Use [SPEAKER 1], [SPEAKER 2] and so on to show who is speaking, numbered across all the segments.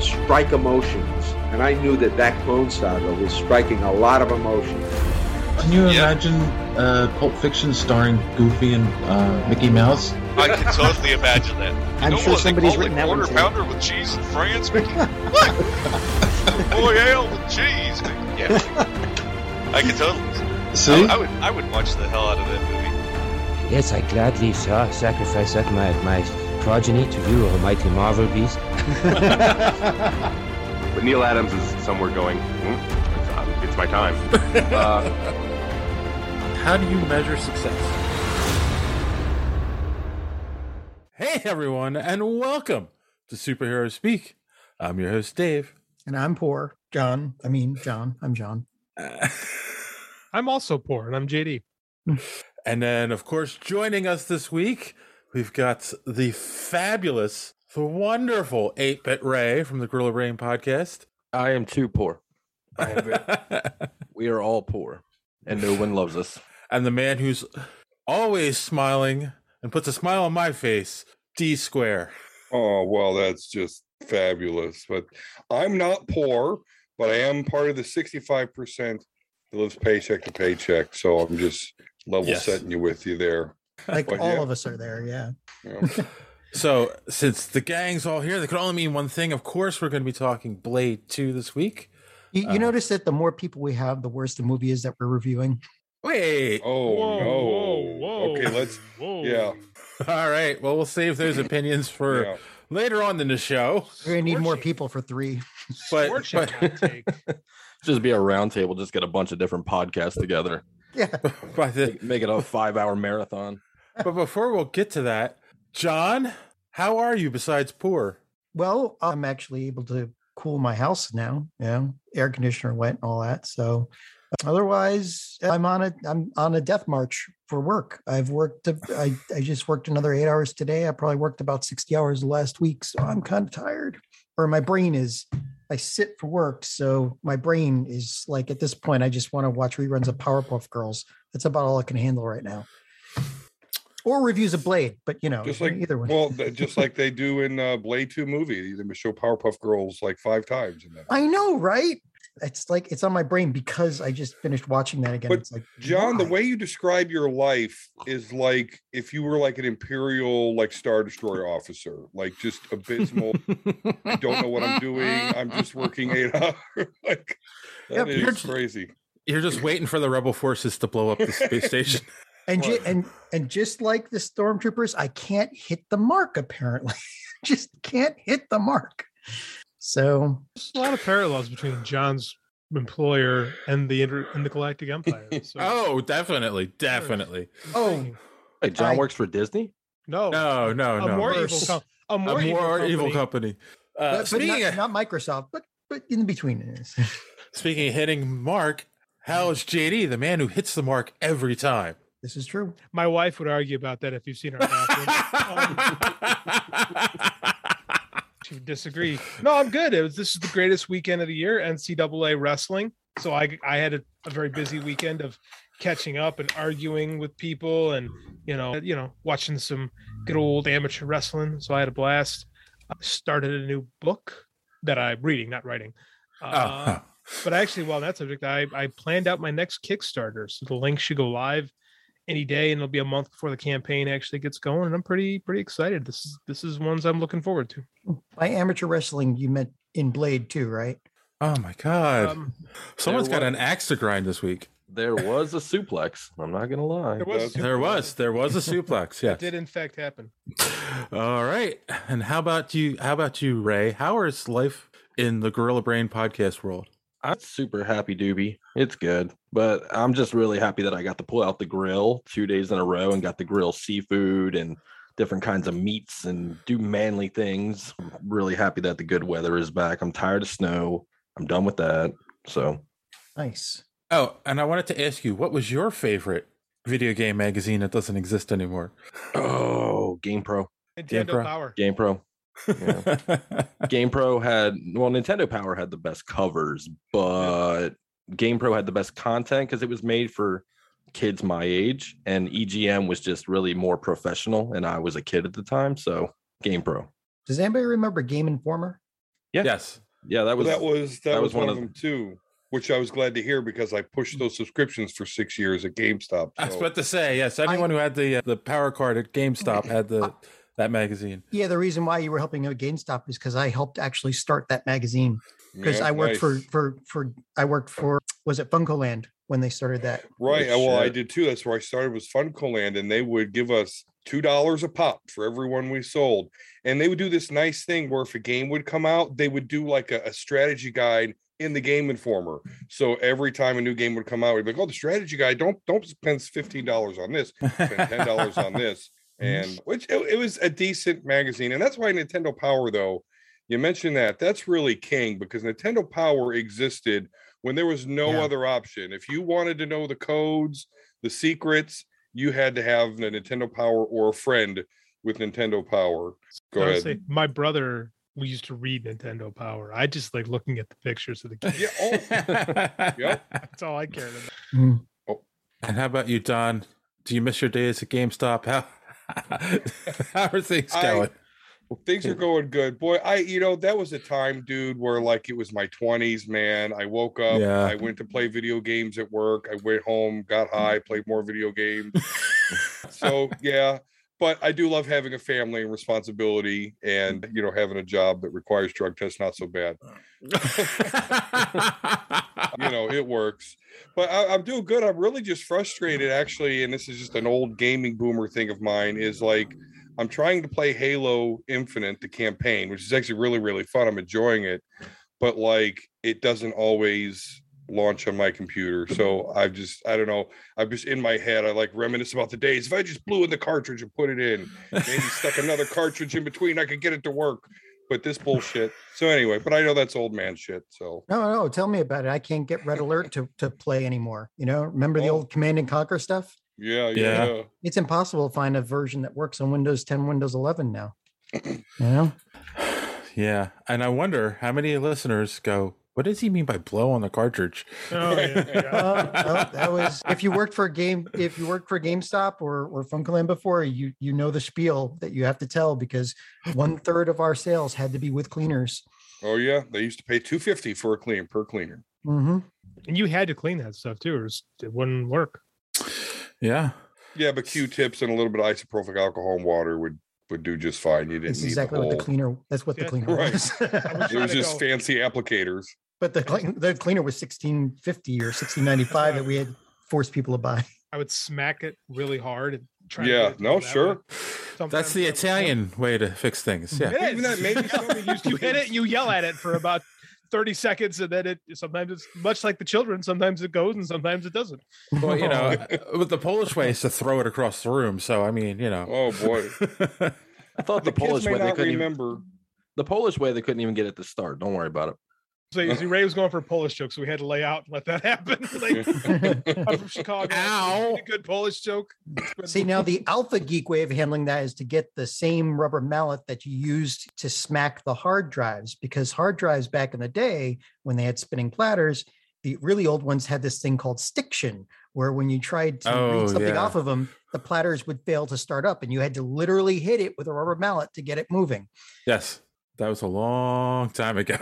[SPEAKER 1] strike emotions, and I knew that that Clone Saga was striking a lot of emotions.
[SPEAKER 2] Can you imagine uh, Pulp Fiction starring Goofy and uh, Mickey Mouse?
[SPEAKER 3] I can totally imagine that.
[SPEAKER 4] I'm
[SPEAKER 3] no
[SPEAKER 4] sure
[SPEAKER 3] what,
[SPEAKER 4] somebody's
[SPEAKER 3] they call
[SPEAKER 4] written
[SPEAKER 3] it
[SPEAKER 4] that one
[SPEAKER 3] quarter
[SPEAKER 4] too.
[SPEAKER 3] pounder with cheese in France. Mickey? what? Boyle with cheese. Mickey. Yeah, I can totally.
[SPEAKER 5] Oh,
[SPEAKER 2] See?
[SPEAKER 3] I, I would. I would watch the hell out of that movie.
[SPEAKER 6] Yes, I gladly sa- sacrifice that my, my progeny to you, O mighty Marvel Beast.
[SPEAKER 7] But Neil Adams is somewhere going, hmm, it's, uh, it's my time. Uh,
[SPEAKER 5] How do you measure success? Hey, everyone, and welcome to Superhero Speak. I'm your host, Dave.
[SPEAKER 4] And I'm poor. John. I mean, John. I'm John.
[SPEAKER 5] Uh,
[SPEAKER 8] I'm also poor, and I'm JD.
[SPEAKER 5] And then, of course, joining us this week, we've got the fabulous, the wonderful 8 Bit Ray from the Gorilla Rain podcast.
[SPEAKER 9] I am too poor. I am very,
[SPEAKER 5] and
[SPEAKER 9] we are all poor, and no one loves us.
[SPEAKER 5] the man who's always smiling and puts a smile on my face, D Square.
[SPEAKER 10] Oh, well, that's just fabulous. But I'm not poor, but I am part of the 65% that lives paycheck to paycheck. So I'm just level
[SPEAKER 5] Yes.
[SPEAKER 10] setting you with you there.
[SPEAKER 4] Like
[SPEAKER 10] Well,
[SPEAKER 4] all
[SPEAKER 10] yeah.
[SPEAKER 4] of us are there. Yeah.
[SPEAKER 10] you know.
[SPEAKER 5] So, since the gang's all here, that could only mean one thing. Of course, we're going to be talking Blade 2 this week.
[SPEAKER 4] You, you
[SPEAKER 5] Uh,
[SPEAKER 4] notice that the more people we have, the worse the movie is that we're reviewing.
[SPEAKER 5] Wait.
[SPEAKER 10] Oh, no. Okay, let's.
[SPEAKER 8] Whoa.
[SPEAKER 10] Yeah.
[SPEAKER 5] All right. Well, we'll save those opinions for
[SPEAKER 10] yeah.
[SPEAKER 5] later on in the show.
[SPEAKER 4] We're gonna need more
[SPEAKER 8] Scorching.
[SPEAKER 4] people for three.
[SPEAKER 5] But-
[SPEAKER 8] Scorching
[SPEAKER 5] but-
[SPEAKER 8] hot take.
[SPEAKER 9] Just be a round table, just get a bunch of different podcasts together,
[SPEAKER 4] Yeah.
[SPEAKER 5] By the,
[SPEAKER 9] make, make it a five hour marathon.
[SPEAKER 5] but before we'll get to that, John, how are you besides poor?
[SPEAKER 4] Well, I'm actually able to cool my house now. You know, air conditioner went and all that. So otherwise I'm on a I'm on a death march for work. I've worked a- I, I just worked another eight hours today. I probably worked about 60 hours last week. So I'm kind of tired. Or my brain is I sit for work. So my brain is like at this point, I just want to watch reruns of Powerpuff Girls. That's about all I can handle right now. Or reviews of Blade, but you know,
[SPEAKER 10] Just like-
[SPEAKER 4] either one.
[SPEAKER 10] Well, th- just like they do in uh, Blade 2 movie, they show Powerpuff Girls like five times. In that.
[SPEAKER 4] I know, right? It's like it's on my brain because I just finished watching that again.
[SPEAKER 10] But
[SPEAKER 4] it's like
[SPEAKER 10] John, the
[SPEAKER 4] why?
[SPEAKER 10] way you describe your life is like if you were like an Imperial, like Star Destroyer officer, like just abysmal. I don't know what I'm doing. I'm just working eight hours. like
[SPEAKER 4] Yep,
[SPEAKER 10] that is
[SPEAKER 5] you're-
[SPEAKER 10] crazy.
[SPEAKER 5] You're just waiting for the rebel forces to blow up the space station.
[SPEAKER 4] and ju-
[SPEAKER 10] Well-
[SPEAKER 4] and and just like the stormtroopers, I can't hit the mark. Apparently, just can't hit the mark. So
[SPEAKER 8] There's a lot of parallels between John's employer and the inter- and the Galactic Empire. So
[SPEAKER 5] Oh, definitely, definitely.
[SPEAKER 4] oh
[SPEAKER 9] Hey, John
[SPEAKER 4] I-
[SPEAKER 9] works for Disney.
[SPEAKER 8] no,
[SPEAKER 5] No, no,
[SPEAKER 8] a
[SPEAKER 5] no.
[SPEAKER 8] more evil,
[SPEAKER 4] Worse.
[SPEAKER 8] co- a
[SPEAKER 5] A
[SPEAKER 8] more, evil, company.
[SPEAKER 5] evil company. Uh,
[SPEAKER 4] but, but
[SPEAKER 5] speaking, of,
[SPEAKER 4] not, not Microsoft, but but in between it is.
[SPEAKER 5] speaking of hitting Mark, how's JD, the man who hits the mark every time?
[SPEAKER 4] this is true.
[SPEAKER 8] My wife would argue about that if you've seen her. bathroom. she would disagree. No, I'm good. It was this is the greatest weekend of the year, NCAA wrestling. So I I had a, a very busy weekend of catching up and arguing with people, and you know you know watching some good old amateur wrestling. So I had a blast. I started a new book that I'm reading, not writing. Uh,
[SPEAKER 5] Oh.
[SPEAKER 8] but actually, while on that subject, I, I planned out my next Kickstarter. So the link should go live any day, and it'll be a month before the campaign actually gets going. And I'm pretty pretty excited. This is this is ones I'm looking forward to.
[SPEAKER 4] By amateur wrestling, you meant in Blade too, right?
[SPEAKER 5] Oh my god.
[SPEAKER 8] Um,
[SPEAKER 5] Someone's
[SPEAKER 9] there
[SPEAKER 5] got
[SPEAKER 9] was-
[SPEAKER 5] an axe to grind this week.
[SPEAKER 9] There was a suplex. I'm not gonna lie.
[SPEAKER 8] there was
[SPEAKER 5] There was. There was a suplex.
[SPEAKER 8] That
[SPEAKER 5] Yes.
[SPEAKER 8] did in fact happen.
[SPEAKER 5] All right. And how about you how about you, Ray? How is life in the Gorilla Brain podcast world?
[SPEAKER 9] I'm super happy, Doobie. It's good, but I'm just really happy that I got to pull out the grill two days in a row and got the grill seafood and different kinds of meats and do manly things. I'm really happy that the good weather is back. I'm tired of snow. I'm done with that. So
[SPEAKER 4] Nice.
[SPEAKER 5] Oh, and I wanted to ask you, what was your favorite video game magazine that doesn't exist anymore?
[SPEAKER 9] Oh, Game Pro.
[SPEAKER 8] Nintendo Power.
[SPEAKER 9] Game Pro. Yeah. Game Pro had well, Nintendo Power had the best covers, but Game Pro had the best content because it was made for kids my age, and EGM was just really more professional, and I was a kid at the time, so Game Pro.
[SPEAKER 4] Does anybody remember Game Informer?
[SPEAKER 9] Yeah.
[SPEAKER 5] Yes.
[SPEAKER 9] Yeah, that was
[SPEAKER 10] that was that, was, one, of them too, which I was glad to hear because I pushed those subscriptions for six years at GameStop.
[SPEAKER 5] I was about to say yes. Anyone who had the uh, the power card at GameStop had the that magazine.
[SPEAKER 4] Yeah, the reason why you were helping out GameStop is because I helped actually start that magazine because
[SPEAKER 10] Yeah,
[SPEAKER 4] I worked for
[SPEAKER 10] nice.
[SPEAKER 4] for for I worked for was it Funko Land when they started that.
[SPEAKER 10] Right. uh, well, I did too. That's where I started was Funko Land, and they would give us two dollars a pop for everyone we sold. And they would do this nice thing where if a game would come out, they would do like a, a strategy guide in the Game Informer. So every time a new game would come out, we'd be like, "Oh, the strategy guide. Don't don't spend fifteen dollars on this. Spend ten dollars on this." And which it, it was a decent magazine, and that's why Nintendo Power though. You mentioned that. That's really king because Nintendo Power existed when there was no other option. If you wanted to know the codes, the secrets, you had to have the Nintendo Power or a friend with Nintendo Power. Go
[SPEAKER 8] I would
[SPEAKER 10] ahead.
[SPEAKER 8] say my brother we used to read Nintendo Power. I just like looking at the pictures of the games.
[SPEAKER 10] oh.
[SPEAKER 8] That's all I cared about.
[SPEAKER 4] Hmm.
[SPEAKER 5] And how about you, Don? Do you miss your days at GameStop? How how are things
[SPEAKER 10] I-
[SPEAKER 5] going?
[SPEAKER 10] things are going good boy i you know that was a time dude where like it was my 20s man i woke up
[SPEAKER 5] Yeah.
[SPEAKER 10] i went to play video games at work i went home got high played more video games so yeah but i do love having a family and responsibility and you know having a job that requires drug tests not so bad you know it works but I, i'm doing good i'm really just frustrated actually and this is just an old gaming boomer thing of mine is like i'm trying to play halo infinite the campaign which is actually really really fun i'm enjoying it but like it doesn't always launch on my computer so i've just i don't know i'm just in my head i like reminisce about the days if i just blew in the cartridge and put it in maybe stuck another cartridge in between i could get it to work but this bullshit so anyway but i know that's old man shit so
[SPEAKER 4] No, no, tell me about it. I can't get Red Alert to to play anymore. You know, remember
[SPEAKER 10] Oh.
[SPEAKER 4] the old Command and Conquer stuff?
[SPEAKER 10] yeah
[SPEAKER 5] Yeah.
[SPEAKER 10] yeah, yeah.
[SPEAKER 4] It's impossible to find a version that works on Windows 10, Windows 11 now. Yeah.
[SPEAKER 5] Yeah, and I wonder how many listeners go. What does he mean by blow on the cartridge?
[SPEAKER 8] Oh, yeah,
[SPEAKER 4] Oh, no, that was if you worked for a game if you worked for GameStop or or Funkoland before, you you know the spiel that you have to tell because one third of our sales had to be with cleaners.
[SPEAKER 10] oh yeah they used to pay 250 for a clean per cleaner
[SPEAKER 4] Mm-hmm.
[SPEAKER 8] And you had to clean that stuff too, or else it wouldn't work.
[SPEAKER 5] yeah
[SPEAKER 10] yeah but q-tips and a little bit of isopropyl alcohol and water would would do just fine you didn't
[SPEAKER 4] That's
[SPEAKER 10] need
[SPEAKER 4] exactly
[SPEAKER 10] the
[SPEAKER 4] what
[SPEAKER 10] whole
[SPEAKER 4] the cleaner that's what the cleaner
[SPEAKER 10] Right.
[SPEAKER 4] was.
[SPEAKER 10] it was just fancy applicators
[SPEAKER 4] but the clean, the cleaner was 1650 or 1695 that we had forced people to buy.
[SPEAKER 8] I would smack it really hard and try.
[SPEAKER 10] Yeah,
[SPEAKER 8] to get it to
[SPEAKER 10] no,
[SPEAKER 8] that
[SPEAKER 10] sure.
[SPEAKER 8] one.
[SPEAKER 5] That's
[SPEAKER 8] Sometimes
[SPEAKER 5] the Italian way to fix things.
[SPEAKER 8] It
[SPEAKER 5] Yeah.
[SPEAKER 8] is. you, you hit it, and you yell at it for about thirty seconds, and then it sometimes it's much like the children. Sometimes it goes, and sometimes it doesn't.
[SPEAKER 5] Well, you know, with the Polish way is to throw it across the room. So I mean, you know.
[SPEAKER 10] Oh boy.
[SPEAKER 9] I thought the, Polish way they couldn't even,
[SPEAKER 10] remember.
[SPEAKER 9] the Polish way they couldn't even get it to start. Don't worry about it.
[SPEAKER 8] So you see, Ray was going for a Polish joke, so we had to lay out and let that happen. Like, I'm from Chicago. Ow. Good Polish joke.
[SPEAKER 4] See now the alpha geek way of handling that is to get the same rubber mallet that you used to smack the hard drives because hard drives back in the day when they had spinning platters, the really old ones had this thing called stiction where when you tried to
[SPEAKER 5] Oh,
[SPEAKER 4] read something
[SPEAKER 5] yeah.
[SPEAKER 4] off of them, the platters would fail to start up and you had to literally hit it with a rubber mallet to get it moving.
[SPEAKER 5] Yes, that was a long time ago.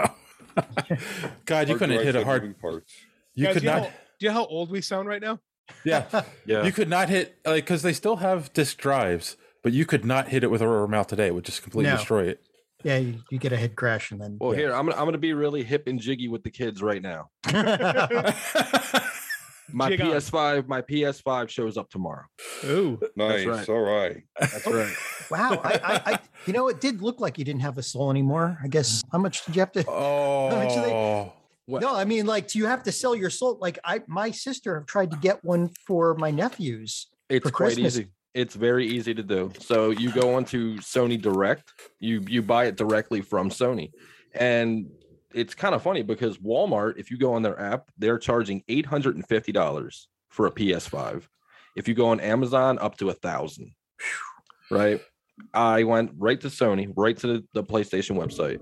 [SPEAKER 5] God, you
[SPEAKER 10] Hard
[SPEAKER 5] couldn't
[SPEAKER 10] drives
[SPEAKER 5] hit a
[SPEAKER 10] had
[SPEAKER 5] hard.
[SPEAKER 10] moving parts.
[SPEAKER 5] You
[SPEAKER 8] Guys,
[SPEAKER 5] could
[SPEAKER 8] do you
[SPEAKER 5] not.
[SPEAKER 8] know- do you know how old we sound right now?
[SPEAKER 5] Yeah,
[SPEAKER 9] yeah.
[SPEAKER 5] You could not hit like because they still have disk drives, but you could not hit it with a rubber mouth today. It would just completely
[SPEAKER 4] No.
[SPEAKER 5] destroy it.
[SPEAKER 4] Yeah, you, you get a head crash and then
[SPEAKER 9] Well,
[SPEAKER 4] yeah.
[SPEAKER 9] here I'm gonna I'm gonna be really hip and jiggy with the kids right now. My
[SPEAKER 8] Jig on.
[SPEAKER 9] PS5, my PS5 shows up tomorrow.
[SPEAKER 8] Ooh,
[SPEAKER 10] Nice.
[SPEAKER 9] right.
[SPEAKER 10] All right.
[SPEAKER 9] That's right.
[SPEAKER 4] Wow, I, I, I, you know, it did look like you didn't have a soul anymore. I guess how much did you have to?
[SPEAKER 9] Uh,
[SPEAKER 5] Oh,
[SPEAKER 4] much do they-
[SPEAKER 9] What-
[SPEAKER 4] No, I mean, like, do you have to sell your soul? Like, I, my sister tried to get one for my nephews.
[SPEAKER 9] It's
[SPEAKER 4] for
[SPEAKER 9] quite
[SPEAKER 4] Christmas.
[SPEAKER 9] easy. It's very easy to do. So you go onto Sony Direct, you you buy it directly from Sony, and it's kind of funny because Walmart, if you go on their app, they're charging eight hundred and fifty dollars for a PS5. If you go on Amazon, up to a thousand. Right. I went right to Sony, right to the, the PlayStation website,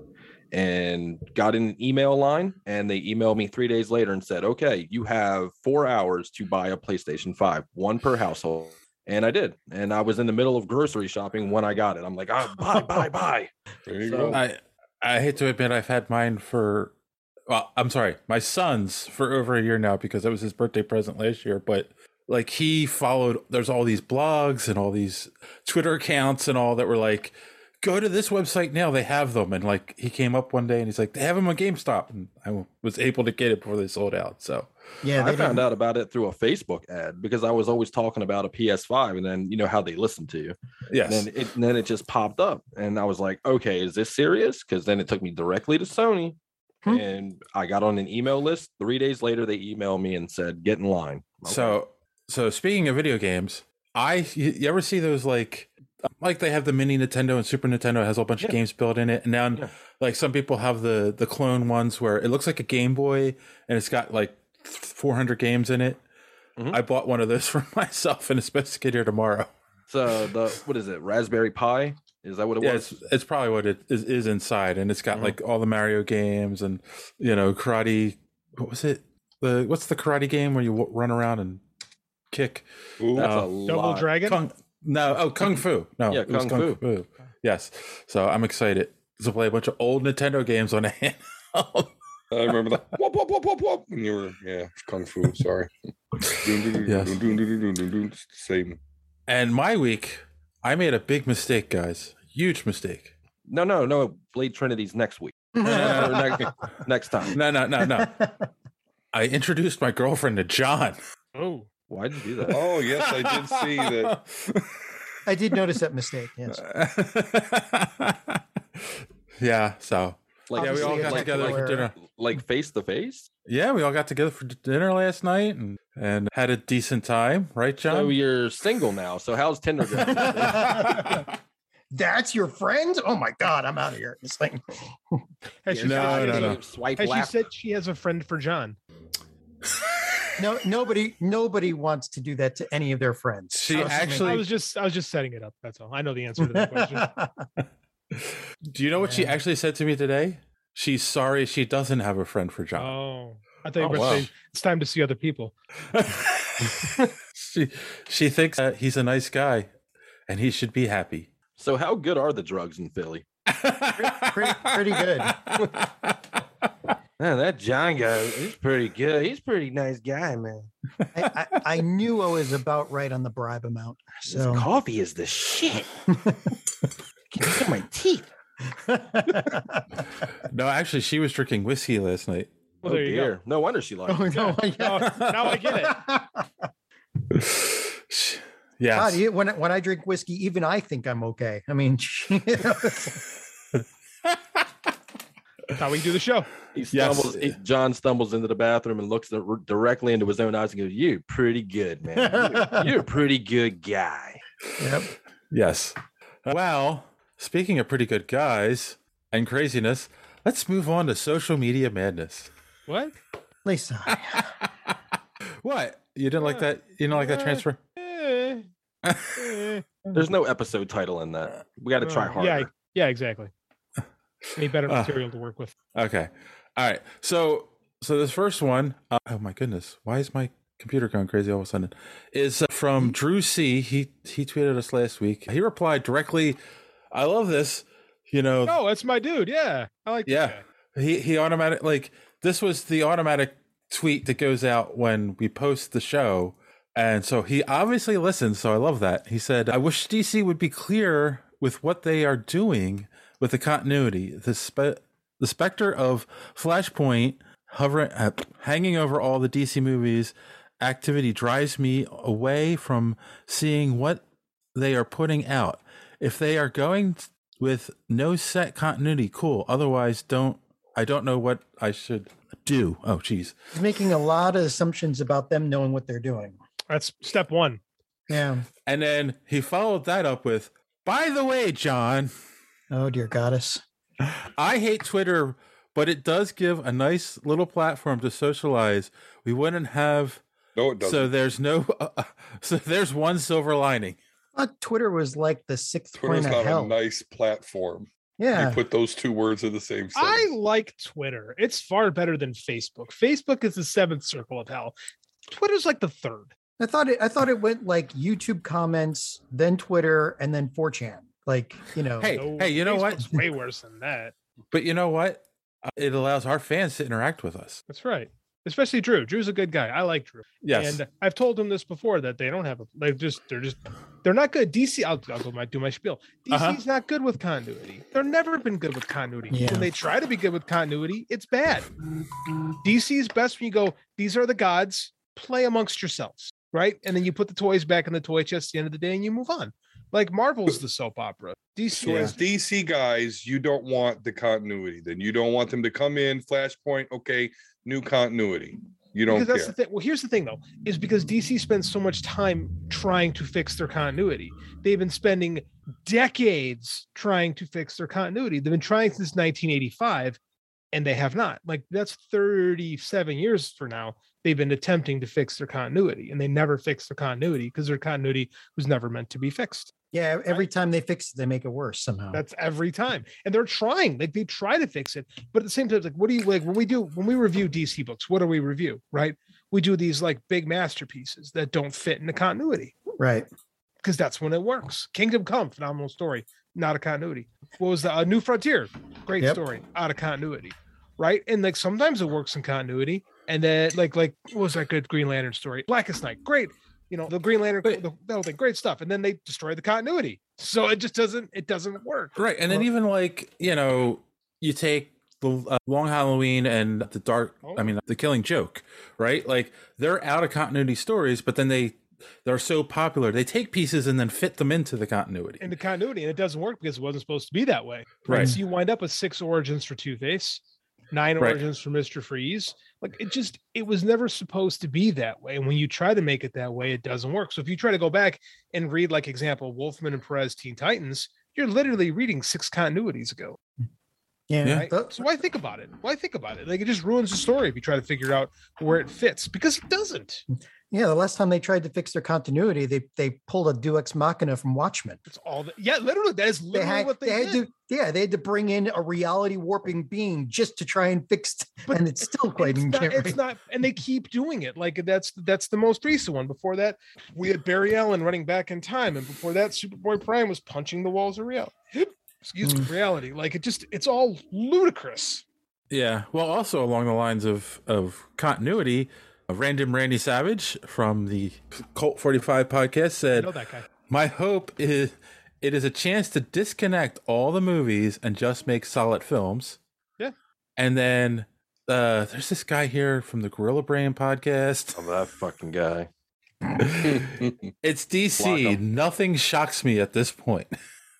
[SPEAKER 9] and got in an email line, and they emailed me three days later and said, "Okay, you have four hours to buy a PlayStation Five, one per household." And I did, and I was in the middle of grocery shopping when I got it. I'm like, "Ah, buy, buy, buy."
[SPEAKER 10] There you
[SPEAKER 9] So-
[SPEAKER 10] go.
[SPEAKER 5] I I hate to admit I've had mine for well, I'm sorry, my son's for over a year now because it was his birthday present last year, but like he followed there's all these blogs and all these Twitter accounts and all that were like go to this website now they have them and like he came up one day and he's like they have them on GameStop and I was able to get it before they sold out. So
[SPEAKER 4] Yeah,
[SPEAKER 9] I
[SPEAKER 4] they
[SPEAKER 9] found
[SPEAKER 4] didn't-
[SPEAKER 9] out about it through a Facebook ad because I was always talking about a PS5, and then you know how they listen to you.
[SPEAKER 5] Yes.
[SPEAKER 9] And then it, and then it just popped up, and I was like, okay, is this serious? Because then it took me directly to Sony, and I got on an email list. Three days later, they emailed me and said, get in line.
[SPEAKER 5] So, so speaking of video games, I you, you ever see those like like they have the mini Nintendo and Super Nintendo has a whole bunch of games built in it, and now like some people have the the clone ones where it looks like a Game Boy and it's got like 400 games in it. I bought one of those for myself, and it's supposed to get here tomorrow.
[SPEAKER 9] So uh, the what is it? Raspberry Pi? Is that what it
[SPEAKER 5] Yeah,
[SPEAKER 9] was?
[SPEAKER 5] it's, it's probably what it is, is inside, and it's got like all the Mario games and you know karate. What was it? The what's the karate game where you w- run around and kick?
[SPEAKER 8] That's a Double lot. Dragon?
[SPEAKER 5] Kung- no, oh Kung Fu. No,
[SPEAKER 9] Yeah,
[SPEAKER 5] it was
[SPEAKER 9] Kung
[SPEAKER 5] Kung
[SPEAKER 9] Fu.
[SPEAKER 5] Fu. Yes, so I'm excited to play a bunch of old Nintendo games on a hand.
[SPEAKER 10] I remember that. Whoop, whoop, whoop, whoop, whoop. When you were, yeah, it's kung fu. Sorry.
[SPEAKER 5] Yes.
[SPEAKER 10] Yes. Same.
[SPEAKER 5] And my week, I made a big mistake, guys. Huge mistake.
[SPEAKER 9] No, no, no. Blade Trinity's next week. Or next, next time.
[SPEAKER 5] No, no, no, no. I introduced my girlfriend to John.
[SPEAKER 8] Oh,
[SPEAKER 9] Why did you do that?
[SPEAKER 10] Oh yes, I did see that.
[SPEAKER 4] I did notice that mistake. Yes.
[SPEAKER 5] Yeah, so yeah, we all
[SPEAKER 4] Obviously,
[SPEAKER 5] got
[SPEAKER 4] like-
[SPEAKER 5] together for
[SPEAKER 4] like-
[SPEAKER 5] dinner.
[SPEAKER 9] like face to face.
[SPEAKER 5] Yeah, we all got together for d- dinner last night and, and had a decent time, right, John?
[SPEAKER 9] So you're single now. So how's Tinder going?
[SPEAKER 4] That's your friend? Oh my God, I'm out of here. It's like,
[SPEAKER 8] Has she
[SPEAKER 5] No,
[SPEAKER 8] said-
[SPEAKER 5] no, no.
[SPEAKER 9] Swipe
[SPEAKER 8] has she
[SPEAKER 9] left.
[SPEAKER 8] said she has a friend for John?
[SPEAKER 4] no, nobody, nobody wants to do that to any of their friends.
[SPEAKER 5] She
[SPEAKER 4] Trust me.
[SPEAKER 5] actually-
[SPEAKER 8] I was just I was just setting it up. That's all. I know the answer to that question.
[SPEAKER 5] Do you know what she actually said to me today? She's sorry she doesn't have a friend for John.
[SPEAKER 8] Oh, I thought you
[SPEAKER 5] Oh,
[SPEAKER 8] were
[SPEAKER 5] wow.
[SPEAKER 8] saying it's time to see other people.
[SPEAKER 5] She she thinks that he's a nice guy and he should be happy.
[SPEAKER 9] So how good are the drugs in Philly?
[SPEAKER 4] pretty, pretty good.
[SPEAKER 9] Man, that John guy, he's pretty good. He's pretty nice guy, man.
[SPEAKER 4] I, I, I knew I was about right on the bribe amount. So
[SPEAKER 9] coffee is the shit. Can get my teeth.
[SPEAKER 8] Oh,
[SPEAKER 5] No, actually she was drinking whiskey last night.
[SPEAKER 8] Well, there
[SPEAKER 9] oh
[SPEAKER 8] you go.
[SPEAKER 9] dear. No wonder she likes.
[SPEAKER 4] Oh,
[SPEAKER 9] it.
[SPEAKER 4] no, yeah.
[SPEAKER 8] Now- now I get it.
[SPEAKER 5] Yes.
[SPEAKER 4] God, you- when I- when I drink whiskey, even I think I'm okay. I mean, you know,
[SPEAKER 8] That's how we do the show.
[SPEAKER 9] He
[SPEAKER 5] Yes.
[SPEAKER 9] stumbles. he- John stumbles into the bathroom and looks dir- directly into his own eyes and goes, "You're pretty good, man. You're, you're a pretty good guy."
[SPEAKER 4] yep.
[SPEAKER 5] Yes. Well, speaking of pretty good guys and craziness, let's move on to social media madness.
[SPEAKER 8] What?
[SPEAKER 4] Lisa,
[SPEAKER 5] What? You didn't like that? You didn't like that transfer?
[SPEAKER 8] Eh, eh.
[SPEAKER 9] There's no episode title in that. We got to try harder.
[SPEAKER 8] Yeah, yeah, exactly. Need better
[SPEAKER 5] Uh,
[SPEAKER 8] material to work with.
[SPEAKER 5] Okay. All right. So, so this first one, uh, oh my goodness, why is my computer going crazy all of a sudden? Is uh, from Drew C. He he tweeted us last week. He replied directly. I love this. You know,
[SPEAKER 8] Oh, that's my dude. Yeah, I like.
[SPEAKER 5] yeah. He he automatic like this was the automatic tweet that goes out when we post the show. And so he obviously listens, so I love that. He said, I wish DC would be clear with what they are doing with the continuity. The spe- the specter of Flashpoint hovering uh, hanging over all the DC movies activity drives me away from seeing what they are putting out. If they are going t- with no set continuity, cool. Otherwise, don't I don't know what I should do. Oh, jeez.
[SPEAKER 4] he's making a lot of assumptions about them knowing what they're doing.
[SPEAKER 8] That's step one.
[SPEAKER 4] Yeah.
[SPEAKER 5] And then he followed that up with, "By the way, John,
[SPEAKER 4] Oh dear goddess.
[SPEAKER 5] I hate Twitter but it does give a nice little platform to socialize. We wouldn't have.
[SPEAKER 10] No, it doesn't.
[SPEAKER 5] So there's no. so there's one silver lining.
[SPEAKER 4] I thought Twitter was like the sixth point
[SPEAKER 10] Twitter's
[SPEAKER 4] of
[SPEAKER 10] not a
[SPEAKER 4] hell.
[SPEAKER 10] nice platform.
[SPEAKER 4] Yeah.
[SPEAKER 10] You put those two words in the same sentence.
[SPEAKER 8] I like Twitter. It's far better than Facebook. Facebook is the seventh circle of hell. Twitter's like the third.
[SPEAKER 4] I thought it. I thought it went like YouTube comments, then Twitter, and then 4chan. Like you know.
[SPEAKER 5] Hey, hey, you know what?
[SPEAKER 8] Facebook's Way worse than that.
[SPEAKER 5] But you know what? It allows our fans to interact with us.
[SPEAKER 8] That's right. Especially Drew. Drew's a good guy. I like Drew.
[SPEAKER 5] Yes.
[SPEAKER 8] And I've told him this before that they don't have a like just they're just they're not good. DC I'll, I'll go my do my spiel. DC's not good with continuity. They've never been good with continuity.
[SPEAKER 4] Yeah.
[SPEAKER 8] When they try to be good with continuity, it's bad. DC's best when you go, these are the gods, play amongst yourselves, right? And then you put the toys back in the toy chest at the end of the day and you move on. Like Marvel's the soap opera. DC
[SPEAKER 10] So as
[SPEAKER 8] is
[SPEAKER 10] DC guys, you don't want the continuity. Then you don't want them to come in Flashpoint. Okay, new continuity. You don't
[SPEAKER 8] because
[SPEAKER 10] care.
[SPEAKER 8] that's the thing. Well, here's the thing though, is because DC spends so much time trying to fix their continuity. They've been spending decades trying to fix their continuity. They've been trying since 1985, and they have not. Like that's 37 years for now. They've been attempting to fix their continuity, and they never fix their continuity because their continuity was never meant to be fixed.
[SPEAKER 4] Yeah. Every time they fix it, they make it worse somehow.
[SPEAKER 8] That's every time. And they're trying, like they try to fix it. But at the same time, it's like, what do you like when we do when we review DC books? What do we review? Right? We do these like big masterpieces that don't fit in the continuity
[SPEAKER 4] right.
[SPEAKER 8] because that's when it works. Kingdom Come, phenomenal story, not a continuity. What was the uh, New Frontier? Great
[SPEAKER 4] Yep.
[SPEAKER 8] story, out of continuity, right? And like sometimes it works in continuity, and then like like what was that good Green Lantern story? Blackest Night, great. You know the Green Lantern, the, that whole thing, great stuff. And then they destroy the continuity, so it just doesn't it doesn't work.
[SPEAKER 5] Right. And then even like, you know, you take the uh, Long Halloween and the Dark,
[SPEAKER 8] Oh.
[SPEAKER 5] I mean, the Killing Joke, right? Like they're out of continuity stories, but then they they're so popular. They take pieces and then fit them into the continuity.
[SPEAKER 8] into continuity and it doesn't work because it wasn't supposed to be that way.
[SPEAKER 5] Right.
[SPEAKER 8] So you wind up with six origins for Two Face, nine
[SPEAKER 5] Right.
[SPEAKER 8] origins for Mr. Freeze. Like it just, it was never supposed to be that way. And when you try to make it that way, it doesn't work. So if you try to go back and read, like, example, Wolfman and Perez Teen Titans, you're literally reading six continuities ago.
[SPEAKER 4] Yeah.
[SPEAKER 8] Right? So why think about it? Why think about it? Like it just ruins the story if you try to figure out where it fits because it doesn't.
[SPEAKER 4] Yeah, the last time they tried to fix their continuity, they they pulled a Duex Machina from Watchmen.
[SPEAKER 8] It's all that. Yeah, literally, that is
[SPEAKER 4] They
[SPEAKER 8] literally
[SPEAKER 4] had,
[SPEAKER 8] what they,
[SPEAKER 4] they had
[SPEAKER 8] did.
[SPEAKER 4] to, yeah, they had to bring in a reality warping being just to try and fix, it, and it's still quite
[SPEAKER 8] it's not,
[SPEAKER 4] inconvenient.
[SPEAKER 8] it's not and they keep doing it like that's that's the most recent one before that we had barry allen running back in time and before that superboy prime was punching the walls of reality excuse me reality like it just it's all ludicrous
[SPEAKER 5] Yeah. Well, also along the lines of of continuity, uh, random Randy Savage from the Colt 45 podcast said,
[SPEAKER 8] know that guy.
[SPEAKER 5] "My hope is it is a chance to disconnect all the movies and just make solid films."
[SPEAKER 8] Yeah.
[SPEAKER 5] And then uh there's this guy here from the Gorilla Brain podcast.
[SPEAKER 9] I'm that fucking guy.
[SPEAKER 5] It's
[SPEAKER 9] Block
[SPEAKER 5] DC.
[SPEAKER 9] 'em.
[SPEAKER 5] Nothing shocks me at this point.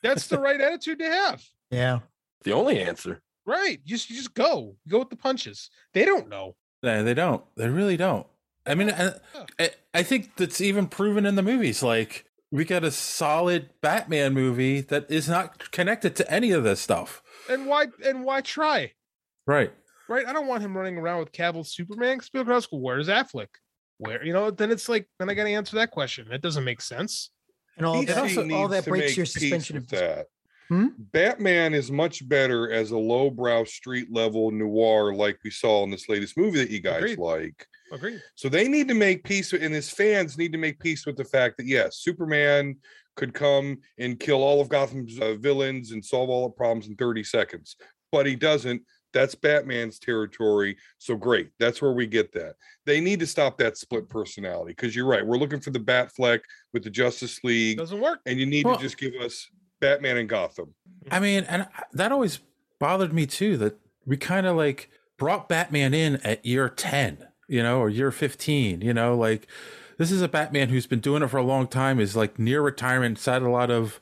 [SPEAKER 8] that's the right attitude to have
[SPEAKER 4] Yeah.
[SPEAKER 9] The only answer.
[SPEAKER 8] right you just, you just go you go with the punches they don't know
[SPEAKER 5] No, they don't. They really don't. I mean, I, I, I think that's even proven in the movies. Like, we got a solid Batman movie that is not connected to any of this stuff.
[SPEAKER 8] and why and why try
[SPEAKER 5] Right.
[SPEAKER 8] right i don't want him running around with cavill superman because people ask well, where's affleck where you know then it's like then i gotta answer that question that doesn't make sense
[SPEAKER 4] and all
[SPEAKER 10] DC
[SPEAKER 4] that, also, all
[SPEAKER 10] needs
[SPEAKER 4] that
[SPEAKER 10] to
[SPEAKER 4] breaks
[SPEAKER 10] make
[SPEAKER 4] your
[SPEAKER 10] peace
[SPEAKER 4] suspension
[SPEAKER 10] with
[SPEAKER 4] of
[SPEAKER 10] that.
[SPEAKER 4] Hmm?
[SPEAKER 10] Batman is much better as a lowbrow street level noir, like we saw in this latest movie that you guys
[SPEAKER 8] Agreed.
[SPEAKER 10] like.
[SPEAKER 8] agreed
[SPEAKER 10] So they need to make peace, with- and his fans need to make peace with the fact that yes, Superman could come and kill all of Gotham's uh, villains and solve all the problems in 30 seconds, but he doesn't. That's Batman's territory. So great, that's where we get that. They need to stop that split personality because you're right. We're looking for the Batfleck with the Justice League,
[SPEAKER 8] doesn't work
[SPEAKER 10] and you need
[SPEAKER 5] Well-
[SPEAKER 10] to just give us Batman and Gotham.
[SPEAKER 5] I mean, and that always bothered me too that we kind of like brought Batman in at year 10, you know, or year 15, you know, like this is a Batman who's been doing it for a long time, is like near retirement, has had a lot of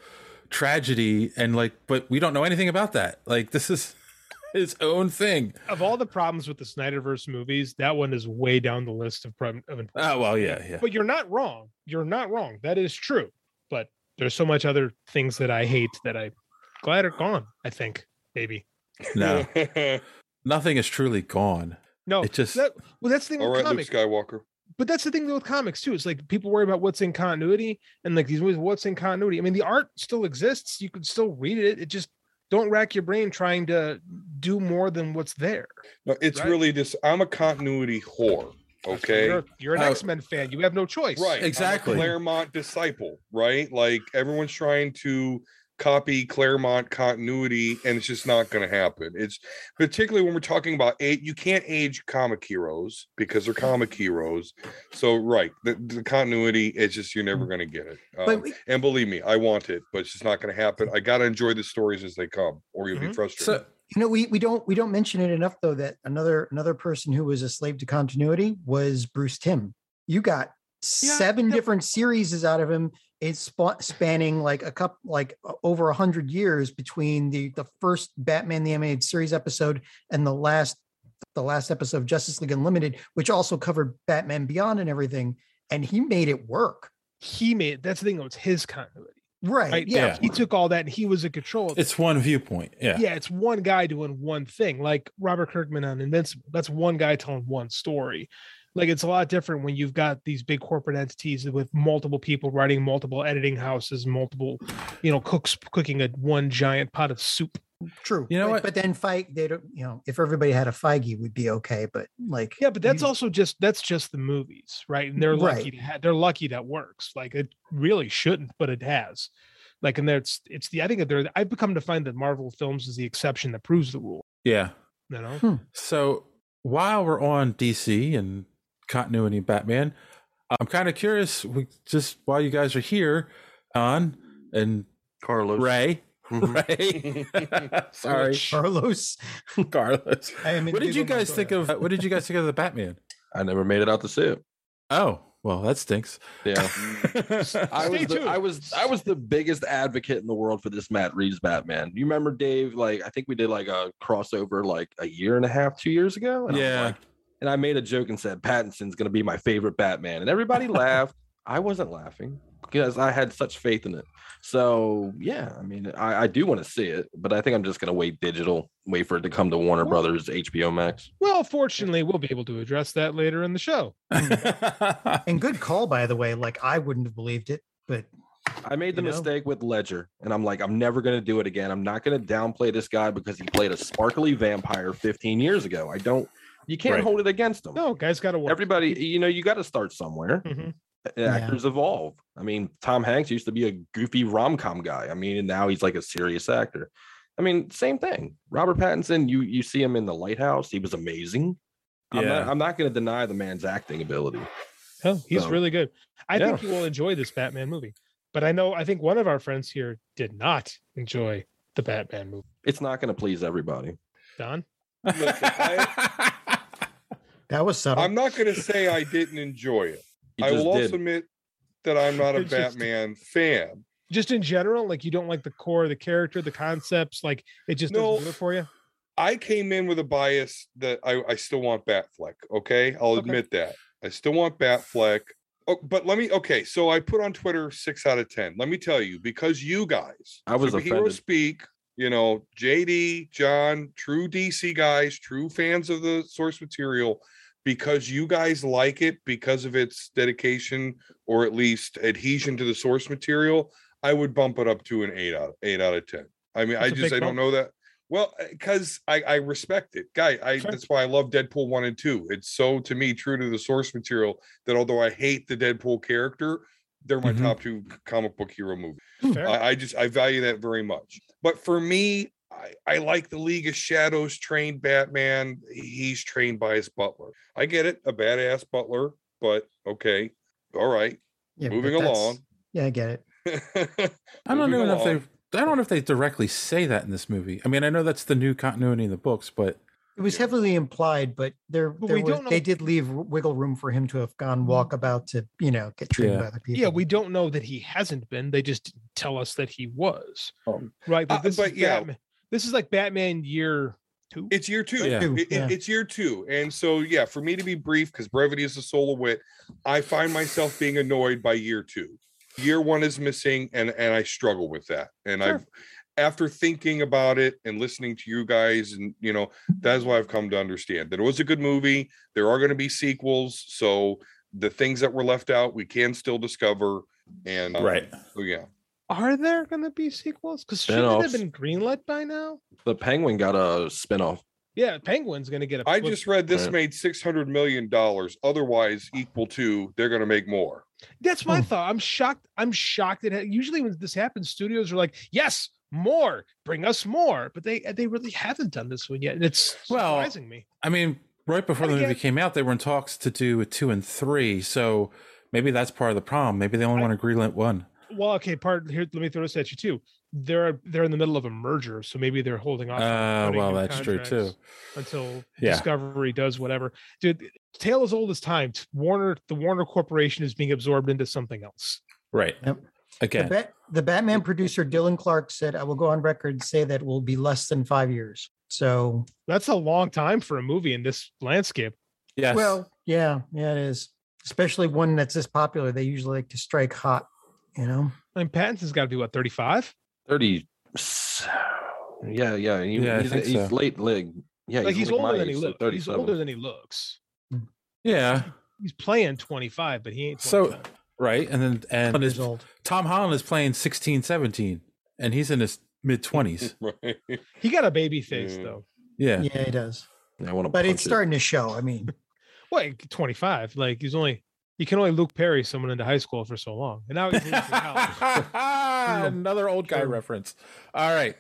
[SPEAKER 5] tragedy, and like, but we don't know anything about that. Like, this is his own thing.
[SPEAKER 8] of all the problems with the Snyderverse movies, that one is way down the list of problem. Of importance.
[SPEAKER 5] Oh, well, yeah, yeah.
[SPEAKER 8] But you're not wrong. You're not wrong. That is true. But there's so much other things that I hate that I glad are gone. I think maybe
[SPEAKER 5] No, nothing is truly gone.
[SPEAKER 8] No,
[SPEAKER 5] It just
[SPEAKER 8] that, well, that's the thing
[SPEAKER 10] All
[SPEAKER 8] with
[SPEAKER 10] right, Luke
[SPEAKER 8] comics.
[SPEAKER 10] Skywalker.
[SPEAKER 8] but that's the thing with comics too. It's like people worry about what's in continuity and like these movies, what's in continuity. I mean, the art still exists. You could still read it. It just don't rack your brain trying to do more than what's there.
[SPEAKER 10] No, it's
[SPEAKER 8] Right.
[SPEAKER 10] really just I'm a continuity whore. Okay.
[SPEAKER 8] You're, you're
[SPEAKER 5] Oh,
[SPEAKER 8] an X Men fan. You have no choice.
[SPEAKER 10] Right. I'm a Claremont disciple, right? Like everyone's trying to copy Claremont continuity and it's just not going to happen. It's particularly when we're talking about eight, you can't age comic heroes because they're comic heroes. So, right, the, the continuity, it's just you're never going to get it.
[SPEAKER 4] But
[SPEAKER 10] Um,
[SPEAKER 4] we-
[SPEAKER 10] and believe me, I want it, but it's just not going to happen. I got to enjoy the stories as they come or
[SPEAKER 8] Mm-hmm.
[SPEAKER 10] you'll be frustrated.
[SPEAKER 4] you know, we we don't we don't mention it enough though that another another person who was a slave to continuity was Bruce Tim. You got seven different series out of him. It's spa- spanning like a cup like o- over a hundred years between the the first Batman the Animated Series episode and the last the last episode of Justice League Unlimited, which also covered Batman Beyond and everything. And he made it work.
[SPEAKER 8] He made that's the thing. It was his continuity.
[SPEAKER 4] Right.
[SPEAKER 8] Yeah.
[SPEAKER 5] Yeah.
[SPEAKER 8] He took all that and he was in control. of it.
[SPEAKER 5] it's one viewpoint. Yeah.
[SPEAKER 8] yeah, it's one guy doing one thing, like Robert Kirkman on Invincible. That's one guy telling one story. Like it's a lot different when you've got these big corporate entities with multiple people writing, multiple editing houses, multiple, you know, cooks cooking a one giant pot of soup.
[SPEAKER 4] True. You know but, what? But then fight they don't, you know, if everybody had a Feige, we'd be okay. But like
[SPEAKER 8] Yeah, but that's also just that's just the movies, right? And they're lucky
[SPEAKER 4] Right.
[SPEAKER 8] to ha- they're lucky that works. Like it really shouldn't, but it has. Like and there's it's the I think that there I've become to find that Marvel films is the exception that proves the rule.
[SPEAKER 5] Yeah.
[SPEAKER 8] You know,
[SPEAKER 4] Hmm.
[SPEAKER 5] So while we're on DC and continuity and Batman, I'm kind of curious. We just while you guys are here, on and Carlos Ray,
[SPEAKER 8] Mm-hmm.
[SPEAKER 5] Ray. Sorry,
[SPEAKER 4] Carlos,
[SPEAKER 5] Carlos.
[SPEAKER 4] I am in
[SPEAKER 5] What did you
[SPEAKER 4] Google
[SPEAKER 5] guys think of? What did you guys think of the Batman?
[SPEAKER 9] I never made it out to see it.
[SPEAKER 5] Oh well, that stinks.
[SPEAKER 9] Yeah. I
[SPEAKER 5] Stay
[SPEAKER 9] was the,
[SPEAKER 5] tuned.
[SPEAKER 9] I was I was the biggest advocate in the world for this Matt Reeves Batman. You remember Dave? Like I think we did like a crossover like a year and a half, two years ago. And I was
[SPEAKER 5] Yeah.
[SPEAKER 9] like- and I made a joke and said Pattinson's gonna be my favorite Batman, and everybody laughed. I wasn't laughing because I had such faith in it. So yeah, I mean, I, I do want to see it, but I think I'm just gonna wait digital, wait for it to come to Warner Brothers, HBO Max.
[SPEAKER 8] Well, fortunately, we'll be able to address that later in the show.
[SPEAKER 4] and good call by the way. Like I wouldn't have believed it, but
[SPEAKER 9] I made the
[SPEAKER 4] You know?
[SPEAKER 9] mistake with Ledger, and I'm like, I'm never going to do it again. I'm not going to downplay this guy because he played a sparkly vampire 15 years ago. I don't. You can't
[SPEAKER 8] Right.
[SPEAKER 9] hold it against him.
[SPEAKER 8] No, guys, got to work.
[SPEAKER 9] Everybody, you know, you got to start somewhere.
[SPEAKER 8] Mhm.
[SPEAKER 9] Uh, Actors evolve. I mean, Tom Hanks used to be a goofy rom com guy. I mean, and now he's like a serious actor. I mean, same thing. Robert Pattinson, you you see him in The Lighthouse. He was amazing. I'm not,
[SPEAKER 8] Yeah.
[SPEAKER 9] I'm not going to deny the man's acting ability.
[SPEAKER 8] Oh, he's
[SPEAKER 9] So-
[SPEAKER 8] really good. I think
[SPEAKER 9] Yeah.
[SPEAKER 8] you will enjoy this Batman movie. But I know I think one of our friends here did not enjoy the Batman movie.
[SPEAKER 9] It's not going to please everybody.
[SPEAKER 8] Don,
[SPEAKER 4] that was
[SPEAKER 8] Oh.
[SPEAKER 4] subtle.
[SPEAKER 10] I'm not going to say I didn't enjoy it.
[SPEAKER 9] You
[SPEAKER 10] I
[SPEAKER 9] just
[SPEAKER 10] will
[SPEAKER 9] did.
[SPEAKER 10] also admit that I'm not a
[SPEAKER 8] It's just-
[SPEAKER 10] Batman fan.
[SPEAKER 8] just in general, like you don't like the core, the character, the concepts, like it just
[SPEAKER 10] No.
[SPEAKER 8] doesn't do it for you.
[SPEAKER 10] I came in with a bias that I, I still want Batfleck. Okay, I'll admit that I still want Batfleck. Oh, but let me. Okay, so I put on Twitter six out of ten. Let me tell you, because you guys,
[SPEAKER 9] I was
[SPEAKER 10] superhero
[SPEAKER 9] offended.
[SPEAKER 10] speak. You know, JD, John, true DC guys, true fans of the source material, because you guys like it because of its dedication or at least adhesion to the source material. I would bump it up to an eight out eight out of ten. I mean, I
[SPEAKER 8] That's a
[SPEAKER 10] just
[SPEAKER 8] big
[SPEAKER 10] I don't
[SPEAKER 8] bump.
[SPEAKER 10] know that. Well, because I, I respect it, guy. I that's why I love Deadpool one and two. It's so to me true to the source material that although I hate the Deadpool character, they're
[SPEAKER 4] Mm-hmm.
[SPEAKER 10] my top two comic book hero movies.
[SPEAKER 4] Hmm.
[SPEAKER 10] I, I just I value that very much. But for me, I, I like the League of Shadows trained Batman. He's trained by his butler. I get it, a badass butler, but okay, all right,
[SPEAKER 4] Yeah,
[SPEAKER 10] moving
[SPEAKER 4] but that's-
[SPEAKER 10] along.
[SPEAKER 4] yeah, I get it.
[SPEAKER 5] I don't
[SPEAKER 10] Moving
[SPEAKER 5] know if
[SPEAKER 10] along.
[SPEAKER 5] they. I don't know if they directly say that in this movie. I mean, I know that's the new continuity in the books, but
[SPEAKER 4] It was heavily implied, but there,
[SPEAKER 8] But
[SPEAKER 4] there
[SPEAKER 8] we
[SPEAKER 4] was-
[SPEAKER 8] don't know- Mm-hmm.
[SPEAKER 4] they did leave w- wiggle room for him to have gone walkabout to, you know, get treated
[SPEAKER 5] Yeah.
[SPEAKER 4] by other people.
[SPEAKER 8] Yeah, we don't know that he hasn't been. They just didn't tell us that he was. right. Like,
[SPEAKER 10] Uh,
[SPEAKER 8] this
[SPEAKER 10] but
[SPEAKER 8] is
[SPEAKER 10] yeah.
[SPEAKER 8] Batman- this is like Batman year two.
[SPEAKER 10] It's year two.
[SPEAKER 5] Yeah. Two,
[SPEAKER 10] It- it-
[SPEAKER 5] yeah.
[SPEAKER 10] It's year two. And so, yeah, for me to be brief, because brevity is the soul of wit, I find myself being annoyed by year two. Year one is missing, and and I struggle with that. And I've after thinking about it and listening to you guys and you know that's why i've come to understand that it was a good movie there are going to be sequels so the things that were left out we can still discover and um,
[SPEAKER 5] Right.
[SPEAKER 10] so yeah
[SPEAKER 8] Are there going to be sequels? Because shouldn't
[SPEAKER 9] Spin-offs.
[SPEAKER 8] have been greenlit by now.
[SPEAKER 9] The Penguin got a spinoff.
[SPEAKER 8] Yeah, Penguin's going to get a.
[SPEAKER 10] i
[SPEAKER 8] flip-
[SPEAKER 10] just read this
[SPEAKER 9] Right.
[SPEAKER 10] made 600 million dollars otherwise equal to they're going to make more
[SPEAKER 8] That's my
[SPEAKER 4] Hmm.
[SPEAKER 8] thought. I'm shocked. I'm shocked. It ha- usually when this happens, studios are like, "Yes, more. Bring us more." But they they really haven't done this one yet, and it's
[SPEAKER 5] Well,
[SPEAKER 8] surprising me.
[SPEAKER 5] I mean, right before the movie came out, they were in talks to do a two and three. So maybe that's part of the problem. Maybe they only want to greenlit one.
[SPEAKER 8] Well, okay. Part here. Let me throw this at you too. They're they're in the middle of a merger, so maybe they're holding off. on
[SPEAKER 5] Uh,
[SPEAKER 8] signing
[SPEAKER 5] well,
[SPEAKER 8] new
[SPEAKER 5] that's true,
[SPEAKER 8] contracts
[SPEAKER 5] too.
[SPEAKER 8] Until
[SPEAKER 5] Yeah.
[SPEAKER 8] Discovery does whatever. Dude, tale as old as time. Warner, the Warner Corporation is being absorbed into something else.
[SPEAKER 5] Right.
[SPEAKER 4] Yep.
[SPEAKER 5] Again.
[SPEAKER 4] The, Bat- the Batman producer Dylan Clark said, "I will go on record and say that will be less than five years." So,
[SPEAKER 8] That's a long time for a movie in this landscape.
[SPEAKER 5] Yes.
[SPEAKER 4] well, yeah, yeah, it is. Especially one that's this popular, they usually like to strike hot. You know,
[SPEAKER 8] and Pattinson's got to be what thirty five.
[SPEAKER 9] 30. Yeah, yeah. he-
[SPEAKER 5] Yeah, I
[SPEAKER 9] he's,
[SPEAKER 5] think
[SPEAKER 9] he's
[SPEAKER 5] so.
[SPEAKER 9] late. Like, yeah,
[SPEAKER 8] like he's,
[SPEAKER 9] like my
[SPEAKER 8] older than he
[SPEAKER 9] age, so
[SPEAKER 8] looks. he's
[SPEAKER 9] 37.
[SPEAKER 8] older than he looks.
[SPEAKER 5] Yeah.
[SPEAKER 8] He's playing twenty five, but he ain't.
[SPEAKER 5] So right, and then and is, Tom Holland is playing 16, 17, and he's in his mid twenties.
[SPEAKER 10] right
[SPEAKER 8] He got a baby face
[SPEAKER 5] Yeah.
[SPEAKER 8] though.
[SPEAKER 5] Yeah.
[SPEAKER 4] yeah, he does.
[SPEAKER 9] I want to.
[SPEAKER 4] But it's starting to show. I mean,
[SPEAKER 8] Like twenty five. Like he's only. You can only Luke Perry someone into high school for so long, and now he's Luke Perry.
[SPEAKER 5] Another old guy reference. All right.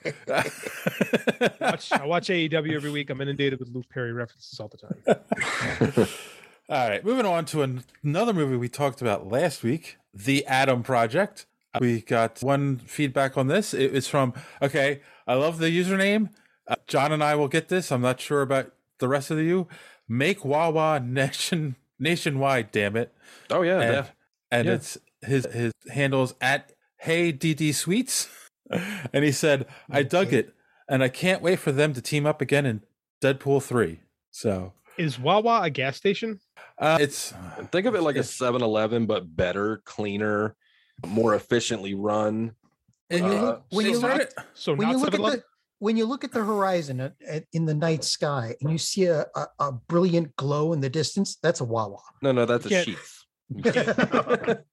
[SPEAKER 8] watch, I watch AEW every week. I'm inundated with Luke Perry references all the time.
[SPEAKER 5] All right, moving on to an- another movie we talked about last week, The Atom Project. We got one feedback on this. It was from, okay, I love the username. Uh, John and I will get this. I'm not sure about the rest of you. Make Wawa nation nationwide, damn it.
[SPEAKER 9] Oh, yeah.
[SPEAKER 5] And,
[SPEAKER 9] yeah.
[SPEAKER 5] and
[SPEAKER 9] Yeah.
[SPEAKER 5] it's his his handles at Hey DD Sweets. and he said, I dug it, and I can't wait for them to team up again in Deadpool 3. So
[SPEAKER 8] Is Wawa a gas station?
[SPEAKER 5] uh, it's
[SPEAKER 9] Think of it like a 7 Eleven, but better, cleaner, more efficiently run.
[SPEAKER 4] when you look,
[SPEAKER 9] Uh,
[SPEAKER 4] when you
[SPEAKER 9] it's
[SPEAKER 4] look
[SPEAKER 9] not-
[SPEAKER 4] at,
[SPEAKER 8] So
[SPEAKER 4] when
[SPEAKER 8] not
[SPEAKER 4] you look at
[SPEAKER 8] 7-Eleven?
[SPEAKER 4] the when you look at the horizon at, at, in the night sky and you see a, a, a brilliant glow in the distance, that's a Wawa.
[SPEAKER 9] No, no, that's a
[SPEAKER 4] can't-
[SPEAKER 9] sheet.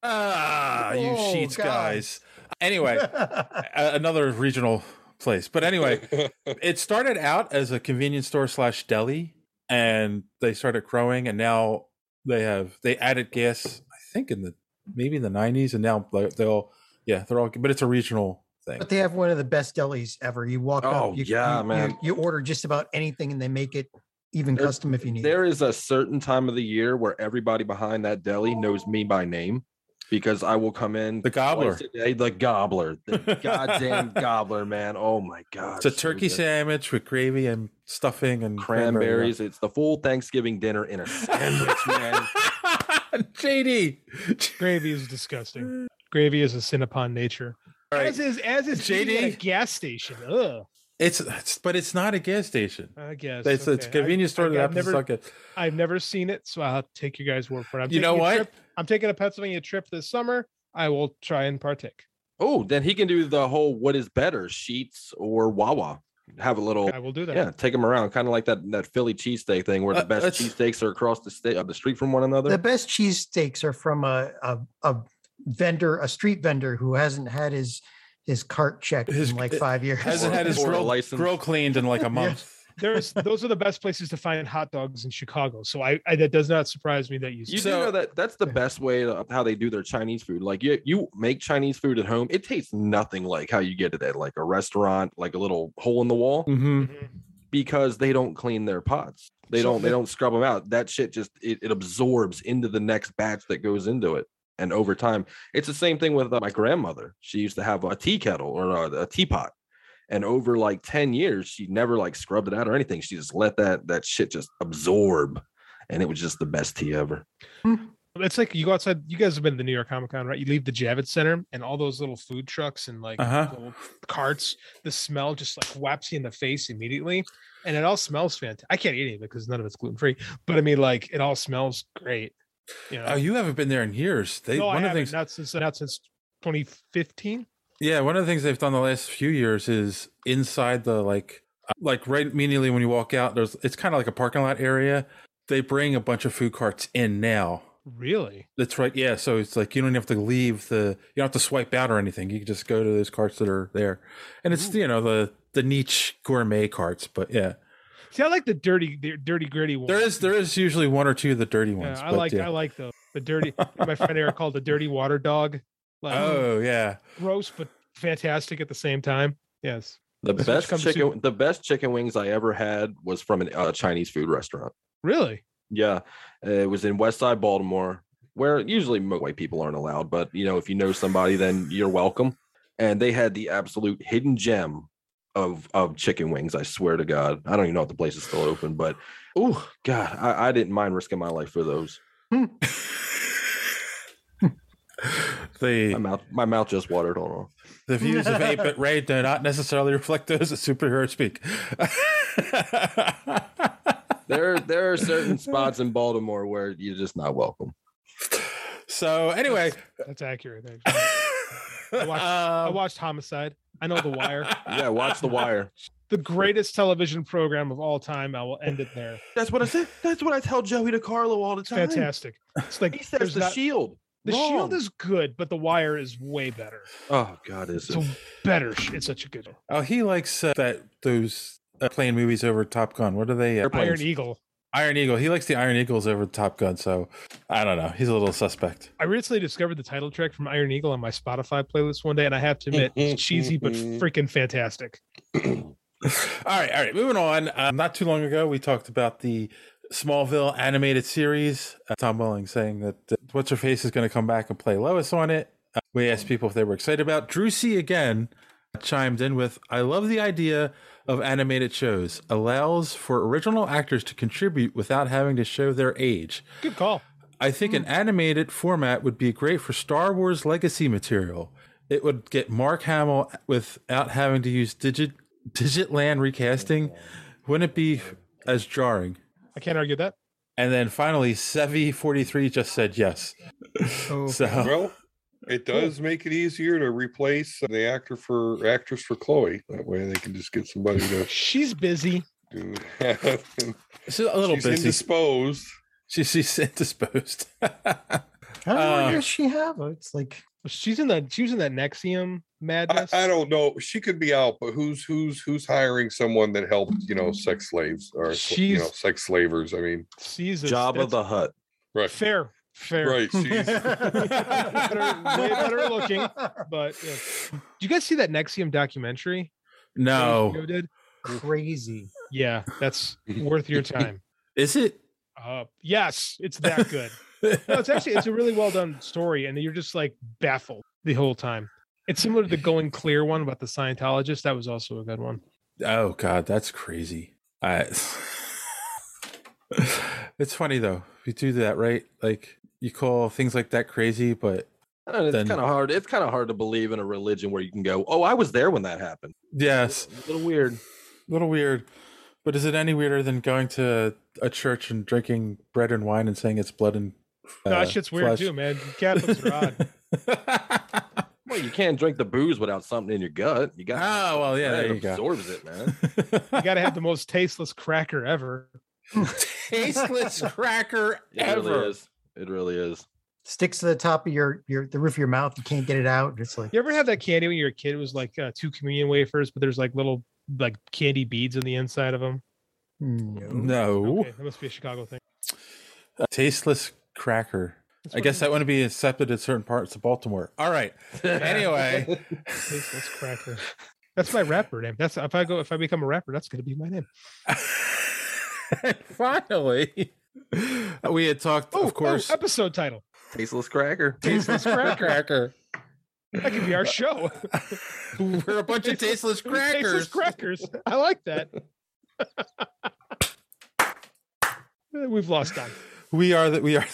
[SPEAKER 5] Ah, you
[SPEAKER 4] Oh,
[SPEAKER 5] sheets
[SPEAKER 4] God.
[SPEAKER 5] guys. Anyway, a- another regional place. But anyway, uh, it started out as a convenience store slash deli, and they started growing, and now they have they added gas. I think in the maybe in the nineties, and now like, they'll yeah they're all but it's a regional thing.
[SPEAKER 4] But they have one of the best delis ever. You walk
[SPEAKER 9] Oh,
[SPEAKER 4] up, you,
[SPEAKER 9] yeah,
[SPEAKER 4] you- you-
[SPEAKER 9] man.
[SPEAKER 4] You, order just about anything and they make it even
[SPEAKER 9] They're-
[SPEAKER 4] custom if you need. it.
[SPEAKER 9] There is a certain time of the year where everybody behind that deli knows me by name because I will come in
[SPEAKER 5] The gobbler.
[SPEAKER 9] twice a day. The gobbler. The goddamn gobbler, man. Oh my god.
[SPEAKER 5] It's a
[SPEAKER 9] so
[SPEAKER 5] turkey
[SPEAKER 9] good.
[SPEAKER 5] sandwich with gravy and stuffing and cranberry
[SPEAKER 9] Cranberries. It's the full Thanksgiving dinner in a sandwich, man.
[SPEAKER 5] JD.
[SPEAKER 8] Gravy is disgusting. Gravy is a sin upon nature.
[SPEAKER 5] All right.
[SPEAKER 8] As is as is eating at a
[SPEAKER 5] JD.
[SPEAKER 8] gas station. Ugh.
[SPEAKER 5] It's, it's but it's not a gas station.
[SPEAKER 8] I guess.
[SPEAKER 5] It's, it's a
[SPEAKER 8] okay. I-
[SPEAKER 5] convenience store
[SPEAKER 8] I-
[SPEAKER 5] that
[SPEAKER 8] I've
[SPEAKER 5] happens to
[SPEAKER 8] never-
[SPEAKER 5] suck at.
[SPEAKER 8] I've never seen it, so I'll have to take your guys' word for it. I'm
[SPEAKER 5] You know
[SPEAKER 8] taking a
[SPEAKER 5] what?
[SPEAKER 8] trip- I'm taking a Pennsylvania trip this summer. I will try and partake.
[SPEAKER 9] Oh, then he can do the whole what is better, sheets or Wawa. Have a little
[SPEAKER 8] I will do that.
[SPEAKER 9] yeah, take them around, kind of like that that Philly cheesesteak thing where
[SPEAKER 5] Uh,
[SPEAKER 9] the best
[SPEAKER 5] that's-
[SPEAKER 9] cheesesteaks are across the state of the street from one another.
[SPEAKER 4] the best cheesesteaks are from a, a a vendor, a street vendor who hasn't had his his cart checked
[SPEAKER 5] His-
[SPEAKER 4] in like five years.
[SPEAKER 5] Hasn't had his
[SPEAKER 9] or a
[SPEAKER 5] grill,
[SPEAKER 9] license.
[SPEAKER 5] grill cleaned in like a month.
[SPEAKER 8] There's those are the best places to find hot dogs in Chicago. So I, I that does not surprise me that you,
[SPEAKER 9] You
[SPEAKER 8] said-
[SPEAKER 9] do
[SPEAKER 5] So-
[SPEAKER 9] know that that's the best way of how they do their Chinese food. Like you, you make Chinese food at home. It tastes nothing like how you get it at like a restaurant, like a little hole in the wall,
[SPEAKER 5] Mm-hmm.
[SPEAKER 9] because they don't clean their pots. They
[SPEAKER 8] So
[SPEAKER 9] don't. They
[SPEAKER 8] the-
[SPEAKER 9] don't scrub them out. That shit just it, it absorbs into the next batch that goes into it, and over time, it's the same thing with uh, my grandmother. She used to have a tea kettle or uh, a, a teapot, and over like ten years, she never like scrubbed it out or anything. She just let that that shit just absorb, and it was just the best tea ever.
[SPEAKER 8] it's like you go outside. You guys have been to the New York Comic Con, right? You leave the Javits Center and all those little food trucks and like
[SPEAKER 5] Uh-huh.
[SPEAKER 8] little carts. The smell just like whaps you in the face immediately, and it all smells fantastic. I can't eat any of it because none of it's gluten free. But I mean, like it all smells great. You know,
[SPEAKER 5] Oh, you haven't been there in years. They
[SPEAKER 8] no, I
[SPEAKER 5] one of the
[SPEAKER 8] haven't.
[SPEAKER 5] things
[SPEAKER 8] Not since not since 2015.
[SPEAKER 5] Yeah, one of the things they've done the last few years is inside the like uh, like right immediately when you walk out, there's it's kind of like a parking lot area. They bring a bunch of food carts in now.
[SPEAKER 8] Really?
[SPEAKER 5] That's right. Yeah, so it's like you don't have to leave the you don't have to swipe out or anything. You can just go to those carts that are there. And it's you know the the niche gourmet carts, but yeah.
[SPEAKER 8] See, I like the dirty, the dirty gritty ones.
[SPEAKER 5] There is there is usually one or two of the dirty ones.
[SPEAKER 8] Yeah, I
[SPEAKER 5] but
[SPEAKER 8] like
[SPEAKER 5] yeah.
[SPEAKER 8] I like those. The dirty. my friend Eric called the dirty water dog. Like,
[SPEAKER 5] Oh yeah.
[SPEAKER 8] gross but fantastic at the same time. Yes.
[SPEAKER 9] The
[SPEAKER 8] Which
[SPEAKER 9] best
[SPEAKER 8] comes
[SPEAKER 9] chicken,
[SPEAKER 8] soon.
[SPEAKER 9] the best chicken wings I ever had was from a uh, Chinese food restaurant.
[SPEAKER 8] Really?
[SPEAKER 9] Yeah, uh, it was in West Side Baltimore, where usually mo- white people aren't allowed. But you know, if you know somebody, then you're welcome. And they had the absolute hidden gem of of chicken wings. I swear to God, I don't even know if the place is still open. But oh God, I, I didn't mind risking my life for those.
[SPEAKER 5] the
[SPEAKER 9] my mouth, my mouth just watered. Hold on.
[SPEAKER 5] The views of 8 bit Ray do not necessarily reflect those that superheroes speak.
[SPEAKER 9] there there are certain spots in Baltimore where you're just not welcome.
[SPEAKER 5] So anyway,
[SPEAKER 8] That's accurate. actually. I watched,
[SPEAKER 5] Um,
[SPEAKER 8] I watched Homicide. I know The Wire.
[SPEAKER 9] Yeah, watch The Wire.
[SPEAKER 8] The greatest television program of all time. I will end it there.
[SPEAKER 9] That's what I said. That's what I tell Joey DiCarlo all the time.
[SPEAKER 8] Fantastic. It's like
[SPEAKER 9] He says
[SPEAKER 8] there's
[SPEAKER 9] The Shield.
[SPEAKER 8] The
[SPEAKER 9] Wrong.
[SPEAKER 8] Shield is good, but The Wire is way better.
[SPEAKER 9] Oh God, is
[SPEAKER 8] it better? sh- It's such a good one.
[SPEAKER 5] oh, he likes uh, that those uh, plane movies over Top Gun. What are they? Uh,
[SPEAKER 8] Iron Eagle.
[SPEAKER 5] Iron Eagle. He likes the Iron Eagles over Top Gun. So I don't know. He's a little suspect.
[SPEAKER 8] I recently discovered the title track from Iron Eagle on my Spotify playlist one day, and I have to admit, it's cheesy but freaking fantastic.
[SPEAKER 5] All right, all right. Moving on. Uh, not too long ago, we talked about the Smallville animated series. Uh, Tom Welling saying that uh, what's her face is going to come back and play Lois on it. Uh, we asked people if they were excited about. Drew C again chimed in with, "I love the idea of animated shows. Allows for original actors to contribute without having to show their age."
[SPEAKER 8] Good call. Hmm.
[SPEAKER 5] I think an animated format would be great for Star Wars legacy material. It would get Mark Hamill without having to use digit Digitland recasting. Wouldn't it be as jarring?
[SPEAKER 8] I can't argue that.
[SPEAKER 5] And then finally, Sevi43 just said yes.
[SPEAKER 4] Oh.
[SPEAKER 5] So
[SPEAKER 10] well, it does make it easier to replace the actor for actress for Chloe. That way, they can just get somebody to.
[SPEAKER 8] She's busy.
[SPEAKER 10] Dude,
[SPEAKER 5] she's a little busy.
[SPEAKER 10] indisposed.
[SPEAKER 5] She's, she's indisposed.
[SPEAKER 8] How
[SPEAKER 5] long Uh,
[SPEAKER 8] does
[SPEAKER 5] does
[SPEAKER 8] she have?
[SPEAKER 4] Oh,
[SPEAKER 8] It's like she's in that. She was in that Nexium madness.
[SPEAKER 10] I don't know. She could be out, but who's who's who's hiring someone that helped you know sex slaves or you know
[SPEAKER 8] She's-
[SPEAKER 10] sex slavers? I mean,
[SPEAKER 8] she's a
[SPEAKER 9] Job
[SPEAKER 8] that's
[SPEAKER 9] of the Hut.
[SPEAKER 10] right?
[SPEAKER 8] fair, fair.
[SPEAKER 10] Right, she's-
[SPEAKER 8] better, way better looking. But yeah. do you guys see that Nexium documentary?
[SPEAKER 5] no.
[SPEAKER 8] Who did?
[SPEAKER 4] Crazy.
[SPEAKER 8] Yeah, that's worth your time.
[SPEAKER 5] Is it?
[SPEAKER 8] Uh, yes, it's that good. No, it's actually it's a really well done story, and you're just like baffled the whole time. It's similar to the Going Clear one about the Scientologist. That was also a good one.
[SPEAKER 5] Oh, God. That's crazy. I, it's funny, though. You do that, right? Like, you call things like that crazy, but
[SPEAKER 9] I don't know, it's
[SPEAKER 5] Then-
[SPEAKER 9] kind of hard. It's kind of hard to believe in a religion where you can go, "Oh, I was there when that happened."
[SPEAKER 5] yes.
[SPEAKER 9] A little weird.
[SPEAKER 5] A little weird. But is it any weirder than going to a church and drinking bread and wine and saying it's blood and uh,
[SPEAKER 8] No, that shit's weird
[SPEAKER 5] flesh?
[SPEAKER 8] too, man. Catholics are odd.
[SPEAKER 9] Well, you can't drink the booze without something in your gut. You got
[SPEAKER 5] Ah, well, yeah, there
[SPEAKER 9] it
[SPEAKER 5] you go.
[SPEAKER 9] absorbs it, man.
[SPEAKER 8] You gotta have the most tasteless cracker ever.
[SPEAKER 5] Tasteless cracker
[SPEAKER 9] It really is. It really is.
[SPEAKER 4] Sticks to the top of your your the roof of your mouth. You can't get it out. It's like
[SPEAKER 8] You ever have that candy when you're a kid? It was like uh, two communion wafers, but there's like little like candy beads on the inside of them.
[SPEAKER 4] no.
[SPEAKER 5] No.
[SPEAKER 8] Okay, that must be a Chicago thing.
[SPEAKER 5] A tasteless cracker. I guess that wouldn't be accepted in certain parts of Baltimore. All right. Anyway,
[SPEAKER 8] Tasteless cracker. That's my rapper name. That's if I go if I become a rapper, that's gonna be my name.
[SPEAKER 5] finally, we had talked,
[SPEAKER 8] Oh,
[SPEAKER 5] of course,
[SPEAKER 8] oh, episode title.
[SPEAKER 9] Tasteless cracker.
[SPEAKER 8] Tasteless cracker.
[SPEAKER 5] cracker.
[SPEAKER 8] That could be our show.
[SPEAKER 5] We're a bunch of tasteless crackers.
[SPEAKER 8] Tasteless crackers. I like that. We've lost time.
[SPEAKER 5] We are the we are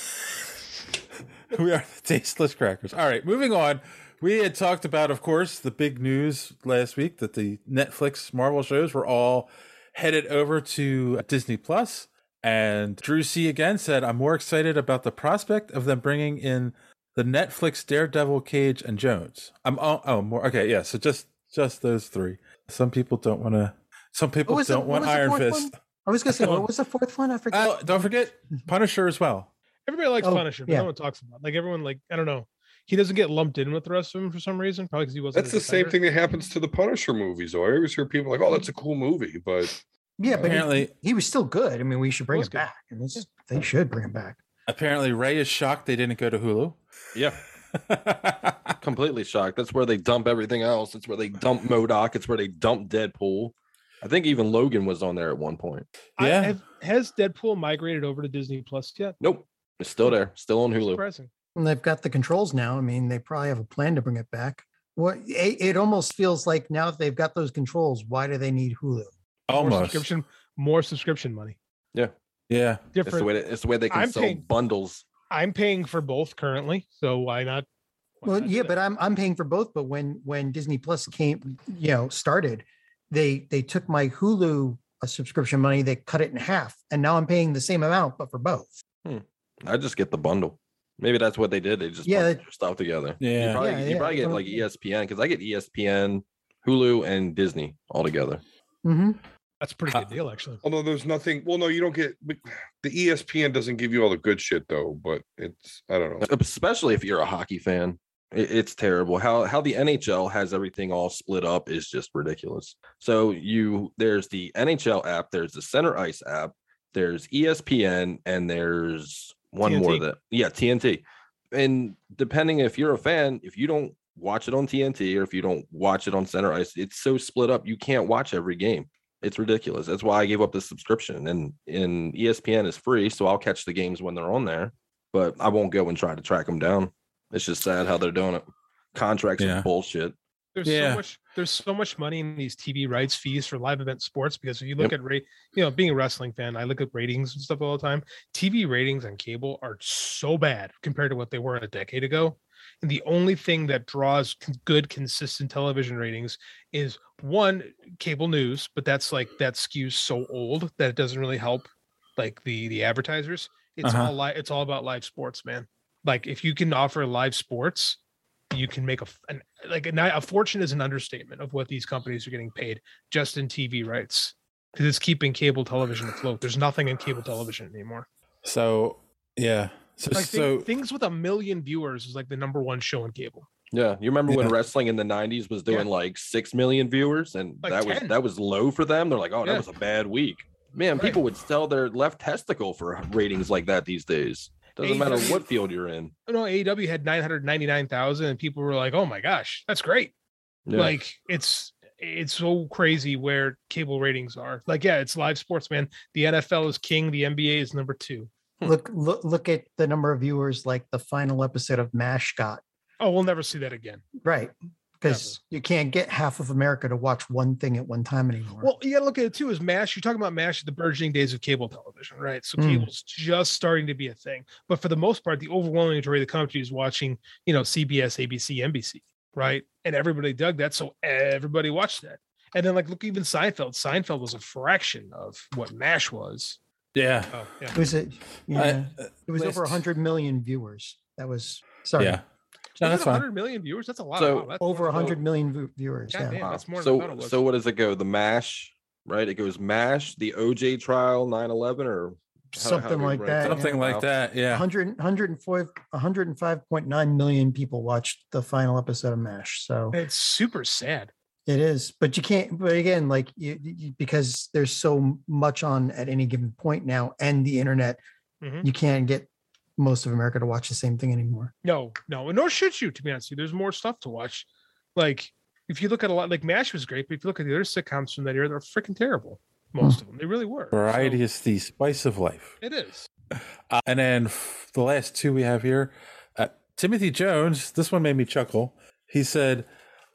[SPEAKER 5] we are the tasteless crackers. All right, moving on. We had talked about, of course, the big news last week that the Netflix Marvel shows were all headed over to Disney Plus. And Drew C again said, "I'm more excited about the prospect of them bringing in the Netflix Daredevil, Cage, and Jones. I'm oh, oh more okay yeah. So just just those three. Some people don't want to. Some people
[SPEAKER 4] was the-
[SPEAKER 5] don't want
[SPEAKER 4] what was the
[SPEAKER 5] Iron
[SPEAKER 4] fourth
[SPEAKER 5] Fist.
[SPEAKER 4] one? I was gonna say, what was the fourth one? I forgot.
[SPEAKER 5] Oh, don't forget Punisher as well.
[SPEAKER 1] Everybody likes
[SPEAKER 5] Oh,
[SPEAKER 1] Punisher, but
[SPEAKER 5] yeah.
[SPEAKER 1] no one talks about. it. Like everyone, like I don't know, he doesn't get lumped in with the rest of them for some reason. Probably because he wasn't.
[SPEAKER 10] That's
[SPEAKER 1] a
[SPEAKER 10] the same
[SPEAKER 1] defender.
[SPEAKER 10] thing that happens to the Punisher movies. Though I always hear people like, "Oh, that's a cool movie," but
[SPEAKER 4] Yeah, but
[SPEAKER 5] apparently-
[SPEAKER 4] he, he was still good. I mean, we should bring
[SPEAKER 1] Was
[SPEAKER 4] him back. And this, they should bring him back.
[SPEAKER 5] Apparently, Ray is shocked they didn't go to Hulu.
[SPEAKER 9] Yeah. Completely shocked. That's where they dump everything else. That's where they dump Modoc. It's where they dump Deadpool. I think even Logan was on there at one point.
[SPEAKER 1] I- have, has Deadpool migrated over to Disney Plus yet?
[SPEAKER 9] Nope. It's still there. Still on Hulu.
[SPEAKER 1] Surprising.
[SPEAKER 4] And they've got the controls now. I mean, they probably have a plan to bring it back. What it, it almost feels like now that they've got those controls, why do they need Hulu?
[SPEAKER 1] More
[SPEAKER 5] Almost.
[SPEAKER 1] subscription, more subscription money.
[SPEAKER 9] Yeah.
[SPEAKER 5] Yeah.
[SPEAKER 9] It's the
[SPEAKER 1] Different-
[SPEAKER 9] way they, it's the way they can
[SPEAKER 1] I'm
[SPEAKER 9] sell
[SPEAKER 1] paying-
[SPEAKER 9] bundles.
[SPEAKER 1] I'm paying for both currently, so why not?
[SPEAKER 4] Well, yeah, but I'm I'm paying for both. But when when Disney Plus came, you know, started, they they took my Hulu uh, subscription money, they cut it in half, and now I'm paying the same amount, but for both.
[SPEAKER 9] I just get the bundle. Maybe that's what they did. They just
[SPEAKER 4] Yeah,
[SPEAKER 9] yeah,
[SPEAKER 4] that-
[SPEAKER 9] stuff together.
[SPEAKER 5] Yeah.
[SPEAKER 9] You probably,
[SPEAKER 4] Yeah,
[SPEAKER 9] you
[SPEAKER 4] yeah,
[SPEAKER 9] probably get
[SPEAKER 4] well-
[SPEAKER 9] like E ESPN because I get ESPN, Hulu, and Disney all together.
[SPEAKER 4] Mm-hmm.
[SPEAKER 1] That's a pretty good deal, actually.
[SPEAKER 10] although there's nothing. Well, no, you don't get but the E ESPN doesn't give you all the good shit though. But it's I don't know.
[SPEAKER 9] Uh, especially if you're a hockey fan. It- It's terrible how how the NHL has everything all split up is just ridiculous. So you there's the NHL app, there's the Center Ice app, there's E ESPN, and there's one more
[SPEAKER 1] TNT.
[SPEAKER 9] that yeah TNT. And depending if you're a fan, if you don't watch it on TNT or if you don't watch it on Center Ice, it's so split up you can't watch every game. It's ridiculous. That's why I gave up the subscription. And and E ESPN is free, so I'll catch the games when they're on there but I won't go and try to track them down. It's just sad how they're doing it. Contracts
[SPEAKER 5] Yeah.
[SPEAKER 9] are bullshit.
[SPEAKER 1] There's
[SPEAKER 5] Yeah.
[SPEAKER 1] so much. There's so much money in these TV rights fees for live event sports because if you look
[SPEAKER 9] Yep.
[SPEAKER 1] at rate, you know, being a wrestling fan, I look at ratings and stuff all the time. TV ratings on cable are so bad compared to what they were a decade ago, and the only thing that draws con- good, consistent television ratings is one cable news, but that's like that skews so old that it doesn't really help, like the the advertisers. It's
[SPEAKER 5] Uh-huh.
[SPEAKER 1] all li- It's all about live sports, man. Like if you can offer live sports, you can make a f- an, like a, ni- a fortune is an understatement of what these companies are getting paid just in TV rights because it's keeping cable television afloat. There's nothing in cable television anymore.
[SPEAKER 5] So yeah. So,
[SPEAKER 1] Like,
[SPEAKER 5] so
[SPEAKER 1] thing- things with a million viewers is like the number one show on cable.
[SPEAKER 9] Yeah, you remember when
[SPEAKER 5] Yeah.
[SPEAKER 9] wrestling in the '90s was doing like six million viewers, and
[SPEAKER 1] Like
[SPEAKER 9] that
[SPEAKER 1] 10.
[SPEAKER 9] was that was low for them. They're like, "Oh,
[SPEAKER 1] Yeah.
[SPEAKER 9] that was a bad week." Man,
[SPEAKER 1] Right.
[SPEAKER 9] people would sell their left testicle for ratings like that these days. Doesn't matter
[SPEAKER 1] AEW
[SPEAKER 9] what field you're in.
[SPEAKER 1] No,
[SPEAKER 8] E
[SPEAKER 1] AEW had nine hundred ninety nine thousand, and people were like, "Oh my gosh, that's great!"
[SPEAKER 9] Yeah.
[SPEAKER 1] Like it's it's so crazy where cable ratings are. Like, yeah, it's live sports, man. The NFL is king. The NBA is number two.
[SPEAKER 5] Hmm.
[SPEAKER 4] Look, look, look at the number of viewers like the final episode of MASH got.
[SPEAKER 1] Oh, we'll never see that again.
[SPEAKER 4] Right. Because you can't get half of America to watch one thing at one time anymore.
[SPEAKER 1] Well, you got to look at it too. Is Mash? You're talking about Mash, the burgeoning days of cable television, right? So
[SPEAKER 4] Mm.
[SPEAKER 1] cable's just starting to be a thing, but for the most part, the overwhelming majority of the country is watching, you know, CBS, ABC, NBC, right? And everybody dug that, so everybody watched that. And then, like, look, even Seinfeld. Seinfeld was a fraction of what Mash was.
[SPEAKER 5] yeah.
[SPEAKER 1] Oh, yeah.
[SPEAKER 4] it was a, yeah,
[SPEAKER 5] uh,
[SPEAKER 4] it was over
[SPEAKER 5] list.
[SPEAKER 4] 100 million viewers. That was sorry.
[SPEAKER 5] Yeah. No, that's fine.
[SPEAKER 1] 100 million viewers. That's a lot.
[SPEAKER 9] So-
[SPEAKER 1] wow, that's
[SPEAKER 4] Over
[SPEAKER 1] more than-
[SPEAKER 4] 100 million vi- viewers.
[SPEAKER 1] God
[SPEAKER 4] Yeah.
[SPEAKER 1] damn,
[SPEAKER 9] Wow.
[SPEAKER 1] that's more than I thought
[SPEAKER 9] so
[SPEAKER 1] it was.
[SPEAKER 9] so what does it go? The Mash, right? It goes Mash, the OJ trial, 9/11, or how- how
[SPEAKER 4] Something
[SPEAKER 9] do we
[SPEAKER 4] like
[SPEAKER 9] rank
[SPEAKER 4] that,
[SPEAKER 5] Something like
[SPEAKER 9] Wow.
[SPEAKER 5] that. Yeah.
[SPEAKER 4] 100, 105, 105.9 million people watched the final episode of MASH. So
[SPEAKER 1] It's super sad.
[SPEAKER 4] it is, but you can't, but again, like you, you, because there's so much on at any given point now and the internet,
[SPEAKER 1] Mhm.
[SPEAKER 4] you can't get most of America to watch the same thing anymore.
[SPEAKER 1] No, no, and nor should you. To be honest, with you there's more stuff to watch. Like if you look at a lot, like Mash was great, but if you look at the other sitcoms from that era, they're freaking terrible. Most of them, they really were. So,
[SPEAKER 5] Variety is the spice of life.
[SPEAKER 1] it is.
[SPEAKER 5] Uh, and then f- the last two we have here uh, Timothy Jones. This one made me chuckle. He said,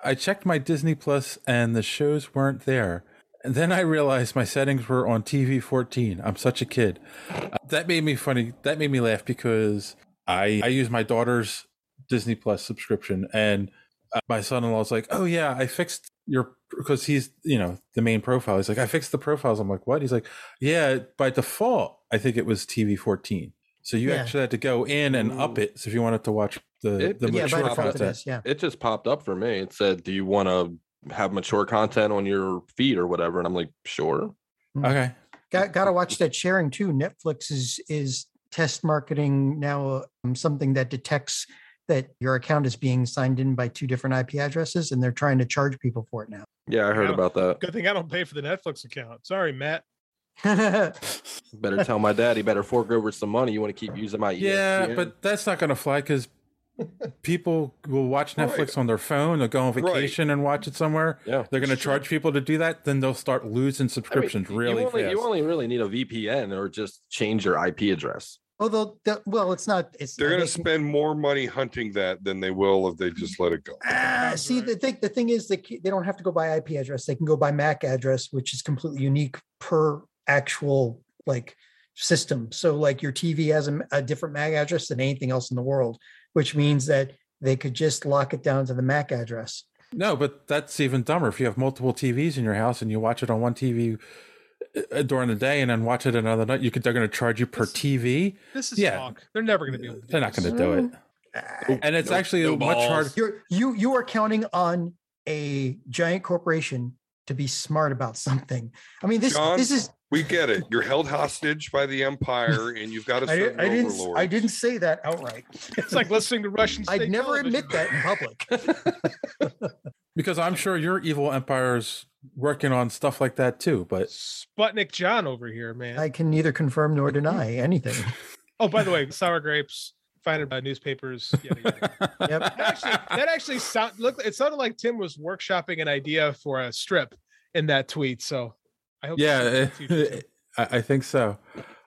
[SPEAKER 5] I checked my Disney Plus and the shows weren't there. And then I realized my settings were on TV 14. I'm such a kid. Uh, that made me funny. That made me laugh because I, I use my daughter's Disney Plus subscription. And uh, my son in law's like, Oh, yeah, I fixed your, because he's, you know, the main profile. He's like, I fixed the profiles. I'm like, What? He's like, yeah, by default, I think it was TV 14. So you
[SPEAKER 4] Yeah.
[SPEAKER 5] actually had to go in and up it so if you wanted to watch the the mature content.
[SPEAKER 4] yeah.
[SPEAKER 9] It just popped up for me. It said, "Do you want to have mature content on your feed or whatever?" And I'm like, "Sure."
[SPEAKER 5] Okay.
[SPEAKER 4] Got got to watch that sharing too. Netflix is is test marketing now um, something that detects that your account is being signed in by two different IP addresses, and they're trying to charge people for it now.
[SPEAKER 9] Yeah, I heard about that.
[SPEAKER 8] Good thing I don't pay for the Netflix account. Sorry, Matt.
[SPEAKER 9] Better tell my dad he better fork over some money. You want to keep using my E
[SPEAKER 5] Yeah,
[SPEAKER 9] ESPN?
[SPEAKER 5] but that's not going to fly because people will watch Netflix on their phone. They'll go on vacation and watch it somewhere.
[SPEAKER 9] Yeah,
[SPEAKER 5] they're going to charge people to do that. Then they'll start losing
[SPEAKER 9] I mean,
[SPEAKER 5] subscriptions
[SPEAKER 9] you
[SPEAKER 5] really
[SPEAKER 9] only-
[SPEAKER 5] fast.
[SPEAKER 9] you only really need a VPN or just change your IP address.
[SPEAKER 4] Although, the, well, it's not. It's
[SPEAKER 10] They're
[SPEAKER 4] I
[SPEAKER 10] going to
[SPEAKER 4] think-
[SPEAKER 10] spend more money hunting that than they will if they just let it go.
[SPEAKER 4] Ah, see, the thing the thing is, they ca- they don't have to go by IP address. They can go by MAC address, which is completely unique per actual like system. So, like your TV has a, m- a different MAC address than anything else in the world, which means that they could just lock it down to the MAC address.
[SPEAKER 5] No, but that's even dumber. If you have multiple TVs in your house and you watch it on one TV uh, during the day and then watch it another night, you could they're going to charge you per TV.
[SPEAKER 8] This is
[SPEAKER 5] Yeah.
[SPEAKER 8] talk. They're never going to be able to.
[SPEAKER 5] They're not going to do it. And it's actually much harder.
[SPEAKER 4] Uh, You're, you you are counting on a giant corporation to be smart about something. I mean, this
[SPEAKER 10] John,
[SPEAKER 4] this is
[SPEAKER 10] we get it. You're held hostage by the empire, and you've got a
[SPEAKER 4] I,
[SPEAKER 10] certain
[SPEAKER 4] I didn't s-
[SPEAKER 10] overlord.
[SPEAKER 4] I didn't say that outright.
[SPEAKER 8] It's like listening to Russian.
[SPEAKER 4] I'd never admit that in public.
[SPEAKER 5] Because I'm sure your evil empire's working on stuff like that too. But
[SPEAKER 8] Sputnik John over here, man.
[SPEAKER 4] I can neither confirm nor deny anything.
[SPEAKER 8] Oh, by the way, sour grapes. Find it by newspapers. Yada, yada.
[SPEAKER 4] Yep.
[SPEAKER 8] That actually, that actually sound look. It sounded like Tim was workshopping an idea for a strip in that tweet. So I hope.
[SPEAKER 9] eh.
[SPEAKER 5] yeah, eh, I, I think so.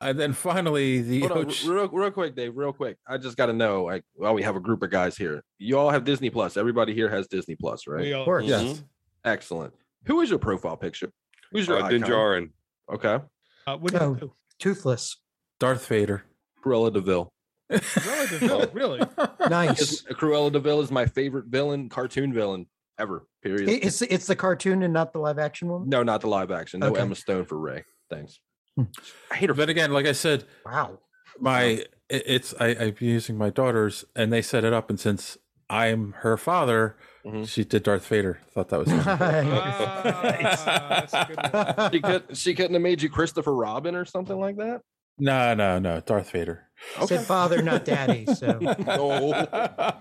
[SPEAKER 5] And then finally, the
[SPEAKER 9] Hold on,
[SPEAKER 5] Ocho-
[SPEAKER 9] real, real quick, Dave. Real quick. I just got to know. Like, well, we have a group of guys here. You all have Disney Plus. Everybody here has Disney Plus, right?
[SPEAKER 4] Oh,
[SPEAKER 8] We all- Of course.
[SPEAKER 9] Mhm.
[SPEAKER 8] Yes.
[SPEAKER 9] Excellent. Who is your profile picture? Who's your
[SPEAKER 10] Uh,
[SPEAKER 9] icon?
[SPEAKER 10] Dinjarin.
[SPEAKER 9] Okay.
[SPEAKER 8] Uh,
[SPEAKER 4] Oh, toothless.
[SPEAKER 5] Darth Vader,
[SPEAKER 9] Cruella Deville.
[SPEAKER 8] Really? really?
[SPEAKER 4] Nice.
[SPEAKER 9] Cruella Deville is my favorite villain, cartoon villain ever. Period.
[SPEAKER 4] It- It's it's the cartoon and not the live action one.
[SPEAKER 9] no, not the live action. No
[SPEAKER 4] Okay.
[SPEAKER 9] Emma Stone for Ray. Thanks.
[SPEAKER 5] I hate her. But again, like I said,
[SPEAKER 4] wow,
[SPEAKER 5] my it- it's I, I'm using my daughter's, and they set it up, and since I'm her father, she did Darth Vader. Thought that was
[SPEAKER 4] Ah,
[SPEAKER 9] she, could, she couldn't have made you Christopher Robin or something like that.
[SPEAKER 5] no, no, no, Darth Vader.
[SPEAKER 4] Said father, not daddy. So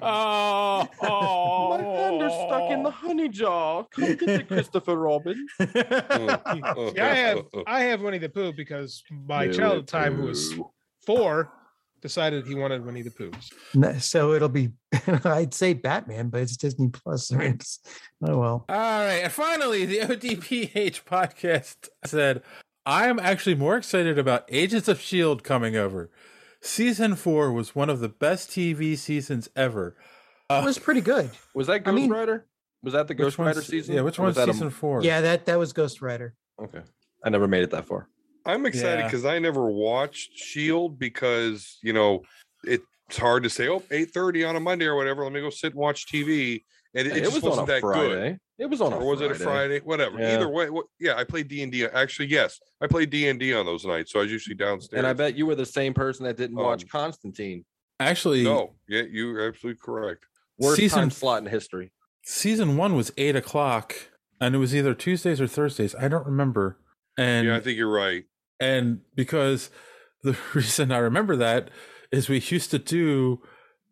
[SPEAKER 9] My fender's stuck in the honey jar. Come get it, Christopher Robin.
[SPEAKER 4] oh,
[SPEAKER 10] Oh.
[SPEAKER 8] Yeah, I have I have Winnie the Pooh because my
[SPEAKER 4] Winnie
[SPEAKER 8] child
[SPEAKER 4] the
[SPEAKER 8] at the time who was four decided he wanted Winnie the Pooh.
[SPEAKER 4] No, so it'll be. I'd say Batman, but it's Disney Plus. I mean, it's- oh well.
[SPEAKER 5] All right. And finally, the ODPH podcast said, I am actually more excited about Agents of S.H.I.E.L.D. E coming over. Season four was one of the best TV seasons ever. Uh,
[SPEAKER 4] It was pretty good.
[SPEAKER 9] Was that Ghost Rider? Was that the
[SPEAKER 5] Which
[SPEAKER 9] Ghost Rider
[SPEAKER 5] one's-
[SPEAKER 9] season?
[SPEAKER 5] yeah, which
[SPEAKER 9] Or was
[SPEAKER 5] one's
[SPEAKER 9] that a-
[SPEAKER 5] season four?
[SPEAKER 4] Yeah, that that was Ghost Rider.
[SPEAKER 9] Okay. I never made it that far.
[SPEAKER 10] I'm excited
[SPEAKER 9] Yeah.
[SPEAKER 10] because I never watched Shield E because you know it's hard to say, oh, 8:30 on a Monday or whatever. Let me go sit and watch TV. And it,
[SPEAKER 9] Hey,
[SPEAKER 10] it
[SPEAKER 9] it
[SPEAKER 10] just
[SPEAKER 9] was on
[SPEAKER 10] was not
[SPEAKER 9] a
[SPEAKER 10] that
[SPEAKER 9] Friday.
[SPEAKER 10] good.
[SPEAKER 9] It was on a
[SPEAKER 10] or was it a
[SPEAKER 9] Friday.
[SPEAKER 10] Friday? Whatever.
[SPEAKER 9] Yeah.
[SPEAKER 10] Either way, what, yeah, I played D and D. Actually, yes, I played D and D on those nights, so I was usually downstairs.
[SPEAKER 9] And I bet you were the same person that didn't watch Constantine.
[SPEAKER 5] Actually,
[SPEAKER 10] no, yeah, you're absolutely correct.
[SPEAKER 9] Worst
[SPEAKER 5] Season-
[SPEAKER 9] time slot in history.
[SPEAKER 5] season one was eight o'clock, and it was either Tuesdays or Thursdays. I don't remember. And
[SPEAKER 10] yeah, I think you're right.
[SPEAKER 5] and because the reason I remember that is we used to do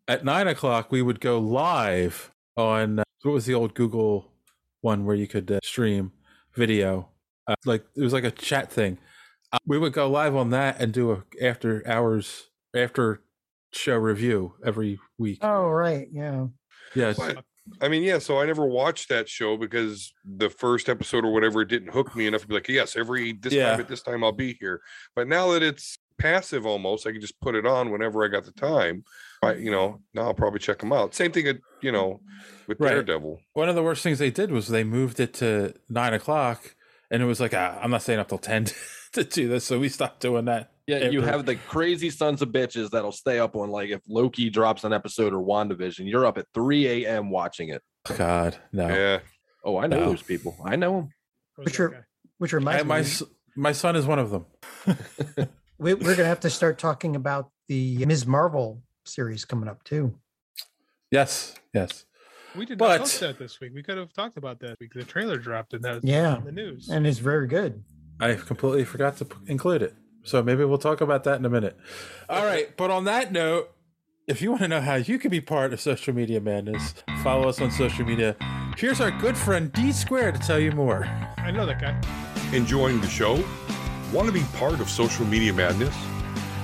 [SPEAKER 5] at nine o'clock we would go live on uh, what was the old Google one where you could uh, stream video uh, like it was like a chat thing uh, we would go live on that and do a after hours after show review every week
[SPEAKER 4] Oh right, yeah.
[SPEAKER 5] yes
[SPEAKER 10] But, I mean, yeah, so I never watched that show because the first episode or whatever it didn't hook me enough to be like, yes, every this
[SPEAKER 5] Yeah.
[SPEAKER 10] time at this time I'll be here. But now that it's passive almost, I can just put it on whenever I got the time. I, you know, now I'll probably check them out. Same thing, at, you know, with
[SPEAKER 5] Right.
[SPEAKER 10] Daredevil.
[SPEAKER 5] One of the worst things they did was they moved it to nine o'clock, and it was like, ah, I'm not staying up till ten to do this, so we stopped doing that.
[SPEAKER 9] Yeah, you
[SPEAKER 5] ever.
[SPEAKER 9] have the crazy sons of bitches that'll stay up on like if Loki drops an episode or WandaVision, you're up at 3 a.m. watching it.
[SPEAKER 5] God no.
[SPEAKER 10] Yeah.
[SPEAKER 9] Oh, I know
[SPEAKER 5] No.
[SPEAKER 9] those people. I know them.
[SPEAKER 4] Which are which reminds
[SPEAKER 5] I, my
[SPEAKER 4] me,
[SPEAKER 5] s- my son is one of them.
[SPEAKER 4] we, we're gonna have to start talking about the Ms. Marvel series coming up too.
[SPEAKER 5] Yes, yes.
[SPEAKER 8] We did
[SPEAKER 5] But-
[SPEAKER 8] not touch that this week. We could have talked about that. week. The trailer dropped and that was
[SPEAKER 4] Yeah.
[SPEAKER 8] in the news.
[SPEAKER 4] And it's very good.
[SPEAKER 5] I completely forgot to p- include it. So maybe we'll talk about that in a minute. All right. But on that note, if you want to know how you can be part of social media madness, follow us on social media. Here's our good friend D Square to tell you more.
[SPEAKER 8] I know that guy.
[SPEAKER 10] Enjoying the show? Want to be part of social media madness?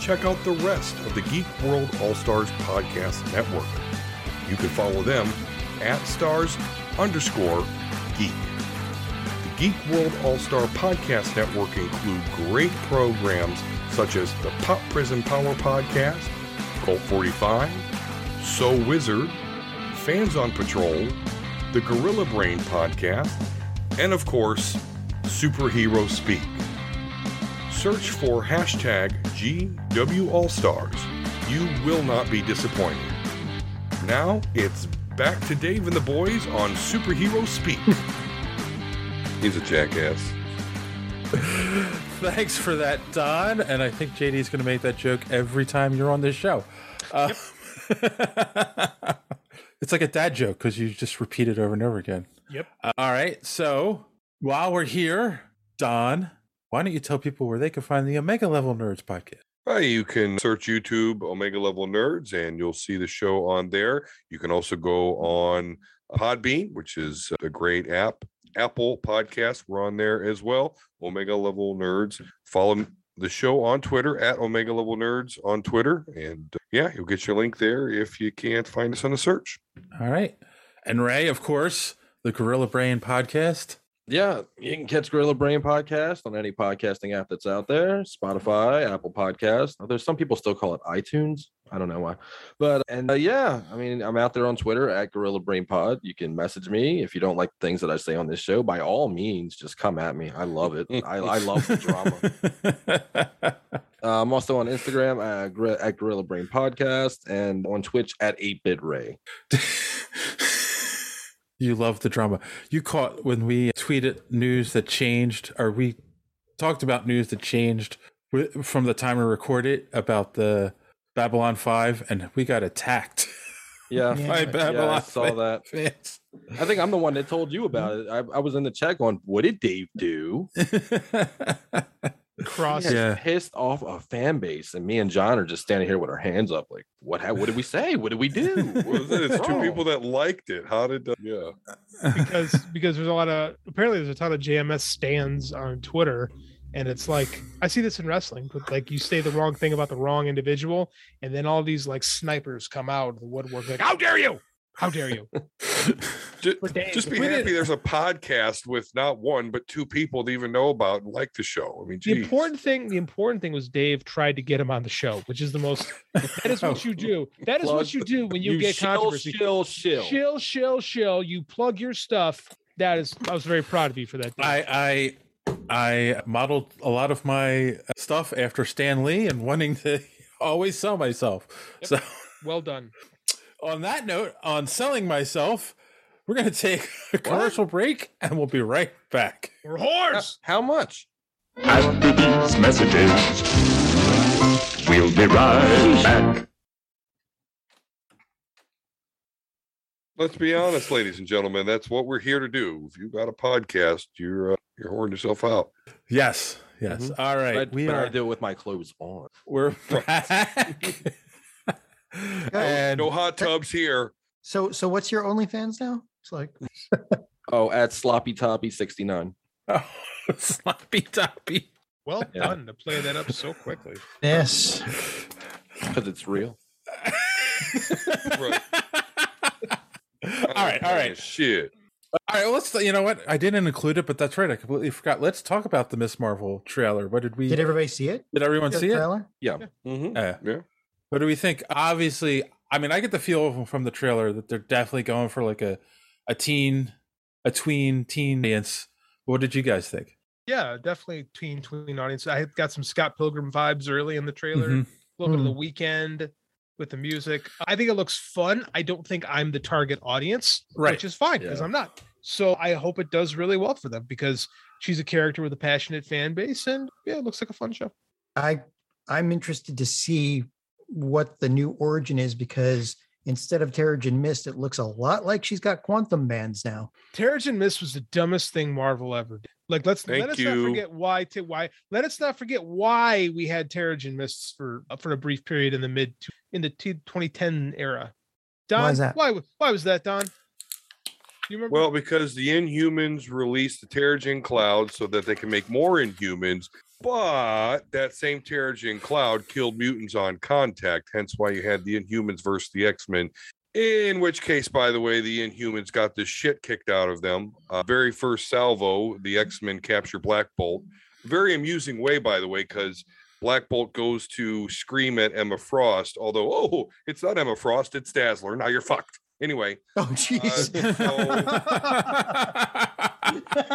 [SPEAKER 10] check out the rest of the Geek World All Stars Podcast Network. You can follow them at stars underscore geek. The Geek World All Star Podcast Network include great programs such as the Pop Prison Power Podcast, Cult 45, So Wizard, Fans on Patrol, the Gorilla Brain Podcast, and of course, Superhero Speak. Search for hashtag GWAllStars. You will not be disappointed. Now it's back to Dave and the boys on Superhero Speak. He's a jackass.
[SPEAKER 5] Thanks for that, Don. And I think JD's going to make that joke every time you're on this show. Uh, it's like a dad joke because you just repeat it over and over again.
[SPEAKER 8] Yep.
[SPEAKER 5] Uh, all right. So while we're here, Don, why don't you tell people where they can find the Omega Level Nerds podcast?
[SPEAKER 10] Uh, you can search YouTube Omega Level Nerds and you'll see the show on there. You can also go on Podbean, which is a great app. Apple Podcasts, we're on there as well. Omega Level Nerds. Follow m- the show on Twitter at Omega Level Nerds on Twitter. And uh, yeah, you'll get your link there if you can't find us on the search.
[SPEAKER 5] All right. And Ray, of course, the Gorilla Brain podcast.
[SPEAKER 9] Yeah, you can catch Gorilla Brain podcast on any podcasting app that's out there, Spotify, Apple Podcast. There's some people still call it iTunes. I don't know why, but and uh, yeah, I mean, I'm out there on Twitter at Gorilla Brain Pod. You can message me if you don't like things that I say on this show. By all means, just come at me. I love it. I, I love the drama. Uh, I'm also on Instagram at, Gor- at Gorilla Brain Podcast and on Twitch at 8bit Ray.
[SPEAKER 5] You love the drama. You caught when we tweeted news that changed, or we talked about news that changed wi- from the time we recorded about the Babylon 5, and we got attacked.
[SPEAKER 9] Yeah,
[SPEAKER 5] Yeah. I bet
[SPEAKER 9] yeah, I
[SPEAKER 5] Babylon
[SPEAKER 9] saw that. I think I'm the one that told you about it. I, I was in the chat going, "What did Dave do?"
[SPEAKER 8] Cross.
[SPEAKER 9] yeah. pissed off a fan base, and me and John are just standing here with our hands up, like, "What? ha- What did we say? What did we do?"
[SPEAKER 10] What was it? It's two
[SPEAKER 8] Oh.
[SPEAKER 9] Wrong.
[SPEAKER 10] people that liked it. How did, uh, yeah.
[SPEAKER 8] because because there's a lot of apparently there's a ton of JMS stands on Twitter, and it's like I see this in wrestling, but like you say the wrong thing about the wrong individual, and then all these like snipers come out of the woodwork like, "How dare you! How dare you!"
[SPEAKER 10] Just,
[SPEAKER 8] But Dave,
[SPEAKER 10] just be
[SPEAKER 8] we
[SPEAKER 10] happy
[SPEAKER 8] didn't-
[SPEAKER 10] there's a podcast with not one but two people to even know about and like the show. I mean,
[SPEAKER 8] The
[SPEAKER 10] geez.
[SPEAKER 8] important thing, the important thing was Dave tried to get him on the show, which is the most. That is what you do. That is
[SPEAKER 9] Plug-
[SPEAKER 8] what you do when you,
[SPEAKER 9] you
[SPEAKER 8] get
[SPEAKER 9] shill,
[SPEAKER 8] controversy.
[SPEAKER 9] shill, shill.
[SPEAKER 8] shill, shill, shill. You plug your stuff. That is, I was very proud of you for that. Dave.
[SPEAKER 5] I I I modeled a lot of my uh, stuff after Stan Lee and wanting to always sell myself. So
[SPEAKER 8] well done.
[SPEAKER 5] on that note, on selling myself, we're gonna take a commercial break and we'll be right back.
[SPEAKER 8] We're whores.
[SPEAKER 9] How much?
[SPEAKER 11] After these messages, we'll be right back.
[SPEAKER 10] Let's be honest, ladies and gentlemen, that's what we're here to do. If you got a podcast, you're uh, you're whoring yourself out.
[SPEAKER 5] Yes, yes. All right,
[SPEAKER 9] Mm-hmm. But,
[SPEAKER 5] we
[SPEAKER 9] but I
[SPEAKER 5] are-
[SPEAKER 9] do it with my clothes on.
[SPEAKER 5] We're back. and
[SPEAKER 10] no hot tubs here.
[SPEAKER 4] So so what's your OnlyFans now? It's like
[SPEAKER 9] Oh, at sloppy toppy sixty nine.
[SPEAKER 5] oh, sloppy toppy.
[SPEAKER 8] Well
[SPEAKER 9] Yeah.
[SPEAKER 8] done to play that up so quickly.
[SPEAKER 4] Yes.
[SPEAKER 9] Because it's real.
[SPEAKER 10] Right.
[SPEAKER 5] all right, all right.
[SPEAKER 10] Shit.
[SPEAKER 5] All right, let's. You know what? I didn't include it, but that's right. I completely forgot. Let's talk about the Miss Marvel trailer. What did we?
[SPEAKER 4] Did everybody see it?
[SPEAKER 5] Did everyone
[SPEAKER 4] The
[SPEAKER 5] see it?
[SPEAKER 4] trailer?
[SPEAKER 9] Yeah.
[SPEAKER 10] Mm-hmm.
[SPEAKER 5] Uh,
[SPEAKER 10] yeah.
[SPEAKER 5] What do we think? Obviously, I mean, I get the feel from the trailer that they're definitely going for like a a teen, a tween teen dance. What did you guys think?
[SPEAKER 8] Yeah, definitely tween tween audience. I got some Scott Pilgrim vibes early in the trailer.
[SPEAKER 5] Mhm.
[SPEAKER 8] A little bit of
[SPEAKER 4] Hmm.
[SPEAKER 5] Mhm.
[SPEAKER 8] the weekend with the music. I think it looks fun. I don't think I'm the target audience,
[SPEAKER 5] Right.
[SPEAKER 8] which is fine because I'm not. So I hope it does really well for them because she's a character with a passionate fan base, and yeah, it looks like a fun show.
[SPEAKER 4] I I'm interested to see what the new origin is because instead of Terrigen Mist, it looks a lot like she's got quantum bands now.
[SPEAKER 8] Terrigen Mist was the dumbest thing Marvel ever did. Like let's
[SPEAKER 4] Thank
[SPEAKER 8] let us
[SPEAKER 4] you.
[SPEAKER 8] not forget why to why let us not forget why we had Terrigen Mists for uh, for a brief period in the mid in the t- 2010 era. Don,
[SPEAKER 10] Why is that?
[SPEAKER 8] why why was that, Don? You remember?
[SPEAKER 10] Well, because the Inhumans released the Terrigen Cloud so that they can make more Inhumans, but that same Terrigen Cloud killed mutants on contact, hence why you had the Inhumans versus the X Men. In which case, by the way, the Inhumans got the shit kicked out of them. Uh, very first salvo, the X Men capture Black Bolt. Very amusing way, by the way, because Black Bolt goes to scream at Emma Frost, although, oh, it's not Emma Frost, it's Dazzler. Now you're fucked. Anyway.
[SPEAKER 4] Oh, jeez.
[SPEAKER 8] Uh,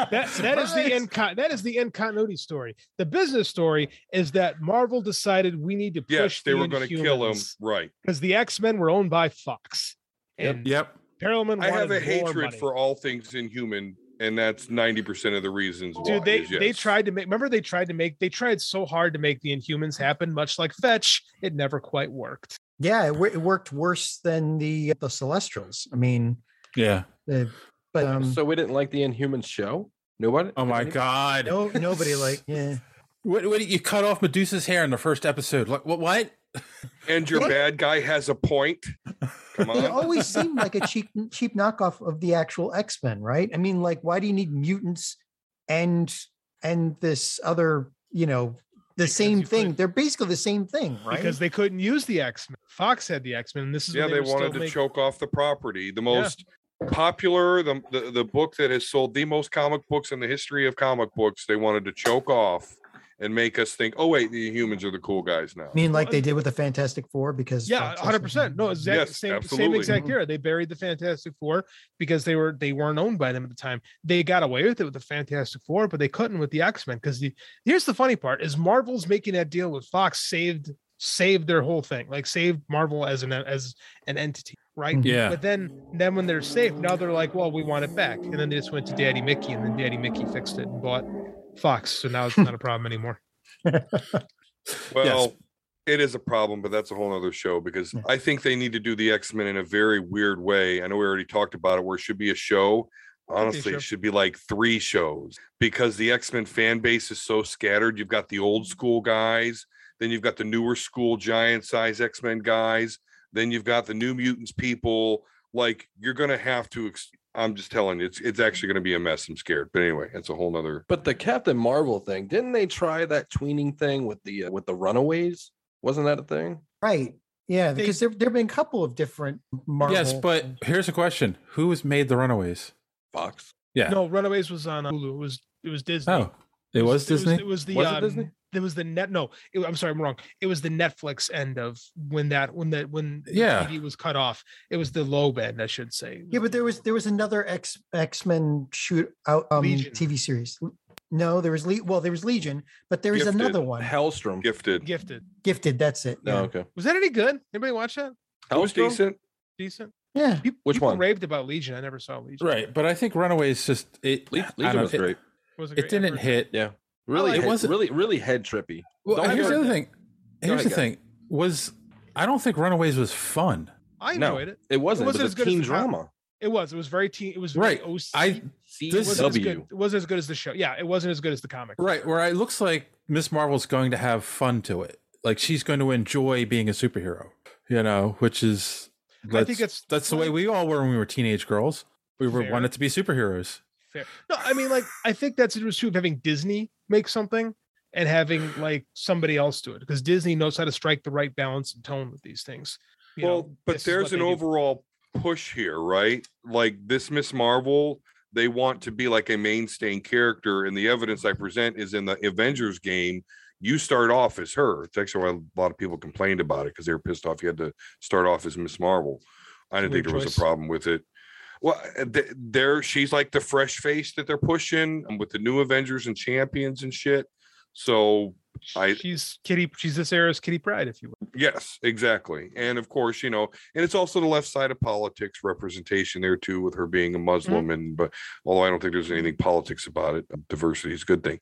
[SPEAKER 8] that that is the end con- that is the end continuity story. The business story is that Marvel decided we need to push
[SPEAKER 10] Yes, they
[SPEAKER 8] the
[SPEAKER 10] were going to kill him.
[SPEAKER 8] Inhumans
[SPEAKER 10] Right.
[SPEAKER 8] because the X-Men were owned by Fox. And
[SPEAKER 5] yep.
[SPEAKER 8] Perelman
[SPEAKER 10] I have a
[SPEAKER 8] wanted more
[SPEAKER 10] hatred
[SPEAKER 8] money.
[SPEAKER 10] for all things inhuman, and that's ninety percent of the reasons why.
[SPEAKER 8] Dude, they
[SPEAKER 10] is yes.
[SPEAKER 8] they tried to make. Remember, they tried to make. They tried so hard to make the Inhumans happen, much like Fetch. It never quite worked.
[SPEAKER 4] Yeah, it, wo- it worked worse than the the Celestials. I mean,
[SPEAKER 5] Yeah.
[SPEAKER 4] uh, but um,
[SPEAKER 9] so we didn't like the Inhuman show. Nobody.
[SPEAKER 5] Oh my god.
[SPEAKER 4] no, nobody like yeah.
[SPEAKER 5] What, what you cut off Medusa's hair in the first episode? Like what? What?
[SPEAKER 10] And your bad guy has a point. Come
[SPEAKER 4] They always seem like a cheap cheap knockoff of the actual X Men, right? I mean, like, why do you need mutants and and this other, you know, the same thing? They're basically the same thing, right?
[SPEAKER 8] Because they couldn't use the X Men. Fox had the X Men. and This is
[SPEAKER 10] yeah,
[SPEAKER 8] when
[SPEAKER 10] they,
[SPEAKER 8] were still
[SPEAKER 10] wanted to
[SPEAKER 8] making-
[SPEAKER 10] choke off the property. The most popular, the, the the book that has sold the most comic books in the history of comic books. They wanted to choke off and make us think, oh wait, the humans are the cool guys now.
[SPEAKER 4] I mean, like they did with the Fantastic Four, because
[SPEAKER 8] Yeah,
[SPEAKER 4] Fox-
[SPEAKER 8] hundred percent. No, exact
[SPEAKER 10] Yes,
[SPEAKER 8] same same
[SPEAKER 10] absolutely.
[SPEAKER 8] exact era. They buried the Fantastic Four because they were they weren't owned by them at the time. They got away with it with the Fantastic Four, but they couldn't with the X Men because the here's the funny part is Marvel's making that deal with Fox saved saved their whole thing, like saved Marvel as an as an entity, right?
[SPEAKER 5] Yeah.
[SPEAKER 8] But then then when they're safe, now they're like, well, we want it back, and then they just went to Daddy Mickey, and then Daddy Mickey fixed it and bought Fox, so now it's not a problem anymore.
[SPEAKER 10] Well, it is a problem, but that's a whole other show because I think they need to do the X Men in a very weird way. I know we already talked about it, where it should be a show. Honestly,
[SPEAKER 8] show.
[SPEAKER 10] it should be like three shows because the X Men fan base is so scattered. You've got the old school guys, then you've got the newer school giant size X Men guys, then you've got the New Mutants people. Like you're gonna have to. Ex- I'm just telling you, it's it's actually gonna be a mess. I'm scared, but anyway, that's a whole nother.
[SPEAKER 9] But the Captain Marvel thing, didn't they try that tweening thing with the uh, with the Runaways? Wasn't that a thing?
[SPEAKER 4] right? Yeah, because there there have been a couple of different Marvel.
[SPEAKER 5] Yes, but here's a question: Who has made the Runaways?
[SPEAKER 9] Fox.
[SPEAKER 5] Yeah.
[SPEAKER 8] No, oh, Runaways was on uh, Hulu. It was it was Disney.
[SPEAKER 5] Oh, it was Disney.
[SPEAKER 8] It was, the
[SPEAKER 5] Was it
[SPEAKER 8] um,
[SPEAKER 5] Disney?
[SPEAKER 8] There was the net. No, it- I'm sorry, I'm wrong. It was the Netflix end of when that when that when the
[SPEAKER 5] Yeah.
[SPEAKER 8] TV was cut off. It was the low end, I should say.
[SPEAKER 4] Yeah, but there was there was another X X Men shoot out um,
[SPEAKER 8] Legion.
[SPEAKER 4] TV series. No, there was Le- well, there was Legion, but there was
[SPEAKER 9] Gifted.
[SPEAKER 4] another one.
[SPEAKER 9] Hellstrom.
[SPEAKER 10] Gifted.
[SPEAKER 8] Gifted.
[SPEAKER 4] Gifted. That's it.
[SPEAKER 9] No,
[SPEAKER 4] yeah.
[SPEAKER 9] okay.
[SPEAKER 8] Was that any good? Anybody watch that?
[SPEAKER 9] Hellstrom?
[SPEAKER 8] Decent.
[SPEAKER 4] Yeah.
[SPEAKER 9] Which
[SPEAKER 8] People
[SPEAKER 9] one?
[SPEAKER 8] raved about Legion. I never saw Legion.
[SPEAKER 5] Right, but I think Runaways just it.
[SPEAKER 9] Le-
[SPEAKER 5] I
[SPEAKER 9] Legion
[SPEAKER 5] don't-
[SPEAKER 9] was
[SPEAKER 5] it-
[SPEAKER 9] great.
[SPEAKER 8] Was
[SPEAKER 5] It, didn't hit.
[SPEAKER 9] Yeah, really,
[SPEAKER 5] like
[SPEAKER 9] head,
[SPEAKER 5] it. wasn't-
[SPEAKER 9] really, really head trippy.
[SPEAKER 5] Well,
[SPEAKER 9] Don't
[SPEAKER 5] here's
[SPEAKER 9] go-
[SPEAKER 5] the other thing.
[SPEAKER 9] Go
[SPEAKER 5] Here's
[SPEAKER 9] ahead,
[SPEAKER 5] the
[SPEAKER 9] guys.
[SPEAKER 5] thing. Was I don't think Runaways was fun.
[SPEAKER 8] I
[SPEAKER 9] No,
[SPEAKER 8] enjoyed it.
[SPEAKER 9] it wasn't. It was a teen
[SPEAKER 8] the top-
[SPEAKER 9] drama.
[SPEAKER 8] It was. It was very teen. It was very
[SPEAKER 5] Right.
[SPEAKER 8] OC.
[SPEAKER 5] I
[SPEAKER 8] It
[SPEAKER 5] this
[SPEAKER 8] wasn't as good- It wasn't as good as the show. Yeah, it wasn't as good as the comic.
[SPEAKER 5] Right, where it looks like Miss Marvel's going to have fun to it. Like she's going to enjoy being a superhero, you know, which is
[SPEAKER 8] I
[SPEAKER 5] that's,
[SPEAKER 8] think
[SPEAKER 5] that's
[SPEAKER 8] that's-
[SPEAKER 5] the way we all were when we were teenage girls. We were
[SPEAKER 8] Fair.
[SPEAKER 5] wanted to be superheroes.
[SPEAKER 8] Fair. No, I mean, like, I think that's it was true of having Disney make something and having like somebody else do it because Disney knows how to strike the right balance and tone with these things. You
[SPEAKER 10] well,
[SPEAKER 8] know,
[SPEAKER 10] but
[SPEAKER 8] this is
[SPEAKER 10] there's
[SPEAKER 8] what
[SPEAKER 10] an
[SPEAKER 8] they do.
[SPEAKER 10] overall push here, right? Like this Miss Marvel, they want to be like a mainstay character, and the evidence I present is in the Avengers game. You start off as her. It's actually why a lot of people complained about it because they were pissed off. You had to start off as Miss Marvel. I didn't
[SPEAKER 3] Weird
[SPEAKER 10] think there was
[SPEAKER 3] choice.
[SPEAKER 10] a problem with it. Well, uh, th- there she's like the fresh face that they're pushing um, with the new Avengers and Champions and shit. So I
[SPEAKER 8] she's Kitty. She's this era's Kitty Pride, if you will.
[SPEAKER 10] Yes, exactly. And of course, you know, and it's also the left side of politics representation there too, with her being a Muslim. And but although I don't think there's anything politics about it, diversity is a good thing.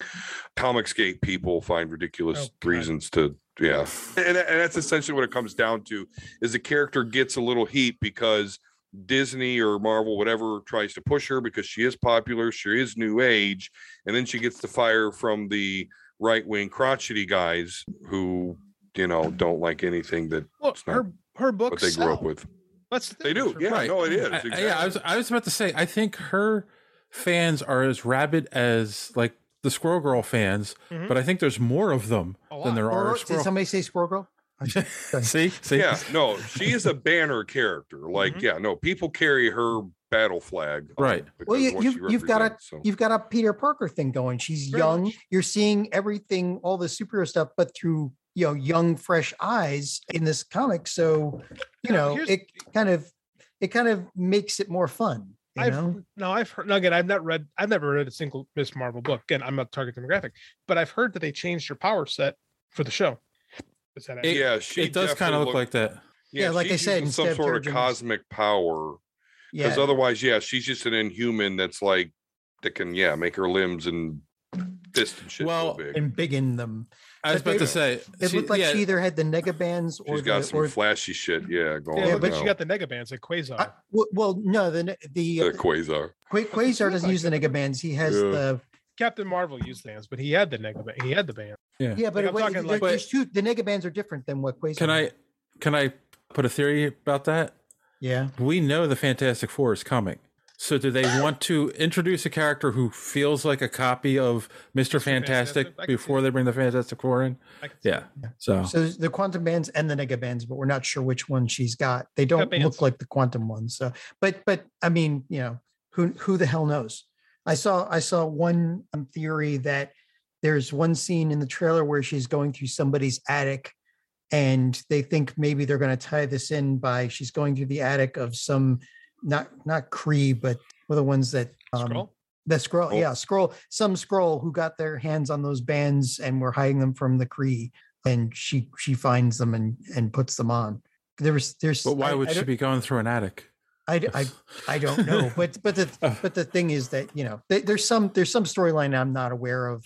[SPEAKER 10] Comicsgate people find
[SPEAKER 8] Oh,
[SPEAKER 10] ridiculous reasons to, yeah. And, tha- and that's essentially what it comes down to is the character gets a little heat because Disney or Marvel, whatever, tries to push her because she is popular, she is new age, and then she gets the fire from the right wing crotchety guys who you know don't like anything that
[SPEAKER 8] Look,
[SPEAKER 10] not
[SPEAKER 8] her her
[SPEAKER 10] what
[SPEAKER 8] books
[SPEAKER 10] they grew up
[SPEAKER 8] sell.
[SPEAKER 10] with.
[SPEAKER 8] That's
[SPEAKER 10] They do, yeah. No, it
[SPEAKER 5] I-
[SPEAKER 10] is.
[SPEAKER 5] I-
[SPEAKER 10] Exactly.
[SPEAKER 5] yeah, I was I was about to say I think her fans are as rabid as like the Squirrel Girl fans,
[SPEAKER 10] Mm-hmm.
[SPEAKER 4] Mhm.
[SPEAKER 5] but I think there's more of them than there
[SPEAKER 4] Squirrel-
[SPEAKER 5] are
[SPEAKER 4] did
[SPEAKER 5] Squirrel.
[SPEAKER 4] somebody say squirrel girl?
[SPEAKER 5] see, see,
[SPEAKER 10] yeah, no, she is a banner character. Like, yeah, no, people carry her battle flag, um,
[SPEAKER 5] Mm-hmm. Right.
[SPEAKER 10] because
[SPEAKER 4] Well,
[SPEAKER 10] of
[SPEAKER 4] you,
[SPEAKER 10] what
[SPEAKER 4] you've,
[SPEAKER 10] she
[SPEAKER 4] you've got a
[SPEAKER 10] represents, so.
[SPEAKER 4] you've got a Peter Parker thing going. She's young. You're seeing everything, all the superhero stuff, but through you know young, fresh eyes in this comic. So you know it kind of it kind of makes it more fun. You
[SPEAKER 8] I've
[SPEAKER 4] know,
[SPEAKER 8] no, I've heard. No, again, I've not read. I've never read a single Miss Marvel book. Again, I'm not target demographic, but I've heard that they changed her power set for the show. Is that
[SPEAKER 5] It-
[SPEAKER 10] yeah, she
[SPEAKER 5] it does
[SPEAKER 10] definitely
[SPEAKER 5] kind of look
[SPEAKER 10] looked-
[SPEAKER 5] like that.
[SPEAKER 10] Yeah,
[SPEAKER 4] Yeah, like
[SPEAKER 10] she's
[SPEAKER 4] I said,
[SPEAKER 10] using some
[SPEAKER 4] instead of
[SPEAKER 10] sort
[SPEAKER 4] Tara
[SPEAKER 10] of
[SPEAKER 4] Jennings-
[SPEAKER 10] cosmic power. Because
[SPEAKER 4] Yeah.
[SPEAKER 10] otherwise, yeah, she's just an inhuman that's like that can yeah make her limbs and fist and shit. Well, big.
[SPEAKER 4] and big in them.
[SPEAKER 5] I was
[SPEAKER 4] But
[SPEAKER 5] about to
[SPEAKER 4] they-
[SPEAKER 5] say,
[SPEAKER 4] it
[SPEAKER 5] she-
[SPEAKER 4] looked like
[SPEAKER 5] yeah.
[SPEAKER 4] she either had the nega bands or
[SPEAKER 10] she's got
[SPEAKER 4] the,
[SPEAKER 10] some
[SPEAKER 4] or
[SPEAKER 10] flashy shit. Yeah, going.
[SPEAKER 8] yeah,
[SPEAKER 10] on
[SPEAKER 8] but
[SPEAKER 10] now.
[SPEAKER 8] she got the nega bands like Quasar.
[SPEAKER 4] well, well, no, the the
[SPEAKER 10] the quasar.
[SPEAKER 4] Qua- Quasar doesn't use the nega bands. He has
[SPEAKER 10] Yeah.
[SPEAKER 4] the
[SPEAKER 8] Captain Marvel used bands, but he had the nega band. He had the band.
[SPEAKER 5] Yeah,
[SPEAKER 4] yeah, but
[SPEAKER 8] I'm
[SPEAKER 4] wait,
[SPEAKER 8] talking
[SPEAKER 4] there-
[SPEAKER 8] like-
[SPEAKER 4] there's two. The nega bands are different than what Quasar.
[SPEAKER 5] Can I can I put a theory about that?
[SPEAKER 4] Yeah.
[SPEAKER 5] We know the Fantastic Four is coming. So do they want to introduce a character who feels like a copy of Mr. Fantastic,
[SPEAKER 4] Fantastic, I can see
[SPEAKER 5] before they bring the Fantastic Four in? Yeah. So,
[SPEAKER 4] So there's the quantum bands and the nega bands, but we're not sure which one she's got. They don't look like the quantum ones. So, but but I mean, you know, who who the hell knows? I saw I saw one um, theory that there's one scene in the trailer where she's going through somebody's attic, and they think maybe they're going to tie this in by she's going through the attic of some not not Cree, but one of the ones that um, the scroll,
[SPEAKER 12] Scroll.
[SPEAKER 4] yeah, scroll. Some scroll who got their hands on those bands and were hiding them from the Cree, and she she finds them and and puts them on. There was there's.
[SPEAKER 5] but why
[SPEAKER 4] I-
[SPEAKER 5] would
[SPEAKER 4] I
[SPEAKER 5] she
[SPEAKER 4] don't-
[SPEAKER 5] be going through an attic?
[SPEAKER 4] I, d- I, I don't know, but but the but the thing is that you know there- there's some there's some storyline I'm not aware of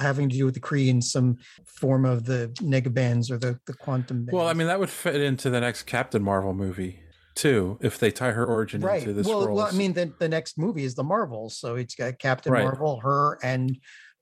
[SPEAKER 4] having to do with the Cree in some form of the nega bands or the the quantum. Band.
[SPEAKER 5] Well, I mean, that would fit into the next Captain Marvel movie too, if they tie her origin
[SPEAKER 4] right.
[SPEAKER 5] into this
[SPEAKER 4] Well,
[SPEAKER 5] role.
[SPEAKER 4] well, I mean, the, the next movie is the Marvels, so it's got Captain
[SPEAKER 5] Right.
[SPEAKER 4] Marvel, her, and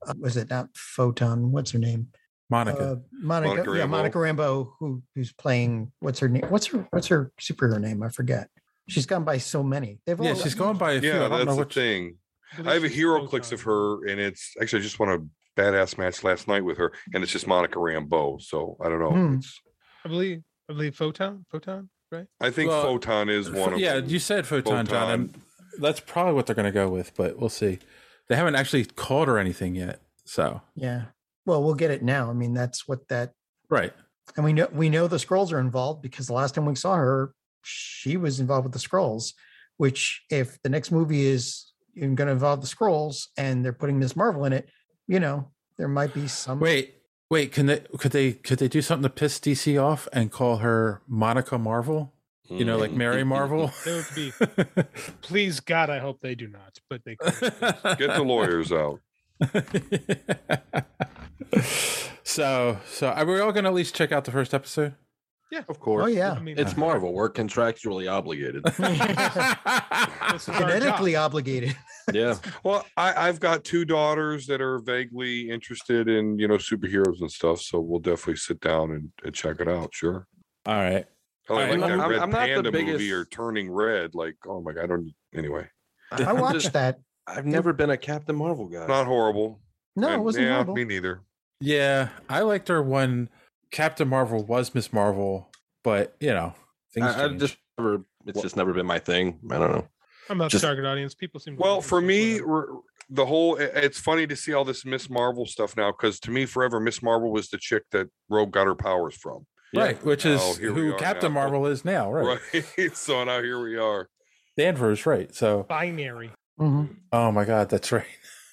[SPEAKER 4] uh, was it not Photon? What's her name?
[SPEAKER 5] Monica.
[SPEAKER 4] Uh, Monica,
[SPEAKER 5] Monica
[SPEAKER 4] yeah,
[SPEAKER 5] Rambeau.
[SPEAKER 4] Monica Rambo, who who's playing what's her name? What's her what's her superhero name? I forget. She's gone by so many. They've
[SPEAKER 5] yeah,
[SPEAKER 4] all,
[SPEAKER 5] she's going by a few.
[SPEAKER 10] yeah,
[SPEAKER 5] I don't
[SPEAKER 10] that's
[SPEAKER 5] know
[SPEAKER 10] the
[SPEAKER 5] which.
[SPEAKER 10] thing. I have a hero clicks of her, and it's actually I just won a badass match last night with her, and it's just Monica Rambeau. So I don't know.
[SPEAKER 8] I believe. I believe photon. Photon. Right.
[SPEAKER 10] I think
[SPEAKER 5] Well,
[SPEAKER 10] Photon is one of
[SPEAKER 5] yeah,
[SPEAKER 10] them.
[SPEAKER 5] you said photon, John.
[SPEAKER 10] Photon.
[SPEAKER 5] And that's probably what they're going to go with, but we'll see. They haven't actually called her anything yet, so
[SPEAKER 4] yeah. Well, we'll get it now. I mean, that's what that
[SPEAKER 5] right.
[SPEAKER 4] and we know we know the scrolls are involved because the last time we saw her, she was involved with the scrolls. Which, if the next movie is going to involve the scrolls and they're putting this Marvel in it, you know, there might be some
[SPEAKER 5] Wait, wait. Can they? Could they? Could they do something to piss DC off and call her Monica Marvel? You
[SPEAKER 10] Hmm.
[SPEAKER 5] know,
[SPEAKER 10] Mm-hmm.
[SPEAKER 5] like Mary Marvel.
[SPEAKER 8] That would be. Please God, I hope they do not. But they. Could.
[SPEAKER 10] Get the lawyers out.
[SPEAKER 5] so, so are we all going to at least check out the first episode?
[SPEAKER 8] Yeah,
[SPEAKER 9] of course.
[SPEAKER 4] Oh, yeah. I
[SPEAKER 8] mean-
[SPEAKER 9] it's Marvel. We're contractually obligated.
[SPEAKER 4] genetically obligated.
[SPEAKER 9] yeah.
[SPEAKER 10] Well, I, I've got two daughters that are vaguely interested in you know superheroes and stuff, so we'll definitely sit down and, and check it out. Sure.
[SPEAKER 5] All right.
[SPEAKER 10] Oh,
[SPEAKER 9] All right, I'm-
[SPEAKER 10] like that
[SPEAKER 9] I'm-
[SPEAKER 10] Red
[SPEAKER 9] I'm not the
[SPEAKER 10] Panda
[SPEAKER 9] biggest-
[SPEAKER 10] movie or Turning Red. Like, oh my god, I don't. Anyway,
[SPEAKER 4] I watched that.
[SPEAKER 9] I've never been a Captain Marvel guy.
[SPEAKER 10] Not horrible.
[SPEAKER 4] No, it
[SPEAKER 10] And-
[SPEAKER 4] wasn't
[SPEAKER 10] yeah,
[SPEAKER 4] horrible.
[SPEAKER 10] Me neither.
[SPEAKER 5] Yeah, I liked her when Captain Marvel was Miss Marvel, but you know, things
[SPEAKER 9] I, I've
[SPEAKER 5] change.
[SPEAKER 9] just never. It's just never been my thing. I don't know.
[SPEAKER 8] I'm not
[SPEAKER 9] Just-
[SPEAKER 8] target audience. People seem. to
[SPEAKER 10] Well,
[SPEAKER 8] like it.
[SPEAKER 10] for me, r- the whole i- it's funny to see all this Miss Marvel stuff now because to me forever Miss Marvel was the chick that Rogue got her powers from.
[SPEAKER 5] Right, which
[SPEAKER 10] Now,
[SPEAKER 5] is
[SPEAKER 10] Oh, here we
[SPEAKER 5] who
[SPEAKER 10] are
[SPEAKER 5] Captain
[SPEAKER 10] now.
[SPEAKER 5] Marvel is now, right?
[SPEAKER 10] Right. so now here we are.
[SPEAKER 5] Danvers, right? So,
[SPEAKER 8] binary.
[SPEAKER 5] oh my God, that's right.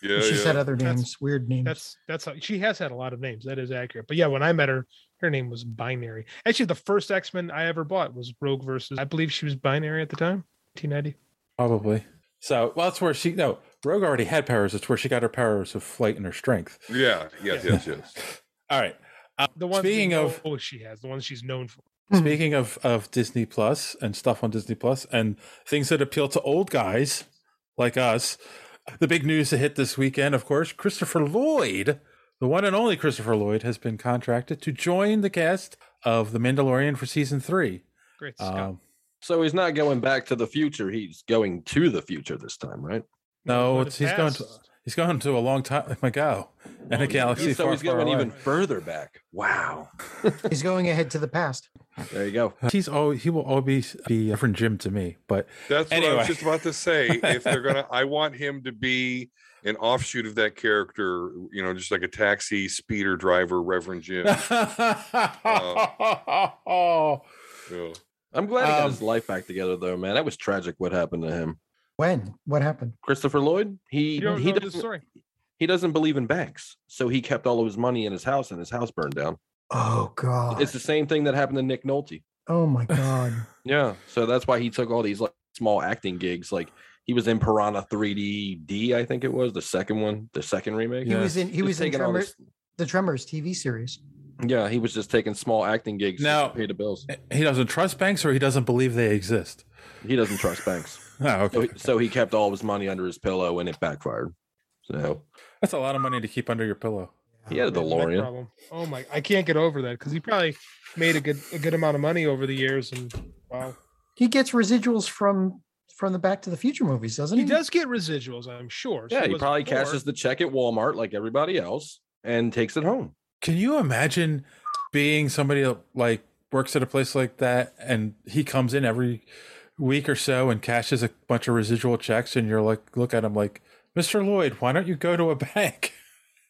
[SPEAKER 10] Yeah,
[SPEAKER 4] Mm-hmm. she
[SPEAKER 10] yeah.
[SPEAKER 4] said other names, weird names.
[SPEAKER 8] That's that's how she has had a lot of names. That is accurate. But yeah, when I met her, her name was Binary. Actually, the first X Men I ever bought was Rogue versus. I believe she was Binary at the time, 1990.
[SPEAKER 5] Probably. So, well, that's where she, no, Rogue already had powers. It's where she got her powers of flight and her strength.
[SPEAKER 10] Yeah. Yes. Yes. Yes.
[SPEAKER 5] All right. Uh,
[SPEAKER 8] The one
[SPEAKER 5] speaking of
[SPEAKER 8] oh she has the one she's known for.
[SPEAKER 5] speaking of of Disney Plus and stuff on Disney Plus and things that appeal to old guys like us, the big news that hit this weekend, of course, Christopher Lloyd, the one and only Christopher Lloyd, has been contracted to join the cast of The Mandalorian for season three.
[SPEAKER 8] Great
[SPEAKER 5] Um,
[SPEAKER 9] So he's not going back to the future. He's going to the future this time, right?
[SPEAKER 5] no,
[SPEAKER 9] but
[SPEAKER 5] it's,
[SPEAKER 9] it
[SPEAKER 5] he's going oh, to he's going to a long time ago and a galaxy.
[SPEAKER 9] so
[SPEAKER 5] Oh, far,
[SPEAKER 9] he's
[SPEAKER 5] far
[SPEAKER 9] going
[SPEAKER 5] away.
[SPEAKER 9] even further back. Wow.
[SPEAKER 4] He's going ahead to the past.
[SPEAKER 9] There you go.
[SPEAKER 5] He's always he will always be a different Jim to me, but
[SPEAKER 10] That's what I
[SPEAKER 5] Anyway.
[SPEAKER 10] was just about to say. If they're gonna, I want him to be an offshoot of that character. You know, just like a taxi speeder driver, Reverend Jim.
[SPEAKER 5] oh,
[SPEAKER 9] I'm glad he got
[SPEAKER 5] Um,
[SPEAKER 9] his life back together, though, man. That was tragic. What happened to him?
[SPEAKER 4] When? What happened?
[SPEAKER 9] Christopher Lloyd. He
[SPEAKER 8] You don't
[SPEAKER 9] he
[SPEAKER 8] know the
[SPEAKER 9] doesn't
[SPEAKER 8] story.
[SPEAKER 9] he doesn't believe in banks, so he kept all of his money in his house, and his house burned down.
[SPEAKER 4] Oh god.
[SPEAKER 9] It's the same thing that happened to Nick Nolte.
[SPEAKER 4] Oh my god.
[SPEAKER 9] Yeah, so that's why he took all these like small acting gigs. Like he was in Piranha 3D, I think it was the second one, the second remake.
[SPEAKER 4] He was in he
[SPEAKER 9] Just
[SPEAKER 4] was in
[SPEAKER 9] taking all
[SPEAKER 4] Tremors,
[SPEAKER 9] this-
[SPEAKER 4] the Tremors TV series.
[SPEAKER 9] yeah, he was just taking small acting gigs
[SPEAKER 5] Now-
[SPEAKER 9] to pay the bills.
[SPEAKER 5] he doesn't trust banks or he doesn't believe they exist.
[SPEAKER 9] He doesn't trust banks.
[SPEAKER 5] Oh, okay.
[SPEAKER 9] So he, so he kept all of his money under his pillow, and it backfired. So
[SPEAKER 5] That's a lot of money to keep under your pillow.
[SPEAKER 9] he had a
[SPEAKER 8] Neck
[SPEAKER 9] DeLorean.
[SPEAKER 8] problem. Oh my! I can't get over that because he probably made a good a good amount of money over the years, and wow,
[SPEAKER 4] He gets residuals from from the Back to the Future movies, doesn't
[SPEAKER 8] he
[SPEAKER 4] he?
[SPEAKER 8] does get residuals. I'm sure. So
[SPEAKER 9] Yeah,
[SPEAKER 8] it
[SPEAKER 9] he
[SPEAKER 8] was
[SPEAKER 9] probably
[SPEAKER 8] before-
[SPEAKER 9] cashes the check at Walmart like everybody else and takes it home.
[SPEAKER 5] Can you imagine being somebody that, like works at a place like that and he comes in every week or so and cashes a bunch of residual checks and you're like look at him like, Mr. Lloyd, why don't you go to a bank?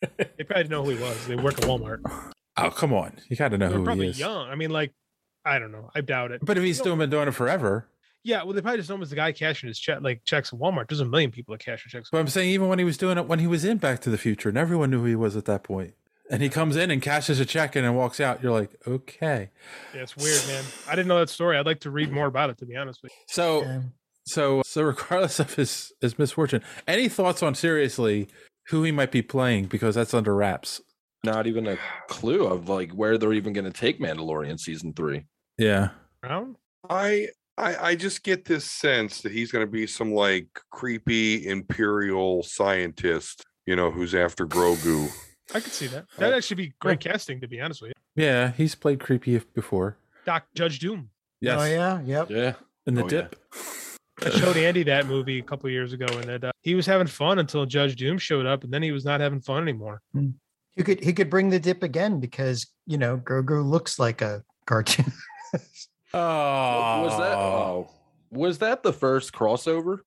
[SPEAKER 8] They probably didn't know who he was. They work at Walmart.
[SPEAKER 5] Oh come on. You gotta know
[SPEAKER 8] They're
[SPEAKER 5] who he
[SPEAKER 8] probably
[SPEAKER 5] is.
[SPEAKER 8] young. I mean, like, I don't know. I doubt it.
[SPEAKER 5] But if he's
[SPEAKER 8] No,
[SPEAKER 5] still been doing it forever.
[SPEAKER 8] yeah, well, they probably just know him as the guy cashing his check, like checks at Walmart. There's a million people that cash their checks.
[SPEAKER 5] But I'm saying even when he was doing it when he was in Back to the Future and everyone knew who he was at that point. And he comes in and cashes a check in and walks out. You're like, okay.
[SPEAKER 8] Yeah, it's weird, man. I didn't know that story. I'd like to read more about it, to be honest with you.
[SPEAKER 5] So
[SPEAKER 4] Yeah.
[SPEAKER 5] so so regardless of his his misfortune, any thoughts on seriously who he might be playing because that's under wraps.
[SPEAKER 9] Not even a clue of like where they're even going to take Mandalorian season three.
[SPEAKER 5] Yeah.
[SPEAKER 8] Brown?
[SPEAKER 10] I I, I just get this sense that he's going to be some like creepy imperial scientist, you know, who's after Grogu.
[SPEAKER 8] I could see that. That'd actually be great casting, to be honest with you.
[SPEAKER 5] Yeah, he's played creepy if- before.
[SPEAKER 8] Doc Judge Doom.
[SPEAKER 5] Yes.
[SPEAKER 4] Oh yeah, yep.
[SPEAKER 9] Yeah.
[SPEAKER 5] In the
[SPEAKER 9] Oh, yeah.
[SPEAKER 5] dip.
[SPEAKER 8] I showed Andy that movie a couple years ago, and that uh, he was having fun until Judge Doom showed up, and then he was not having fun anymore.
[SPEAKER 4] He could he could bring the dip again because you know Grogu looks like a cartoon.
[SPEAKER 5] Oh.
[SPEAKER 9] was that oh, was that the first crossover?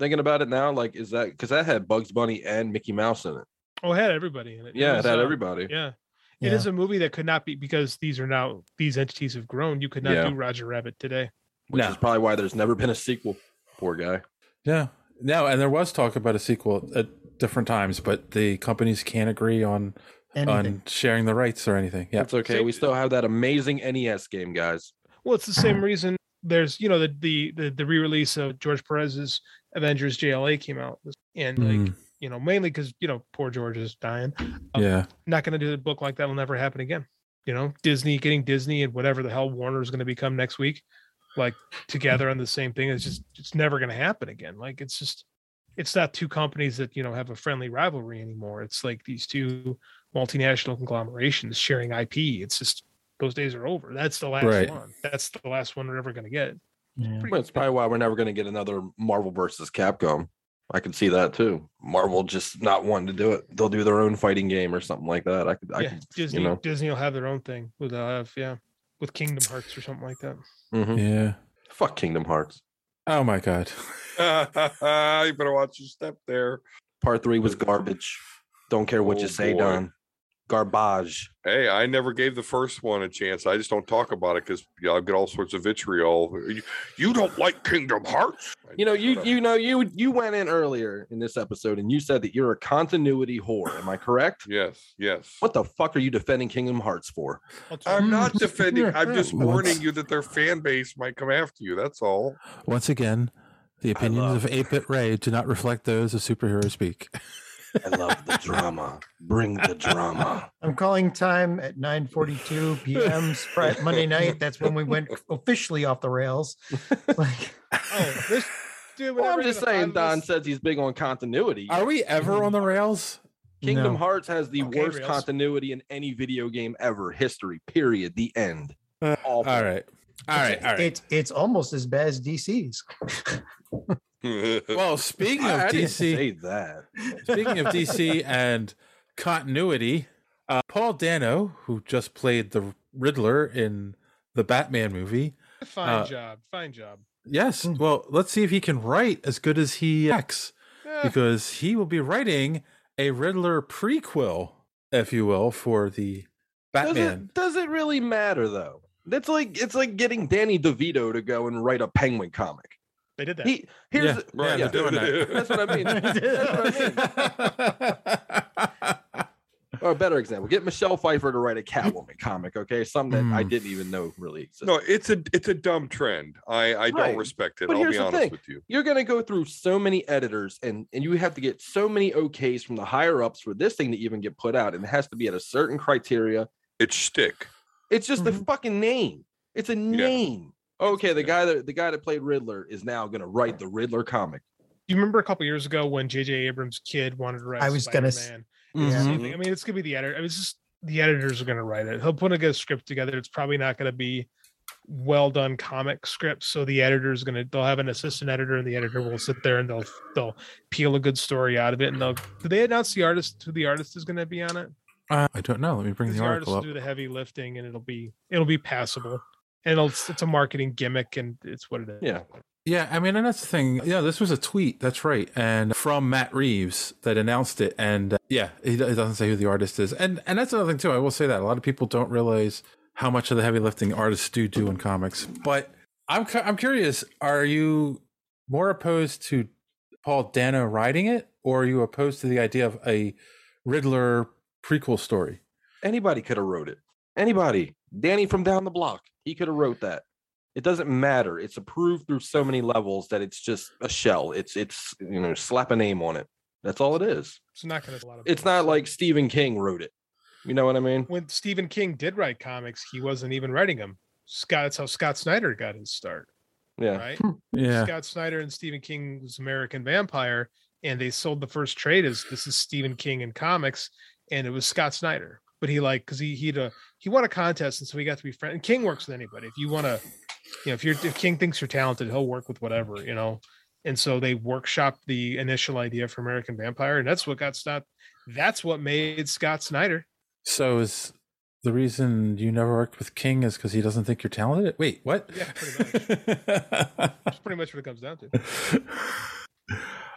[SPEAKER 9] Thinking about it now, like is that because that had Bugs Bunny and Mickey Mouse in it?
[SPEAKER 8] Oh, it had everybody in it.
[SPEAKER 9] Yeah,
[SPEAKER 8] was,
[SPEAKER 9] it had
[SPEAKER 8] uh,
[SPEAKER 9] everybody.
[SPEAKER 8] Yeah.
[SPEAKER 4] Yeah.
[SPEAKER 8] It is a movie that could not be because these are now these entities have grown. You could not
[SPEAKER 9] Yeah.
[SPEAKER 8] do Roger Rabbit today.
[SPEAKER 9] which
[SPEAKER 5] No.
[SPEAKER 9] is probably why there's never been a sequel. Poor guy.
[SPEAKER 5] Yeah. No, and there was talk about a sequel at different times, but the companies can't agree on
[SPEAKER 4] Anything.
[SPEAKER 5] on sharing the rights or anything. Yeah.
[SPEAKER 9] That's okay. We still have that amazing NES game, guys.
[SPEAKER 8] Well, it's the same reason there's you know the the the, the re-release of George Perez's Avengers JLA came out and like
[SPEAKER 5] Mm,
[SPEAKER 8] you know mainly because you know poor George is dying. Um,
[SPEAKER 5] yeah.
[SPEAKER 8] Not going to do a book like that will never happen again. You know Disney getting Disney and whatever the hell Warner is going to become next week, like together on the same thing. It's just it's never going to happen again. Like it's just it's not two companies that you know have a friendly rivalry anymore. It's like these two multinational conglomerations sharing IP. It's just those days are over. That's the last
[SPEAKER 5] Right.
[SPEAKER 8] one. That's the last one we're ever going to get.
[SPEAKER 4] Yeah.
[SPEAKER 9] Well, it's probably why we're never going to get another Marvel versus Capcom. I can see that too. Marvel just not wanting to do it. They'll do their own fighting game or something like that. I could, I
[SPEAKER 8] yeah,
[SPEAKER 9] could,
[SPEAKER 8] Disney
[SPEAKER 9] you know.
[SPEAKER 8] Disney will have their own thing with uh yeah with Kingdom Hearts or something like that.
[SPEAKER 9] Mhm.
[SPEAKER 5] Yeah.
[SPEAKER 9] Fuck Kingdom Hearts.
[SPEAKER 5] Oh my god.
[SPEAKER 10] you better watch your step there.
[SPEAKER 9] Part three was garbage. Don't care what
[SPEAKER 10] Oh,
[SPEAKER 9] you say,
[SPEAKER 10] boy.
[SPEAKER 9] Don. Garbage.
[SPEAKER 10] Hey, I never gave the first one a chance. I just don't talk about it because you know, I've got all sorts of vitriol. You, you don't like Kingdom Hearts?
[SPEAKER 9] You know, you you know you you went in earlier in this episode and you said that you're a continuity whore. Am I correct?
[SPEAKER 10] Yes. Yes.
[SPEAKER 9] What the fuck are you defending Kingdom Hearts for?
[SPEAKER 10] I'm
[SPEAKER 4] Mm.
[SPEAKER 10] not defending. I'm just
[SPEAKER 5] Well,
[SPEAKER 10] warning
[SPEAKER 5] it's-
[SPEAKER 10] you that their fan base might come after you. That's all.
[SPEAKER 5] Once again, the opinions of 8 Bit Ray do not reflect those of Superhero Speak.
[SPEAKER 9] I love the drama. Bring the drama.
[SPEAKER 4] I'm calling time at 9:42 p.m. Fri- Monday night. That's when we went officially off the rails.
[SPEAKER 8] Dude,
[SPEAKER 9] Well, I'm just saying, Don says he's big on continuity.
[SPEAKER 5] Are we ever on the rails?
[SPEAKER 9] Kingdom
[SPEAKER 5] No.
[SPEAKER 9] Hearts has the
[SPEAKER 5] Okay,
[SPEAKER 9] worst
[SPEAKER 5] Rails.
[SPEAKER 9] continuity in any video game ever. History, period. The end. all
[SPEAKER 5] right. All right. All right.
[SPEAKER 4] It's it's almost as bad as DC's.
[SPEAKER 5] well, speaking of
[SPEAKER 9] I- I didn't
[SPEAKER 5] DC,
[SPEAKER 9] say that.
[SPEAKER 5] Speaking of DC and continuity, uh, Paul Dano, who just played the Riddler in the Batman movie,
[SPEAKER 8] Fine
[SPEAKER 5] uh,
[SPEAKER 8] job. Fine job.
[SPEAKER 5] Yes.
[SPEAKER 9] Hmm.
[SPEAKER 5] Well, let's see if he can write as good as he acts,
[SPEAKER 8] Yeah.
[SPEAKER 5] because he will be writing a Riddler prequel, if you will, for the
[SPEAKER 9] Does
[SPEAKER 5] Batman.
[SPEAKER 9] it, does it really matter though? That's like it's like getting Danny DeVito to go and write a Penguin comic.
[SPEAKER 8] They did that.
[SPEAKER 9] He here's
[SPEAKER 5] Yeah, right,
[SPEAKER 9] yeah,
[SPEAKER 5] they're doing that.
[SPEAKER 9] that's what I mean. or a better example, get Michelle Pfeiffer to write a Catwoman comic, okay? Something that I
[SPEAKER 5] Hmm.
[SPEAKER 10] Mm.
[SPEAKER 9] didn't even know really existed.
[SPEAKER 10] No, it's a it's a dumb trend. I I
[SPEAKER 9] Right.
[SPEAKER 10] don't respect it.
[SPEAKER 9] But
[SPEAKER 10] I'll
[SPEAKER 9] here's
[SPEAKER 10] be
[SPEAKER 9] the
[SPEAKER 10] honest
[SPEAKER 9] thing.
[SPEAKER 10] with you.
[SPEAKER 9] You're going to go through so many editors and, and you have to get so many OKs from the higher ups for this thing to even get put out. And it has to be at a certain criteria.
[SPEAKER 10] It's shtick.
[SPEAKER 9] It's just the fucking name. It's a name. Okay, the guy that the guy that played Riddler is now going to write the Riddler comic.
[SPEAKER 8] Do you remember a couple years ago when J.J. Abrams' kid wanted to write?
[SPEAKER 9] I was gonna s-
[SPEAKER 8] Spider-Man? It's the
[SPEAKER 9] Mhm.
[SPEAKER 8] same thing. I mean, it's gonna be the editor. I mean, it's just the editors are gonna write it. He'll put a good script together. It's probably not gonna be well done comic script. So the editor's gonna they'll have an assistant editor, and the editor will sit there and they'll they'll peel a good story out of it. And they'll do they announce the artist who the artist is gonna be on it?
[SPEAKER 5] Uh, I don't know. Let me bring
[SPEAKER 8] Because
[SPEAKER 5] the
[SPEAKER 8] the artist
[SPEAKER 5] article
[SPEAKER 8] will
[SPEAKER 5] up.
[SPEAKER 8] do the heavy lifting, and it'll be it'll be passable. And it'll, it's a marketing gimmick, and it's what it is.
[SPEAKER 9] Yeah.
[SPEAKER 5] Yeah, I mean, and that's the thing. Yeah, this was a tweet. That's right, and from Matt Reeves that announced it. And uh, yeah, he do- it doesn't say who the artist is. And and that's another thing too. I will say that a lot of people don't realize how much of the heavy lifting artists do do in comics. But I'm cu- I'm curious. Are you more opposed to Paul Dano writing it, or are you opposed to the idea of a Riddler prequel story?
[SPEAKER 9] Anybody could have wrote it. Anybody. Danny from down the block. He could have wrote that. It doesn't matter. It's approved through so many levels that it's just a shell. It's it's you know, slap a name on it. That's all it is.
[SPEAKER 8] It's not gonna a lot of
[SPEAKER 9] It's not like Stephen King wrote it. You know what I mean?
[SPEAKER 8] when Stephen King did write comics, he wasn't even writing them. Scott, that's how Scott Snyder got his start,
[SPEAKER 9] Yeah.
[SPEAKER 8] right?
[SPEAKER 5] Yeah.
[SPEAKER 8] Scott Snyder and Stephen King's American Vampire, and they sold the first trade as this is Stephen King in comics, and it was Scott Snyder. But he like because he he'd a, he won a contest, and so he got to be friend. And King works with anybody. If you want to, you know, if you're if King thinks you're talented, he'll work with whatever, you know. And so they workshopped the initial idea for American Vampire, and that's what got Scott. That's what made Scott Snyder.
[SPEAKER 5] So is the reason you never worked with King is because he doesn't think you're talented? Wait, what?
[SPEAKER 8] Yeah, pretty much. That's pretty much what it comes down to.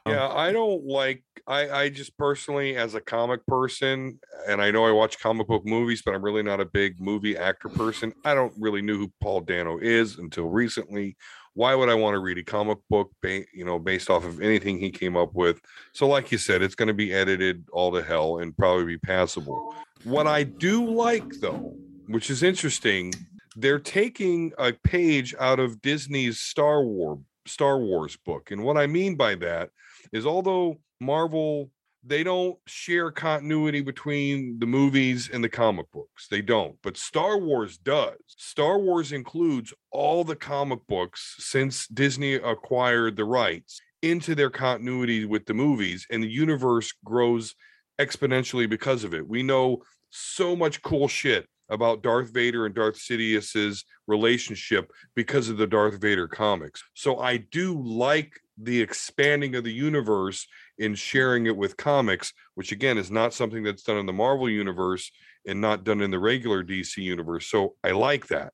[SPEAKER 10] Yeah, I don't like I I just personally as a comic person and I know I watch comic book movies but I'm really not a big movie actor person. I don't really knew who Paul Dano is until recently. Why would I want to read a comic book ba- you know based off of anything he came up with? So like you said it's going to be edited all to hell and probably be passable. What I do like though, which is interesting, they're taking a page out of Disney's Star War Star Wars book. And what I mean by that is although Marvel they don't share continuity between the movies and the comic books. They don't. But Star Wars does. Star Wars includes all the comic books since Disney acquired the rights into their continuity with the movies and the universe grows exponentially because of it. We know so much cool shit about Darth Vader and Darth Sidious's relationship because of the Darth Vader comics. So I do like the expanding of the universe in sharing it with comics, which again is not something that's done in the Marvel universe and not done in the regular DC universe. So I like that.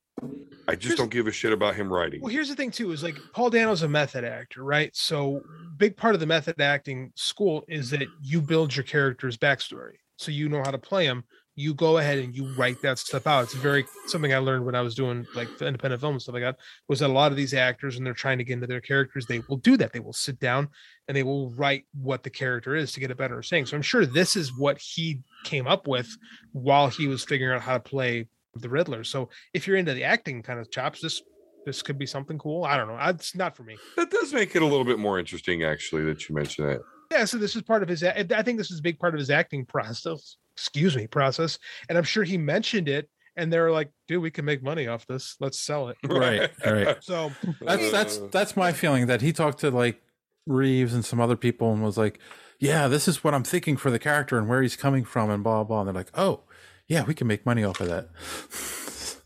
[SPEAKER 10] I just don't give a shit about him writing.
[SPEAKER 8] Well, here's the thing too: is like Paul Dano's a method actor, right? So big part of the method acting school is that you build your character's backstory, so you know how to play them. You go ahead and you write that stuff out. It's very something I learned when I was doing like the independent film and stuff like that. Was that a lot of these actors, when they're trying to get into their characters, they will do that. They will sit down and they will write what the character is to get a better understanding. So I'm sure this is what he came up with while he was figuring out how to play the Riddler. So if you're into the acting kind of chops, this this could be something cool. I don't know. I- It's not for me.
[SPEAKER 10] That does make it a little bit more interesting, actually, that you mentioned that.
[SPEAKER 8] Yeah. So this is part of his. I I think this is a big part of his acting process. Excuse me, process. And I'm sure he mentioned it. And they're like, dude, we can make money off this. Let's sell it.
[SPEAKER 5] Right, right.
[SPEAKER 8] So uh,
[SPEAKER 5] that's that's that's my feeling that he talked to like Reeves and some other people and was like, "Yeah, this is what I'm thinking for the character and where he's coming from and blah blah." And they're like, "Oh, yeah, we can make money off of that."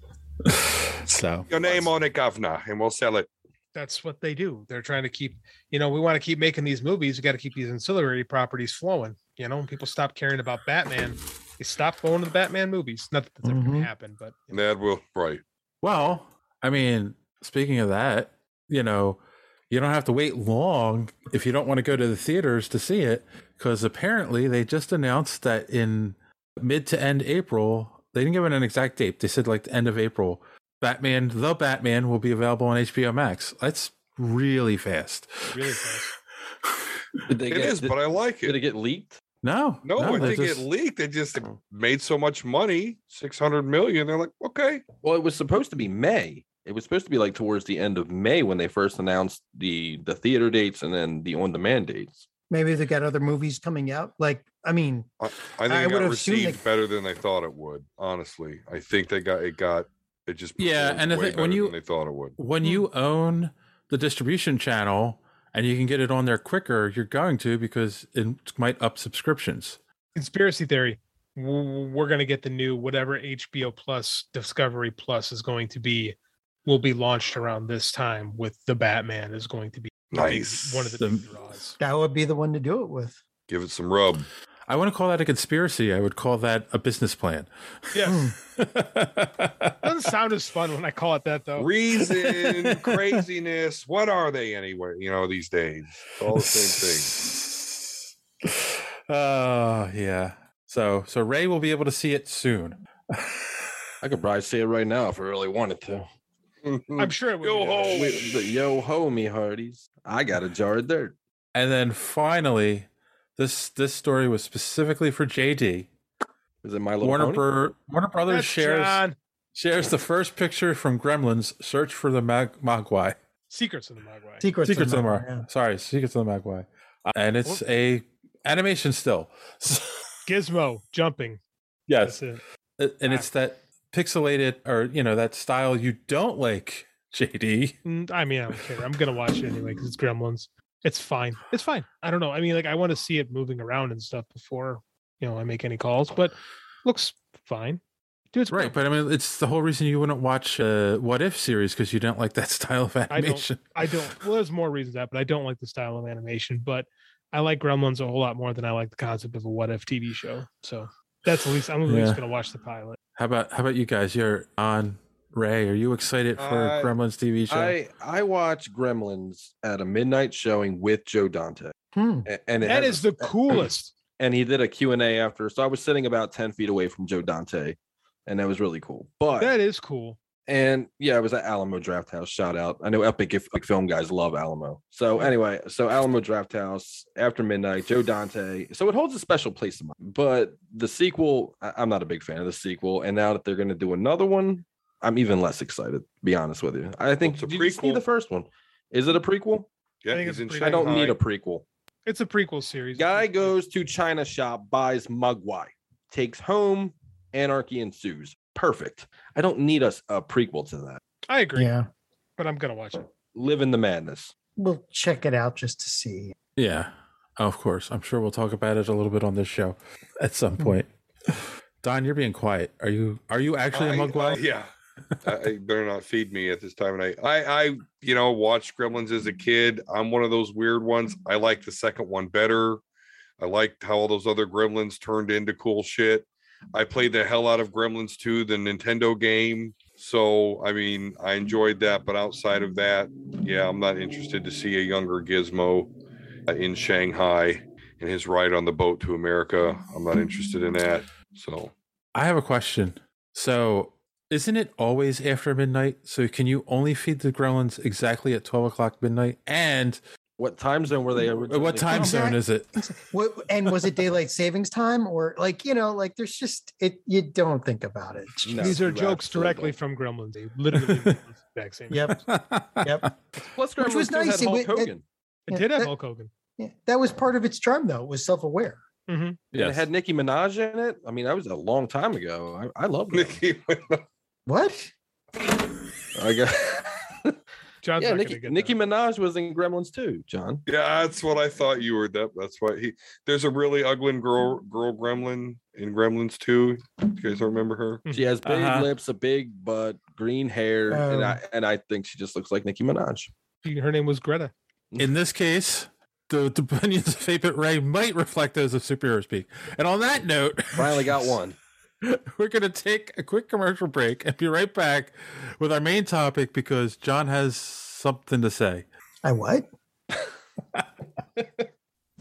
[SPEAKER 5] so
[SPEAKER 10] Your name on it, governor, and we'll sell it.
[SPEAKER 8] that's what they do. They're trying to keep, you know, we want to keep making these movies. We got to keep these ancillary properties flowing. You know, when people stop caring about Batman, they stop going to the Batman movies. Not that that's ever going to happen, but
[SPEAKER 10] That will, right.
[SPEAKER 5] well, I mean, speaking of that, you know, you don't have to wait long if you don't want to go to the theaters to see it because apparently they just announced that in mid to end April, they didn't give it an exact date. They said like the end of April, Batman, the Batman will be available on HBO Max. That's really fast.
[SPEAKER 8] really fast.
[SPEAKER 9] Did they
[SPEAKER 10] It
[SPEAKER 9] get,
[SPEAKER 10] is,
[SPEAKER 9] did-
[SPEAKER 10] but I like it.
[SPEAKER 9] did it get leaked?
[SPEAKER 5] No,
[SPEAKER 10] No, I
[SPEAKER 5] they
[SPEAKER 10] think
[SPEAKER 5] just- Oh.
[SPEAKER 10] it leaked. They just made so much money, 600 million. They're like, okay.
[SPEAKER 9] Well, it was supposed to be May. It was supposed to be like towards the end of May when they first announced the the theater dates and then the on demand dates.
[SPEAKER 4] Maybe they got other movies coming out. Like, I mean,
[SPEAKER 10] I, I think
[SPEAKER 4] I
[SPEAKER 10] it got
[SPEAKER 4] would assume
[SPEAKER 10] received better than they thought it would. Honestly, I think they got it got it just
[SPEAKER 5] Yeah,
[SPEAKER 10] performed
[SPEAKER 5] and the
[SPEAKER 10] way
[SPEAKER 5] thing- when
[SPEAKER 10] better
[SPEAKER 5] you-
[SPEAKER 10] than they thought it would.
[SPEAKER 5] when you own the distribution channel and you can get it on there quicker, you're going to because it might up subscriptions.
[SPEAKER 8] Conspiracy theory. w- We're going to get the new whatever HBO Plus, Discovery Plus is going to be, will be launched around this time with the Batman is going to be
[SPEAKER 10] Nice.
[SPEAKER 8] one of the
[SPEAKER 4] that would be the one to do it with.
[SPEAKER 10] Give it some rub.
[SPEAKER 5] I wouldn't call that a conspiracy. I would call that a business plan.
[SPEAKER 8] Yeah. Doesn't sound as fun when I call it that though.
[SPEAKER 10] Reason, craziness. What are they anyway? You know, these days, It's all the same thing.
[SPEAKER 5] Oh, yeah. So, so Ray will be able to see it soon.
[SPEAKER 9] I could probably see it right now if I really wanted to.
[SPEAKER 8] I'm sure it would. Yo
[SPEAKER 9] With the yo ho me hearties. I got a jar of dirt.
[SPEAKER 5] And then finally, this this story was specifically for JD.
[SPEAKER 9] Is it my little
[SPEAKER 5] Warner,
[SPEAKER 9] Pony?
[SPEAKER 5] Bro- Warner Brothers
[SPEAKER 8] That's
[SPEAKER 5] shares
[SPEAKER 8] John.
[SPEAKER 5] shares the first picture from Gremlins: Search for the Mag- Mogwai.
[SPEAKER 8] Secrets of the Mogwai.
[SPEAKER 4] Secrets,
[SPEAKER 5] Secrets of the Mar.
[SPEAKER 4] Mar-
[SPEAKER 5] Sorry, Secrets of the Magpie. Uh, And it's a animation still.
[SPEAKER 8] Gizmo jumping.
[SPEAKER 5] yes.
[SPEAKER 8] That's it. Ah.
[SPEAKER 5] Uh, And it's that pixelated or you know that style you don't like, JD.
[SPEAKER 8] Mm, I mean, I don't care. I'm gonna watch it anyway because it's Gremlins. It's fine. It's fine. I don't know. I mean, like I want to see it moving around and stuff before you know I make any calls, but looks fine. Dude, it's
[SPEAKER 5] Right, but I mean it's the whole reason you wouldn't watch uh, What If series because you don't like that style of
[SPEAKER 8] I don't.
[SPEAKER 5] animation.
[SPEAKER 8] I don't. Well, there's more reasons that, but I don't like the style of animation. But I like Gremlins a whole lot more than I like the concept of a what if TV show. So that's at least I'm at least
[SPEAKER 5] Yeah.
[SPEAKER 8] gonna watch the pilot.
[SPEAKER 5] How about how about you guys? You're on Ray. Are you excited for
[SPEAKER 9] I-
[SPEAKER 5] Gremlins TV show?
[SPEAKER 9] I I watch Gremlins at a midnight showing with Joe Dante.
[SPEAKER 4] Hmm.
[SPEAKER 9] A- And it
[SPEAKER 8] That
[SPEAKER 9] has-
[SPEAKER 8] is the coolest.
[SPEAKER 9] and he did a Q&A after. So I was sitting about 10 feet away from Joe Dante and that was really cool. But
[SPEAKER 8] That is cool.
[SPEAKER 9] and yeah, it was at Alamo Draft House. Shout out! I know Epic if Epic Film guys love Alamo. So anyway, so Alamo Draft House after midnight, Joe Dante. So it holds a special place in my. But the sequel, I- I'm not a big fan of the sequel, and now that they're going to do another one, I'm even less excited. To be honest with you, I think did you see the first one. Is it a prequel?
[SPEAKER 10] Yeah,
[SPEAKER 8] think it's
[SPEAKER 10] he's in
[SPEAKER 8] a prequel.
[SPEAKER 9] I don't need a
[SPEAKER 10] Shanghai.
[SPEAKER 9] prequel.
[SPEAKER 8] It's a prequel series.
[SPEAKER 9] Guy goes to China shop, buys Mugwai, takes home, anarchy ensues. Perfect. I don't need us a prequel to that.
[SPEAKER 8] I agree.
[SPEAKER 4] Yeah.
[SPEAKER 8] But I'm gonna watch it.
[SPEAKER 9] Live in the madness.
[SPEAKER 4] We'll check it out just to see.
[SPEAKER 5] Yeah, of course. I'm sure we'll talk about it a little bit on this show at
[SPEAKER 10] Hmm.
[SPEAKER 5] some point. Don, you're being quiet. Are you are you actually a
[SPEAKER 10] I-
[SPEAKER 5] mugwai?
[SPEAKER 10] uh, yeah. I, I better not feed me at this time of night. I, I, you know, watched Gremlins as a kid. I'm one of those weird ones. I like the second one better. I liked how all those other Gremlins turned into cool shit. I played the hell out of Gremlins 2, the Nintendo game. So, I mean, I enjoyed that, but outside of that, yeah, I'm not interested to see a younger Gizmo uh, in Shanghai and his ride on the boat to America. I'm not interested in that. So,
[SPEAKER 5] I have a question. So, isn't it always after midnight? So, can you only feed the gremlins exactly at 12 o'clock midnight? And
[SPEAKER 9] what time zone were they?
[SPEAKER 5] Originally? What time zone is it?
[SPEAKER 4] What, and was it daylight savings time or like you know like there's just it you don't think about it.
[SPEAKER 8] No, These are jokes directly from Gremlins. They literally the exact same.
[SPEAKER 4] Yep, yep.
[SPEAKER 9] Plus, Gremlins Which was nice. Had Hulk
[SPEAKER 8] it,
[SPEAKER 9] Hogan.
[SPEAKER 8] It, it did have that, Hulk Hogan.
[SPEAKER 4] Yeah, that was part of its charm though. It was self aware.
[SPEAKER 8] Mm-hmm.
[SPEAKER 9] Yeah, it had Nicki Minaj in it. I mean, that was a long time ago. I, I love
[SPEAKER 10] Nicki.
[SPEAKER 4] what?
[SPEAKER 9] I got.
[SPEAKER 8] John's
[SPEAKER 9] yeah,
[SPEAKER 8] not
[SPEAKER 9] Nicki,
[SPEAKER 8] gonna get
[SPEAKER 9] Nicki Minaj was in Gremlins too, John.
[SPEAKER 10] Yeah, that's what I thought you were. That that's why he. There's a really ugly girl, girl gremlin in Gremlins too. You guys don't remember her?
[SPEAKER 9] She has big
[SPEAKER 5] Uh-huh.
[SPEAKER 9] lips, a big butt, green hair, and I
[SPEAKER 8] Oh.
[SPEAKER 9] and I think she just looks like Nicki Minaj.
[SPEAKER 8] that. Her name was Greta.
[SPEAKER 5] In this case, the, the opinions of Fapit Ray might reflect those of Superhero Speak. And on that note,
[SPEAKER 9] Finally got one.
[SPEAKER 5] we're going to take a quick commercial break and be right back with our main topic because John has something to say.
[SPEAKER 4] I what?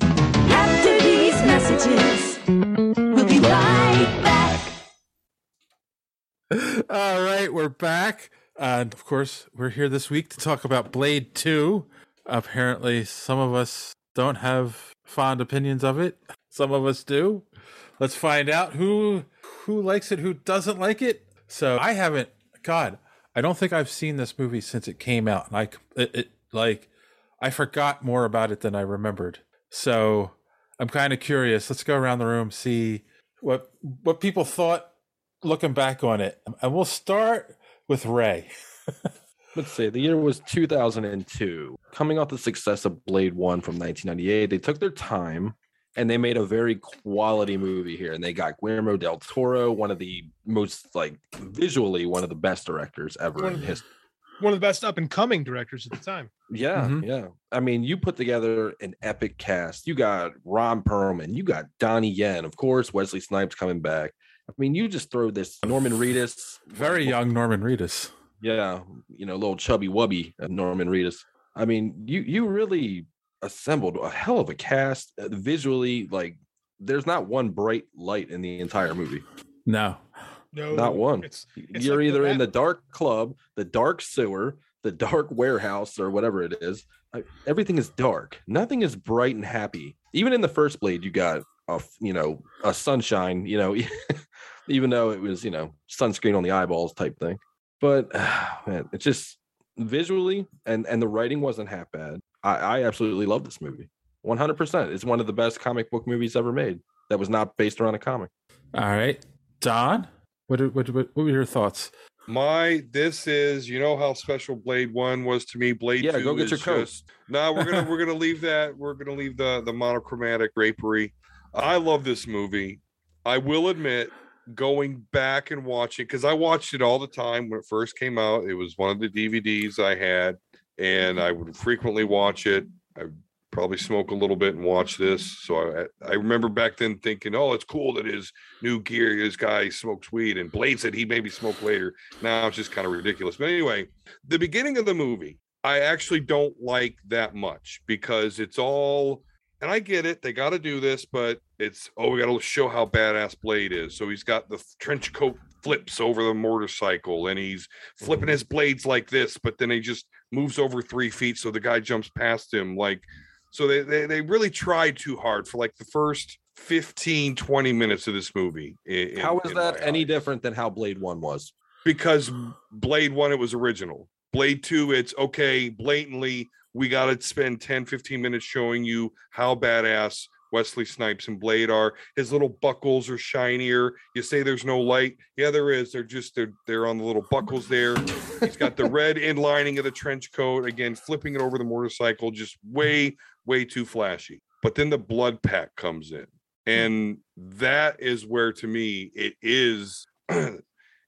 [SPEAKER 12] After these messages, we'll be right back.
[SPEAKER 5] All right, we're back. And of course, we're here this week to talk about Blade 2. Apparently, some of us don't have fond opinions of it. Some of us do. Let's find out who who likes it, who doesn't like it. So, I haven't god, I don't think I've seen this movie since it came out. And I c- it, it like I forgot more about it than I remembered. So, I'm kind of curious. Let's go around the room see what what people thought looking back on it. And we'll start with Ray.
[SPEAKER 9] Let's see. The year was 2002. Coming off the success of Blade One from 1998, they took their time and they made a very quality movie here. And they got Guillermo del Toro, one of the most like visually one of the best directors ever
[SPEAKER 8] One
[SPEAKER 9] in
[SPEAKER 8] of the-
[SPEAKER 9] history.
[SPEAKER 8] One of the best up and coming directors at the time.
[SPEAKER 9] Yeah,
[SPEAKER 5] Mm-hmm.
[SPEAKER 8] Mhm.
[SPEAKER 9] yeah. I mean, you put together an epic cast. You got Ron Perlman, you got Donnie Yen, of course, Wesley Snipes coming back. I mean, you just throw this Norman Reedus,
[SPEAKER 5] Very young Norman Reedus.
[SPEAKER 9] yeah, you know, little chubby wubby uh, Norman Reedus. I mean, you you really assembled a hell of a cast uh, visually. Like, there's not one bright light in the entire movie.
[SPEAKER 5] No.
[SPEAKER 8] No,
[SPEAKER 9] Not one.
[SPEAKER 8] It's
[SPEAKER 9] You're either in the dark club, the dark sewer, the dark warehouse, or whatever it is. I- Everything is dark. Nothing is bright and happy. Even in the first blade, you got a f- you know a sunshine. You know, even though it was you know sunscreen on the eyeballs type thing. But man, it's just visually and and the writing wasn't half bad. I, I absolutely love this movie. 100%. It's one of the best comic book movies ever made that was not based around a comic.
[SPEAKER 5] All right. Don, what, are- what, what, what were your thoughts?
[SPEAKER 10] My this is you know how special Blade One was to me. Blade
[SPEAKER 9] Yeah,
[SPEAKER 10] Two
[SPEAKER 9] go get
[SPEAKER 10] is
[SPEAKER 9] your coat.
[SPEAKER 10] just- no, we're gonna we're gonna leave that. We're gonna leave the the monochromatic drapery. I love this movie. I will admit, going back and watching because I watched it all the time when it first came out. It was one of the DVDs I had, and I would frequently watch it. I would probably smoke a little bit and watch this. So I I remember back then thinking, oh, it's cool that his new gear, this guy smokes weed, and Blade said he maybe smoked later. Now it's just kind of ridiculous. But anyway, the beginning of the movie, I actually don't like that much because it's all and I get it, they got to do this, but it's oh, we got to show how badass Blade is. So he's got the trench coat flips over the motorcycle and he's flipping his blades like this, but then he just moves over three feet so the guy jumps past him. Like, so they, they, they really tried too hard for like the first 15, 20 minutes of this movie. in-
[SPEAKER 9] How
[SPEAKER 10] in-
[SPEAKER 9] is
[SPEAKER 10] in
[SPEAKER 9] that any different than how Blade 1 was?
[SPEAKER 10] because Blade 1 it was original. Blade 2 it's okay, blatantly we got to spend 10 15 minutes showing you how badass Wesley Snipes and Blade are. His little buckles are shinier. You say there's no light. Yeah, there is. They're just they're they're on the little buckles there. He's got the red inlining of the trench coat again flipping it over the motorcycle just way way too flashy. But then the blood pack comes in. And that is where to me it is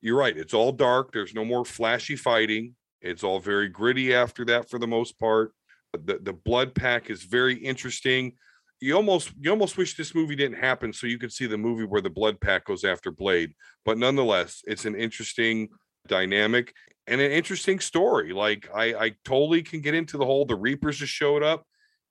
[SPEAKER 10] you're right. It's all dark. There's no more flashy fighting. It's all very gritty after that for the most part. But The the blood pack is very interesting. You almost you almost wish this movie didn't happen so you could see the movie where the blood pack goes after Blade. But nonetheless, it's an interesting dynamic and an interesting story. Like I, I totally can get into the whole the Reapers just showed up,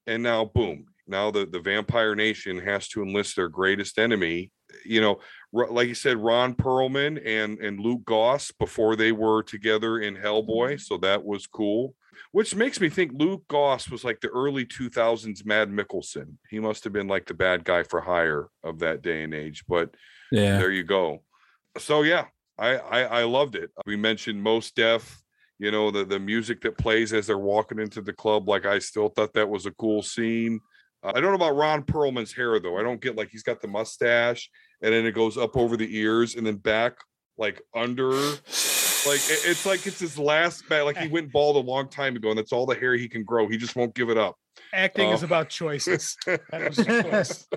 [SPEAKER 10] and now boom, now the the Vampire Nation has to enlist their greatest enemy. You know, r- like you said, Ron Perlman and and Luke Goss before they were together in Hellboy, so that was cool. Which makes me think Luke Goss was like the early 2000s Mad Mickelson. He must have been like the bad guy for hire of that day and age. But
[SPEAKER 5] Yeah.
[SPEAKER 10] there you go. So yeah, I, I I loved it. We mentioned most deaf, you know, the the music that plays as they're walking into the club. Like I still thought that was a cool scene. Uh, I don't know about Ron Perlman's hair though. I don't get like he's got the mustache and then it goes up over the ears and then back like under. Like it- it's like it's his last back. Like he went bald a long time ago, and that's all the hair he can grow. He just won't give it up.
[SPEAKER 8] Acting is
[SPEAKER 10] Oh.
[SPEAKER 8] about choices. That was a choice.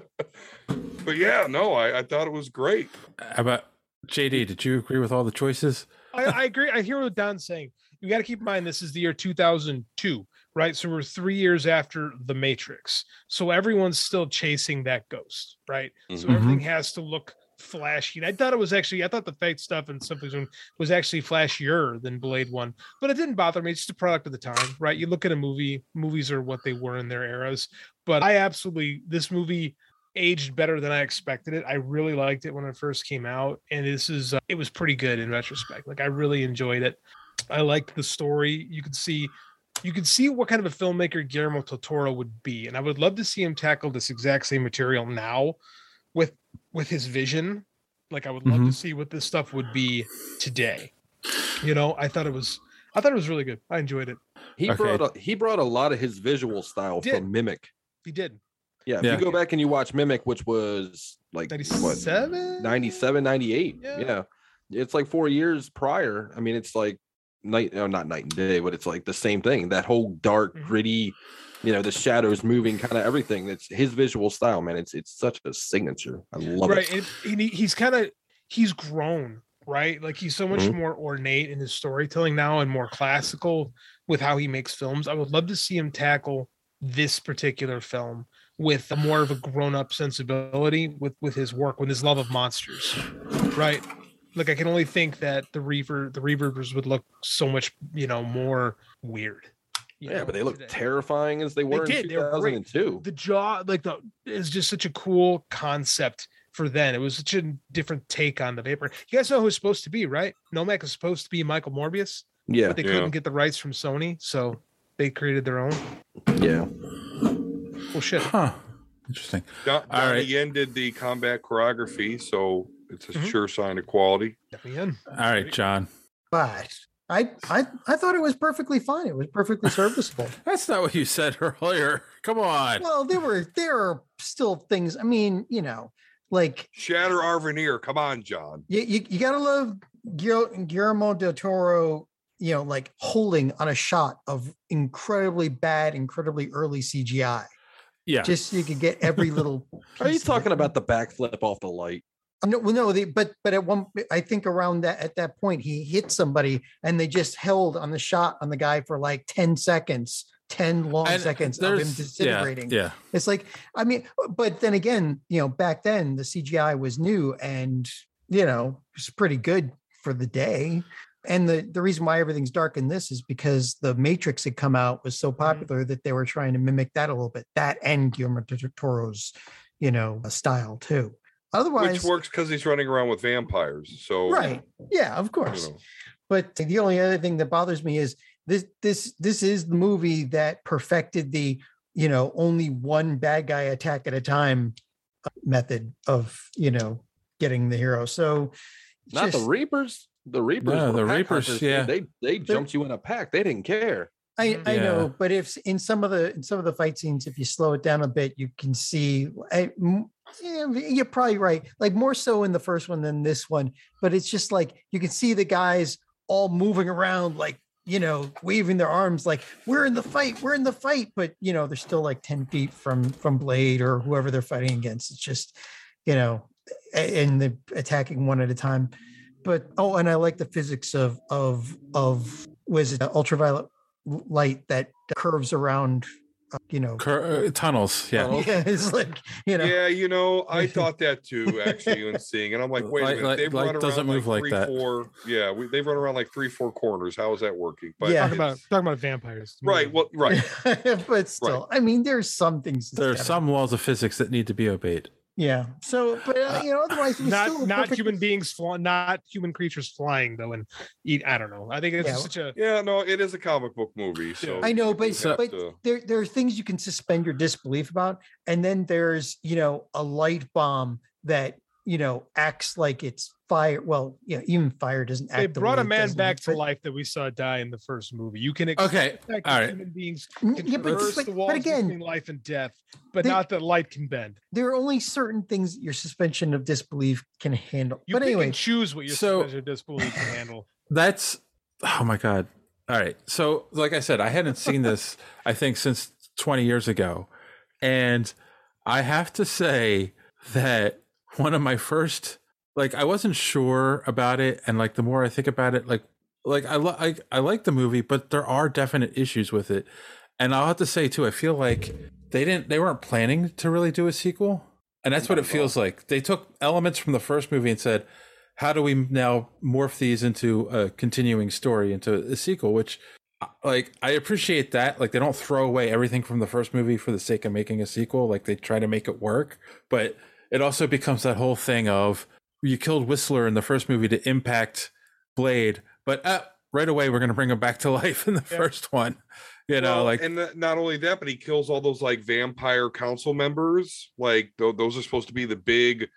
[SPEAKER 10] But yeah, no, I, I thought it was great.
[SPEAKER 5] How about JD? Did you agree with all the choices?
[SPEAKER 8] I, I agree. I hear what Don's saying. You got to keep in mind this is the year 2002, right? So we're three years after The Matrix. So everyone's still chasing that ghost, right? So
[SPEAKER 12] Mhm.
[SPEAKER 5] Mm-hmm,
[SPEAKER 8] everything has to look flashy. And I thought it was actually, I thought the fake stuff in Simply Zoom was actually flashier than Blade One, but it didn't bother me. It's just a product of the time, right? You look at a movie, movies are what they were in their eras. But I absolutely, this movie aged better than I expected it. I really liked it when it first came out, and this is uh, it was pretty good in retrospect. Like I really enjoyed it. I liked the story. You could see, you could see what kind of a filmmaker Guillermo del Toro would be, and I would love to see him tackle this exact same material now, with with his vision. Like I would love to
[SPEAKER 5] Mhm.
[SPEAKER 8] see what this stuff would be today. You know, I thought it was, I thought it was really good. I enjoyed it.
[SPEAKER 9] He
[SPEAKER 8] Okay.
[SPEAKER 9] brought a, he brought a lot of his visual style
[SPEAKER 8] Did.
[SPEAKER 9] from Mimic.
[SPEAKER 8] He did.
[SPEAKER 9] Yeah, if
[SPEAKER 8] Yeah.
[SPEAKER 9] you go back and you watch Mimic, which was like what
[SPEAKER 8] 97?
[SPEAKER 9] 97, 98. Yeah. It's like four years prior. I mean, it's like night no, not night and day, but it's like the same thing. That whole dark,
[SPEAKER 8] Mm-hmm.
[SPEAKER 9] gritty, you know, the shadows moving kind of everything. That's his visual style, man. It's it's such a signature. I love
[SPEAKER 8] right
[SPEAKER 9] it.
[SPEAKER 8] and, and he, he's kind of he's grown right like he's so much
[SPEAKER 9] Mhm.
[SPEAKER 8] more ornate in his storytelling now and more classical with how he makes films i would love to see him tackle this particular film with a more of a grown-up sensibility with with his work with his love of monsters right like i can only think that the reaver the reavers would look so much you know more weird
[SPEAKER 9] Yeah, but they look terrifying as they were in
[SPEAKER 8] did, they were great.
[SPEAKER 9] 2002.
[SPEAKER 8] The jaw, like the, is just such a cool concept for then. It was such a different take on the vapor. You guys know who's supposed to be, right? Nomak is supposed to be Michael Morbius.
[SPEAKER 9] Yeah.
[SPEAKER 8] but they
[SPEAKER 9] Yeah.
[SPEAKER 8] couldn't get the rights from Sony, so they created their own.
[SPEAKER 9] Yeah.
[SPEAKER 8] Well, shit.
[SPEAKER 5] Huh. Interesting.
[SPEAKER 10] Don,
[SPEAKER 5] All
[SPEAKER 10] Donnie
[SPEAKER 5] right.
[SPEAKER 10] Yen did the combat choreography, so it's
[SPEAKER 5] Mm-hmm.
[SPEAKER 10] a sure sign of quality.
[SPEAKER 5] All right, John.
[SPEAKER 4] But I, I, I thought it was perfectly fine. It was perfectly serviceable.
[SPEAKER 5] That's not what you said earlier. Come on.
[SPEAKER 4] well, there were there are still things. I mean, you know, like
[SPEAKER 10] Shatter our veneer. Come on, John.
[SPEAKER 4] you you, you gotta love Guil- Guillermo del Toro. You know, like holding on a shot of incredibly bad, incredibly early CGI.
[SPEAKER 9] Yeah.
[SPEAKER 4] just so you could get every little.
[SPEAKER 9] Are you talking about the backflip off the light?
[SPEAKER 4] No, well, no, they, but but at one, I think around that at that point, he hit somebody, and they just held on the shot on the guy for like ten seconds, ten long
[SPEAKER 5] And
[SPEAKER 4] seconds of him
[SPEAKER 5] there's-
[SPEAKER 4] disintegrating.
[SPEAKER 5] Yeah.
[SPEAKER 4] It's like, I mean, but then again, you know, back then the CGI was new and, you know, it's pretty good for the day. And the, the reason why everything's dark in this is because the Matrix had come out was so popular that they were trying to mimic that a little bit, that and Guillermo del Toro's, you know, style too. Otherwise,
[SPEAKER 10] Which works because he's running around with vampires. So
[SPEAKER 4] right. Yeah, of course. But the only other thing that bothers me is this this this is the movie that perfected the, you know, only one bad guy attack at a time uh, method of, you know, getting the hero. So
[SPEAKER 9] Not the
[SPEAKER 4] just-
[SPEAKER 9] Reapers. The Reapers.
[SPEAKER 5] No,
[SPEAKER 9] were
[SPEAKER 5] the
[SPEAKER 9] pack
[SPEAKER 5] Reapers,
[SPEAKER 9] hunters, dude.
[SPEAKER 5] yeah.
[SPEAKER 9] They they jumped you in a pack. They didn't care.
[SPEAKER 4] I, I
[SPEAKER 9] Yeah.
[SPEAKER 4] know, but if in some of the in some of the fight scenes, if you slow it down a bit, you can see. I, m- yeah, you're probably right. Like more so in the first one than this one, but it's just like you can see the guys all moving around, like you know, waving their arms, like we're in the fight, we're in the fight. But you know, they're still like ten feet from from Blade or whoever they're fighting against. It's just, you know, a- and the attacking one at a time. But oh, and I like the physics of of of was it ultraviolet light that curves around uh, you know,
[SPEAKER 5] Cur- uh, tunnels. Yeah.
[SPEAKER 4] yeah, it's like you know,
[SPEAKER 10] yeah, you know, I thought that too, actually, when seeing, and I'm like, wait a
[SPEAKER 5] Light-
[SPEAKER 10] minute,
[SPEAKER 5] light-
[SPEAKER 10] they've
[SPEAKER 5] light
[SPEAKER 10] run around
[SPEAKER 5] doesn't
[SPEAKER 10] like
[SPEAKER 5] move like
[SPEAKER 10] three,
[SPEAKER 5] that.
[SPEAKER 10] four, yeah, we, they've run around like three, four corners. How is that working? But
[SPEAKER 8] talking about talking about vampires.
[SPEAKER 10] right, well, right,
[SPEAKER 4] but still, I mean, there's some things.
[SPEAKER 5] There are some laws of physics that need to be obeyed.
[SPEAKER 4] Yeah. So, but uh, you know, otherwise, it was still
[SPEAKER 8] not
[SPEAKER 4] a
[SPEAKER 8] not
[SPEAKER 4] perfect-
[SPEAKER 8] human beings flying, not human creatures flying though, and eat. I don't know. I think it's
[SPEAKER 4] Yeah.
[SPEAKER 8] such a
[SPEAKER 10] yeah, no, it is a comic book movie, so
[SPEAKER 4] I know, but
[SPEAKER 10] you have
[SPEAKER 4] but
[SPEAKER 10] to-
[SPEAKER 4] there there are things you can suspend your disbelief about, and then there's you know a light bomb that you know acts like it's fire. Well, yeah, even fire doesn't act.
[SPEAKER 8] they
[SPEAKER 4] the
[SPEAKER 8] brought
[SPEAKER 4] way
[SPEAKER 8] a
[SPEAKER 4] it
[SPEAKER 8] man
[SPEAKER 4] does in-
[SPEAKER 8] back to life that we saw die in the first movie. You can expect
[SPEAKER 5] Okay,
[SPEAKER 8] that
[SPEAKER 5] all right.
[SPEAKER 8] human beings
[SPEAKER 4] Mm,
[SPEAKER 8] can
[SPEAKER 4] yeah, but-
[SPEAKER 8] traverse
[SPEAKER 4] but-
[SPEAKER 8] the
[SPEAKER 4] but
[SPEAKER 8] walls
[SPEAKER 4] again,
[SPEAKER 8] between life and death, but
[SPEAKER 4] they-
[SPEAKER 8] not that light can bend.
[SPEAKER 4] There are only certain things your suspension of disbelief can handle.
[SPEAKER 8] You
[SPEAKER 4] but
[SPEAKER 8] pick and
[SPEAKER 4] anyway,
[SPEAKER 8] choose what your
[SPEAKER 5] so-
[SPEAKER 8] suspension of disbelief can handle.
[SPEAKER 5] That's oh my god. All right. So like I said, I hadn't seen this I think since 20 years ago. And I have to say that one of my first like I wasn't sure about it and like the more I think about it like like I li- I, I like the movie but there are definite issues with it. And I'll have to say too I feel like they didn't they weren't planning to really do a sequel. And that's what it feels like. They took elements from the first movie and said, how do we now morph these into a continuing story into a sequel which uh, like i appreciate that like they don't throw away everything from the first movie for the sake of making a sequel like they try to make it work but it also becomes that whole thing of you killed whistler in the first movie to impact blade but uh, right away we're going to bring him back to life in the first one you know
[SPEAKER 10] Well,
[SPEAKER 5] like
[SPEAKER 10] and th- not only that, but he kills all those like vampire council members. Like tho- those are supposed to be the big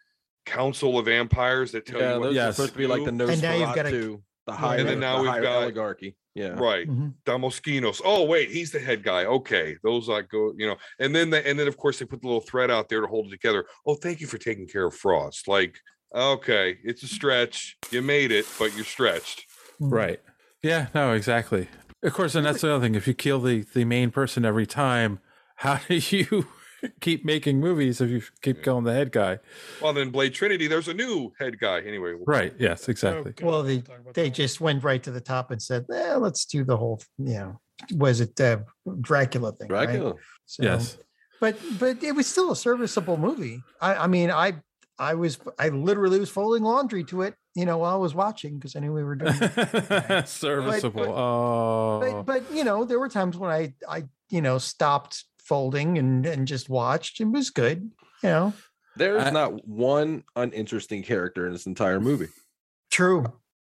[SPEAKER 10] council of vampires that tell
[SPEAKER 9] Yeah,
[SPEAKER 10] you.
[SPEAKER 9] those
[SPEAKER 10] What
[SPEAKER 9] are supposed to be like the
[SPEAKER 10] nose.
[SPEAKER 9] And now you've got a- Nosferatu, the higher,
[SPEAKER 10] and then now
[SPEAKER 9] the
[SPEAKER 10] we've
[SPEAKER 9] higher
[SPEAKER 10] got
[SPEAKER 9] oligarchy. Yeah.
[SPEAKER 10] right Damoskinos. Oh wait, he's the head guy. Okay, those like go, you know. And then the, and then of course they put the little thread out there to hold it together. Oh, thank you for taking care of Frost. Like okay, it's a stretch. You made it, but you're stretched.
[SPEAKER 4] mm,
[SPEAKER 5] Right. Yeah, no, exactly. Of course, and that's the other thing. If you kill the, the main person every time, how do you keep making movies if you keep killing the head guy?
[SPEAKER 10] Well, then Blade Trinity. There's a new head guy anyway.
[SPEAKER 5] Right. Yes, exactly.
[SPEAKER 4] well, they they just went right to the top and said, eh, "Let's do the whole." You know, was it uh, Dracula thing? right? So-
[SPEAKER 5] Yes.
[SPEAKER 4] but but it was still a serviceable movie. I, I mean, I I was I literally was folding laundry to it, you know, while I was watching because I knew we were doing. it.
[SPEAKER 5] Serviceable.
[SPEAKER 4] but-
[SPEAKER 5] oh.
[SPEAKER 4] but but you know, there were times when I I you know stopped folding and and just watched and was good. You know,
[SPEAKER 9] There is
[SPEAKER 4] I-
[SPEAKER 9] not one uninteresting character in this entire movie.
[SPEAKER 4] true.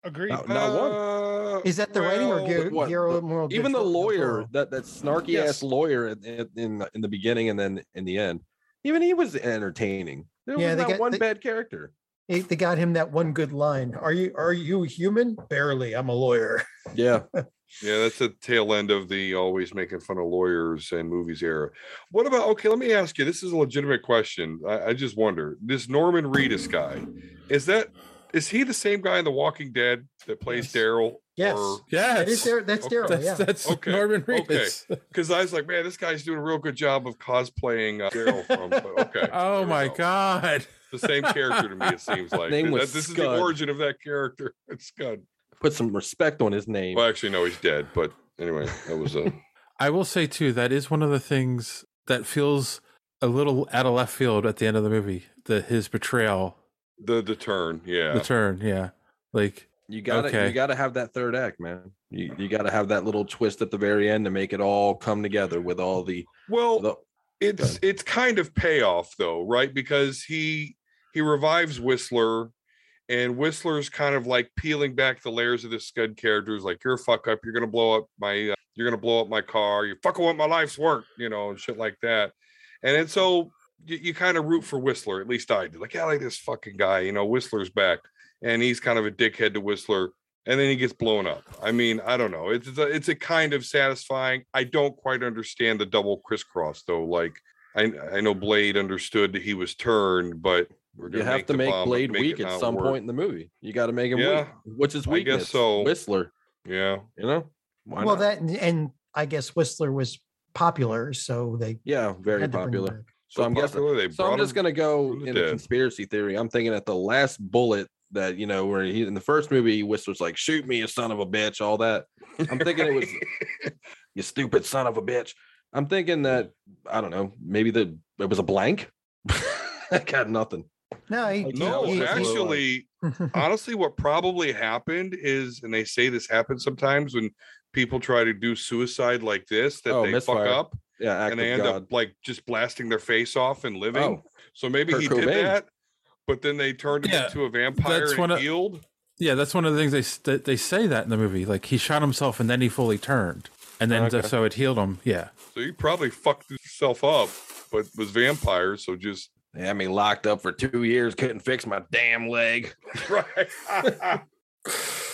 [SPEAKER 8] Agreed.
[SPEAKER 9] Not, not one.
[SPEAKER 10] Uh,
[SPEAKER 4] Is that the writing or Gu-
[SPEAKER 9] What?
[SPEAKER 4] Guillermo moral?
[SPEAKER 9] Even the lawyer, that that snarky
[SPEAKER 4] Yes.
[SPEAKER 9] ass lawyer in, in- in the- in the beginning and then in the end, even he was entertaining. There
[SPEAKER 4] Yeah,
[SPEAKER 9] was
[SPEAKER 4] they
[SPEAKER 9] not
[SPEAKER 4] got-
[SPEAKER 9] one
[SPEAKER 4] they-
[SPEAKER 9] bad character.
[SPEAKER 4] They, they got him that one good line. Are you are you human? Barely. I'm a lawyer.
[SPEAKER 9] Yeah.
[SPEAKER 10] Yeah, that's the tail end of the always making fun of lawyers and movies era. What about okay? Let me ask you. This is a legitimate question. I, I just wonder. This Norman Reedus guy, is that is he the same guy in The Walking Dead that plays Daryl?
[SPEAKER 4] Yes.
[SPEAKER 5] Yes.
[SPEAKER 4] That is Dar- that's Daryl.
[SPEAKER 5] That's-
[SPEAKER 4] yeah.
[SPEAKER 5] that's Norman Reedus.
[SPEAKER 10] Because I was like, man, this guy's doing a real good job of cosplaying uh, Daryl from. But okay,
[SPEAKER 5] oh my God.
[SPEAKER 10] the same character to me. It seems like
[SPEAKER 9] Name was
[SPEAKER 10] That- this is the
[SPEAKER 9] Scud.
[SPEAKER 10] origin of that character. It's Scud.
[SPEAKER 9] Put some respect on his name.
[SPEAKER 10] Well, actually, no, he's dead. But anyway, that was uh, a.
[SPEAKER 5] I will say too that is one of the things that feels a little out of left field at the end of the movie. The his betrayal,
[SPEAKER 10] The the turn, yeah.
[SPEAKER 5] the turn. Yeah, like
[SPEAKER 9] You gotta
[SPEAKER 5] Okay.
[SPEAKER 9] you gotta have that third act, man. You you gotta have that little twist at the very end to make it all come together with all the
[SPEAKER 10] Well,
[SPEAKER 9] the-
[SPEAKER 10] it's it's kind of payoff though, right? Because he he revives Whistler, and Whistler's kind of like peeling back the layers of this Scud character. Is like you're a fuck up. You're gonna blow up my. Uh, you're gonna blow up my car. You're fucking with my life's work, you know, and shit like that. And then so you, you kind of root for Whistler. At least I did. Like I like this fucking guy. You know, Whistler's back, and he's kind of a dickhead to Whistler. And then he gets blown up. I mean, I don't know. It's it's a, it's a kind of satisfying. I don't quite understand the double crisscross though. Like I I know Blade understood that he was turned, but we're
[SPEAKER 9] you
[SPEAKER 10] gonna
[SPEAKER 9] have to
[SPEAKER 10] the
[SPEAKER 9] make
[SPEAKER 10] bomb, but
[SPEAKER 9] Blade
[SPEAKER 10] make
[SPEAKER 9] weak
[SPEAKER 10] it
[SPEAKER 9] at
[SPEAKER 10] not
[SPEAKER 9] some
[SPEAKER 10] work.
[SPEAKER 9] point in the movie. You gotta make him
[SPEAKER 10] Yeah,
[SPEAKER 9] weak, which is
[SPEAKER 10] I guess
[SPEAKER 9] weakness.
[SPEAKER 10] so.
[SPEAKER 9] Whistler,
[SPEAKER 10] Yeah.
[SPEAKER 9] you know. Why
[SPEAKER 4] well,
[SPEAKER 9] not?
[SPEAKER 4] that and, and I guess Whistler was popular, so they
[SPEAKER 9] yeah, very
[SPEAKER 4] had to bring him
[SPEAKER 9] popular.
[SPEAKER 4] back.
[SPEAKER 9] So,
[SPEAKER 10] So
[SPEAKER 9] I'm
[SPEAKER 10] popular, they
[SPEAKER 9] guessing. So
[SPEAKER 10] brought
[SPEAKER 9] I'm just
[SPEAKER 10] him
[SPEAKER 9] gonna go
[SPEAKER 10] the
[SPEAKER 9] in
[SPEAKER 10] dead.
[SPEAKER 9] a conspiracy theory. I'm thinking that the last bullet that you know, where he in the first movie, he whistles like "Shoot me, you son of a bitch," all that. I'm thinking it was you stupid son of a bitch. I'm thinking that I don't know. Maybe the it was a blank. I got nothing.
[SPEAKER 4] No, he,
[SPEAKER 10] No,
[SPEAKER 4] he- he-
[SPEAKER 10] actually, honestly, what probably happened is, and they say this happens sometimes when people try to do suicide like this, that
[SPEAKER 9] Oh,
[SPEAKER 10] they
[SPEAKER 9] misfire.
[SPEAKER 10] fuck up
[SPEAKER 9] Yeah, act
[SPEAKER 10] and they
[SPEAKER 9] of
[SPEAKER 10] end up like just blasting their face off and living.
[SPEAKER 9] Oh.
[SPEAKER 10] So maybe
[SPEAKER 9] Kurt
[SPEAKER 10] he
[SPEAKER 9] Cobain.
[SPEAKER 10] did that, but then they turned him
[SPEAKER 5] Yeah,
[SPEAKER 10] into a vampire
[SPEAKER 5] that's
[SPEAKER 10] and
[SPEAKER 5] one of-
[SPEAKER 10] healed.
[SPEAKER 5] Yeah, that's one of the things they s- that they say that in the movie. Like he shot himself and then he fully turned, and then
[SPEAKER 10] Okay.
[SPEAKER 5] so it healed him. Yeah,
[SPEAKER 10] So he probably fucked himself up, but was vampire. So just
[SPEAKER 9] They had me locked up for two years, couldn't fix my damn leg.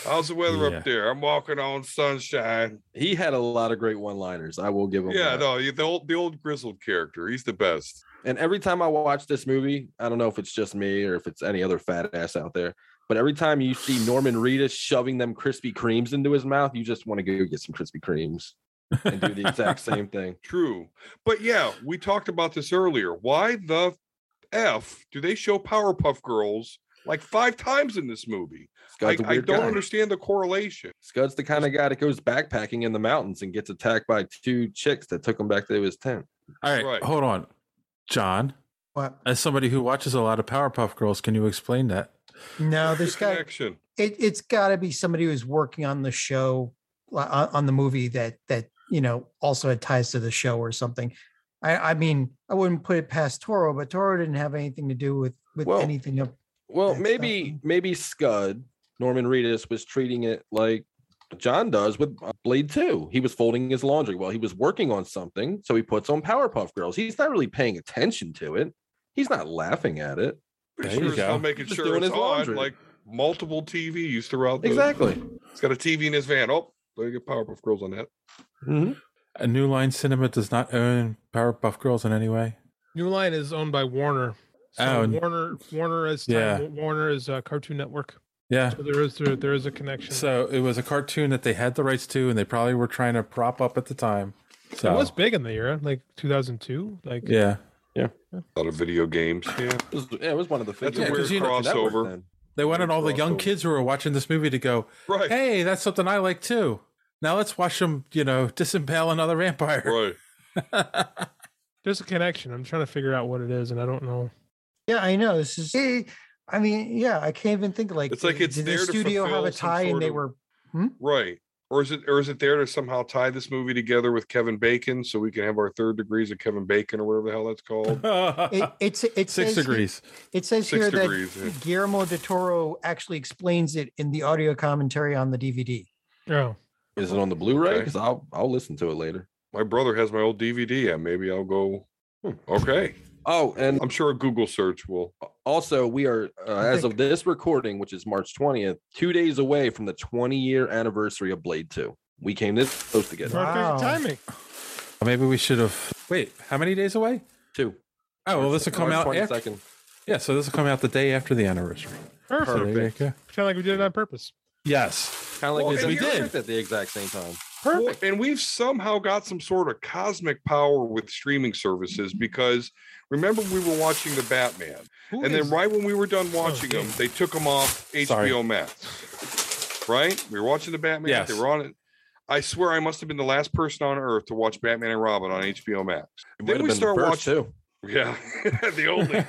[SPEAKER 10] how's the weather
[SPEAKER 9] Yeah.
[SPEAKER 10] up there? I'm walking on sunshine.
[SPEAKER 9] He had a lot of great one-liners. I will give him.
[SPEAKER 10] Yeah,
[SPEAKER 9] that.
[SPEAKER 10] no, the old the old grizzled character. He's the best.
[SPEAKER 9] And every time I watch this movie, I don't know if it's just me or if it's any other fat ass out there, but every time you see Norman Reedus shoving them Krispy Kremes into his mouth, you just want to go get some Krispy Kremes and do the exact same thing.
[SPEAKER 10] True. But yeah, we talked about this earlier. Why the F do they show Powerpuff Girls like five times in this movie? I,
[SPEAKER 9] Scott's a
[SPEAKER 10] I
[SPEAKER 9] weird
[SPEAKER 10] don't
[SPEAKER 9] guy.
[SPEAKER 10] understand the correlation.
[SPEAKER 9] Scud's the kind of guy that goes backpacking in the mountains and gets attacked by two chicks that took him back to his tent.
[SPEAKER 5] All right, hold on, John.
[SPEAKER 4] What?
[SPEAKER 5] As somebody who watches a lot of Powerpuff Girls, can you explain that?
[SPEAKER 4] no, there's got
[SPEAKER 10] Action.
[SPEAKER 4] it, it's got to be somebody who's working on the show li- on on the movie that that you know also had ties to the show or something i i mean i wouldn't put it past toro but toro didn't have anything to do with with
[SPEAKER 9] Well,
[SPEAKER 4] anything of
[SPEAKER 9] Well,
[SPEAKER 4] That's
[SPEAKER 9] maybe maybe Scud Norman Reedus was treating it like John does with uh, Blade Two. He was folding his laundry while he was working on something, so he puts on Powerpuff Girls. He's not really paying attention to it. He's not laughing at it.
[SPEAKER 10] Pretty sure it's still making
[SPEAKER 9] Just
[SPEAKER 10] sure
[SPEAKER 9] doing
[SPEAKER 10] it's
[SPEAKER 9] his
[SPEAKER 10] on
[SPEAKER 9] laundry.
[SPEAKER 10] like multiple TVs throughout the
[SPEAKER 9] Exactly.
[SPEAKER 10] He's got a TV in his van. Oh, let me get Powerpuff Girls on that.
[SPEAKER 5] A New Line Cinema does not own Powerpuff Girls in any way.
[SPEAKER 8] New Line is owned by Warner. So
[SPEAKER 5] Oh, and-
[SPEAKER 8] Warner, Warner is
[SPEAKER 5] Yeah.
[SPEAKER 8] Warner is uh, Cartoon Network.
[SPEAKER 5] Yeah.
[SPEAKER 8] So there is there, there is a connection.
[SPEAKER 5] So it was a cartoon that they had the rights to, and they probably were trying to prop up at the time. So
[SPEAKER 8] It was big in the year, like 2002. Like
[SPEAKER 5] yeah,
[SPEAKER 9] yeah.
[SPEAKER 10] A lot of video games. Yeah.
[SPEAKER 9] It was, yeah, it was one of the
[SPEAKER 10] That's
[SPEAKER 9] figures.
[SPEAKER 10] a weird crossover.
[SPEAKER 5] They wanted all the young
[SPEAKER 10] crossover.
[SPEAKER 5] kids who were watching this movie to go,
[SPEAKER 10] right.
[SPEAKER 5] hey, that's something I like too. Now let's watch them, you know, disembowel another vampire.
[SPEAKER 10] Right.
[SPEAKER 8] There's a connection. I'm trying to figure out what it is, and I don't know.
[SPEAKER 4] yeah i know this is eh, i mean yeah i can't even think like
[SPEAKER 10] It's like it's
[SPEAKER 4] did
[SPEAKER 10] there
[SPEAKER 4] the
[SPEAKER 10] to
[SPEAKER 4] studio have a
[SPEAKER 10] fulfill some
[SPEAKER 4] tie and
[SPEAKER 10] sort
[SPEAKER 4] they
[SPEAKER 10] of-
[SPEAKER 4] were
[SPEAKER 10] Right. Or is it or is it there to somehow tie this movie together with Kevin Bacon so we can have our third degrees of Kevin Bacon or whatever the hell that's called?
[SPEAKER 4] it, it's it
[SPEAKER 10] Six
[SPEAKER 4] says he-
[SPEAKER 10] degrees.
[SPEAKER 4] it says
[SPEAKER 10] Six
[SPEAKER 4] here
[SPEAKER 10] degrees,
[SPEAKER 4] that
[SPEAKER 10] yeah.
[SPEAKER 4] guillermo de toro actually explains it in the audio commentary on the dvd
[SPEAKER 8] Yeah.
[SPEAKER 9] Is it on the Blu-ray? Because I'll I'll listen to it later.
[SPEAKER 10] My brother has my old DVD. and Maybe I'll go. hmm, Okay.
[SPEAKER 9] Oh, and
[SPEAKER 10] I'm sure a Google search will.
[SPEAKER 9] Also, we are uh, as of this recording, which is March 20th, two days away from the 20 year anniversary of Blade 2. We came this close together.
[SPEAKER 8] Perfect timing.
[SPEAKER 5] Maybe we should have. Wait, how many days away?
[SPEAKER 9] Two.
[SPEAKER 5] Oh, well, this will come
[SPEAKER 9] March
[SPEAKER 5] out after.
[SPEAKER 9] 22nd.
[SPEAKER 5] Yeah, so this will come out the day after the anniversary.
[SPEAKER 8] Perfect.
[SPEAKER 5] So there you go.
[SPEAKER 8] Kind of like we did it on purpose.
[SPEAKER 5] Yes.
[SPEAKER 9] Kind of like
[SPEAKER 10] Well,
[SPEAKER 9] we
[SPEAKER 10] and
[SPEAKER 9] did
[SPEAKER 10] here's-
[SPEAKER 9] Perfect at the exact same time.
[SPEAKER 10] Perfect. and we've somehow got some sort of cosmic power with streaming services because remember we were watching the Batman,
[SPEAKER 8] Who
[SPEAKER 10] and then
[SPEAKER 8] is-
[SPEAKER 10] right when we were done watching them, they took them off HBO
[SPEAKER 5] Sorry.
[SPEAKER 10] Max. Right? We were watching the Batman. They
[SPEAKER 5] Yes.
[SPEAKER 10] were on it. I swear I must have been the last person on earth to watch Batman and Robin on HBO Max.
[SPEAKER 9] might have
[SPEAKER 10] Then we
[SPEAKER 9] been
[SPEAKER 10] start
[SPEAKER 9] the first,
[SPEAKER 10] watching.
[SPEAKER 9] too.
[SPEAKER 10] Yeah, the only.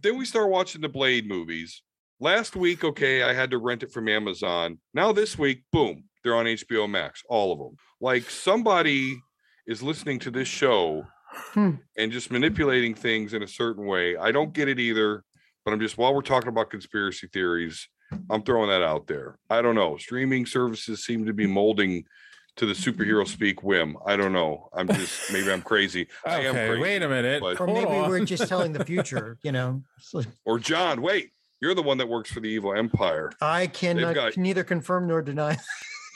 [SPEAKER 10] then we start watching the Blade movies. Last week, okay, I had to rent it from Amazon. Now this week, boom, they're on HBO Max, all of them. Like somebody is listening to this show
[SPEAKER 5] Hmm.
[SPEAKER 10] and just manipulating things in a certain way. I don't get it either, but I'm just while we're talking about conspiracy theories, I'm throwing that out there. I don't know. Streaming services seem to be molding to the superhero speak whim. I don't know. I'm just maybe I'm crazy. I am
[SPEAKER 5] Okay,
[SPEAKER 10] crazy,
[SPEAKER 5] wait a minute.
[SPEAKER 10] but-
[SPEAKER 4] or maybe we're just telling the future you know It's like,
[SPEAKER 10] or John, wait, you're the one that works for the evil empire.
[SPEAKER 4] i cannot
[SPEAKER 10] got-
[SPEAKER 4] can neither confirm nor deny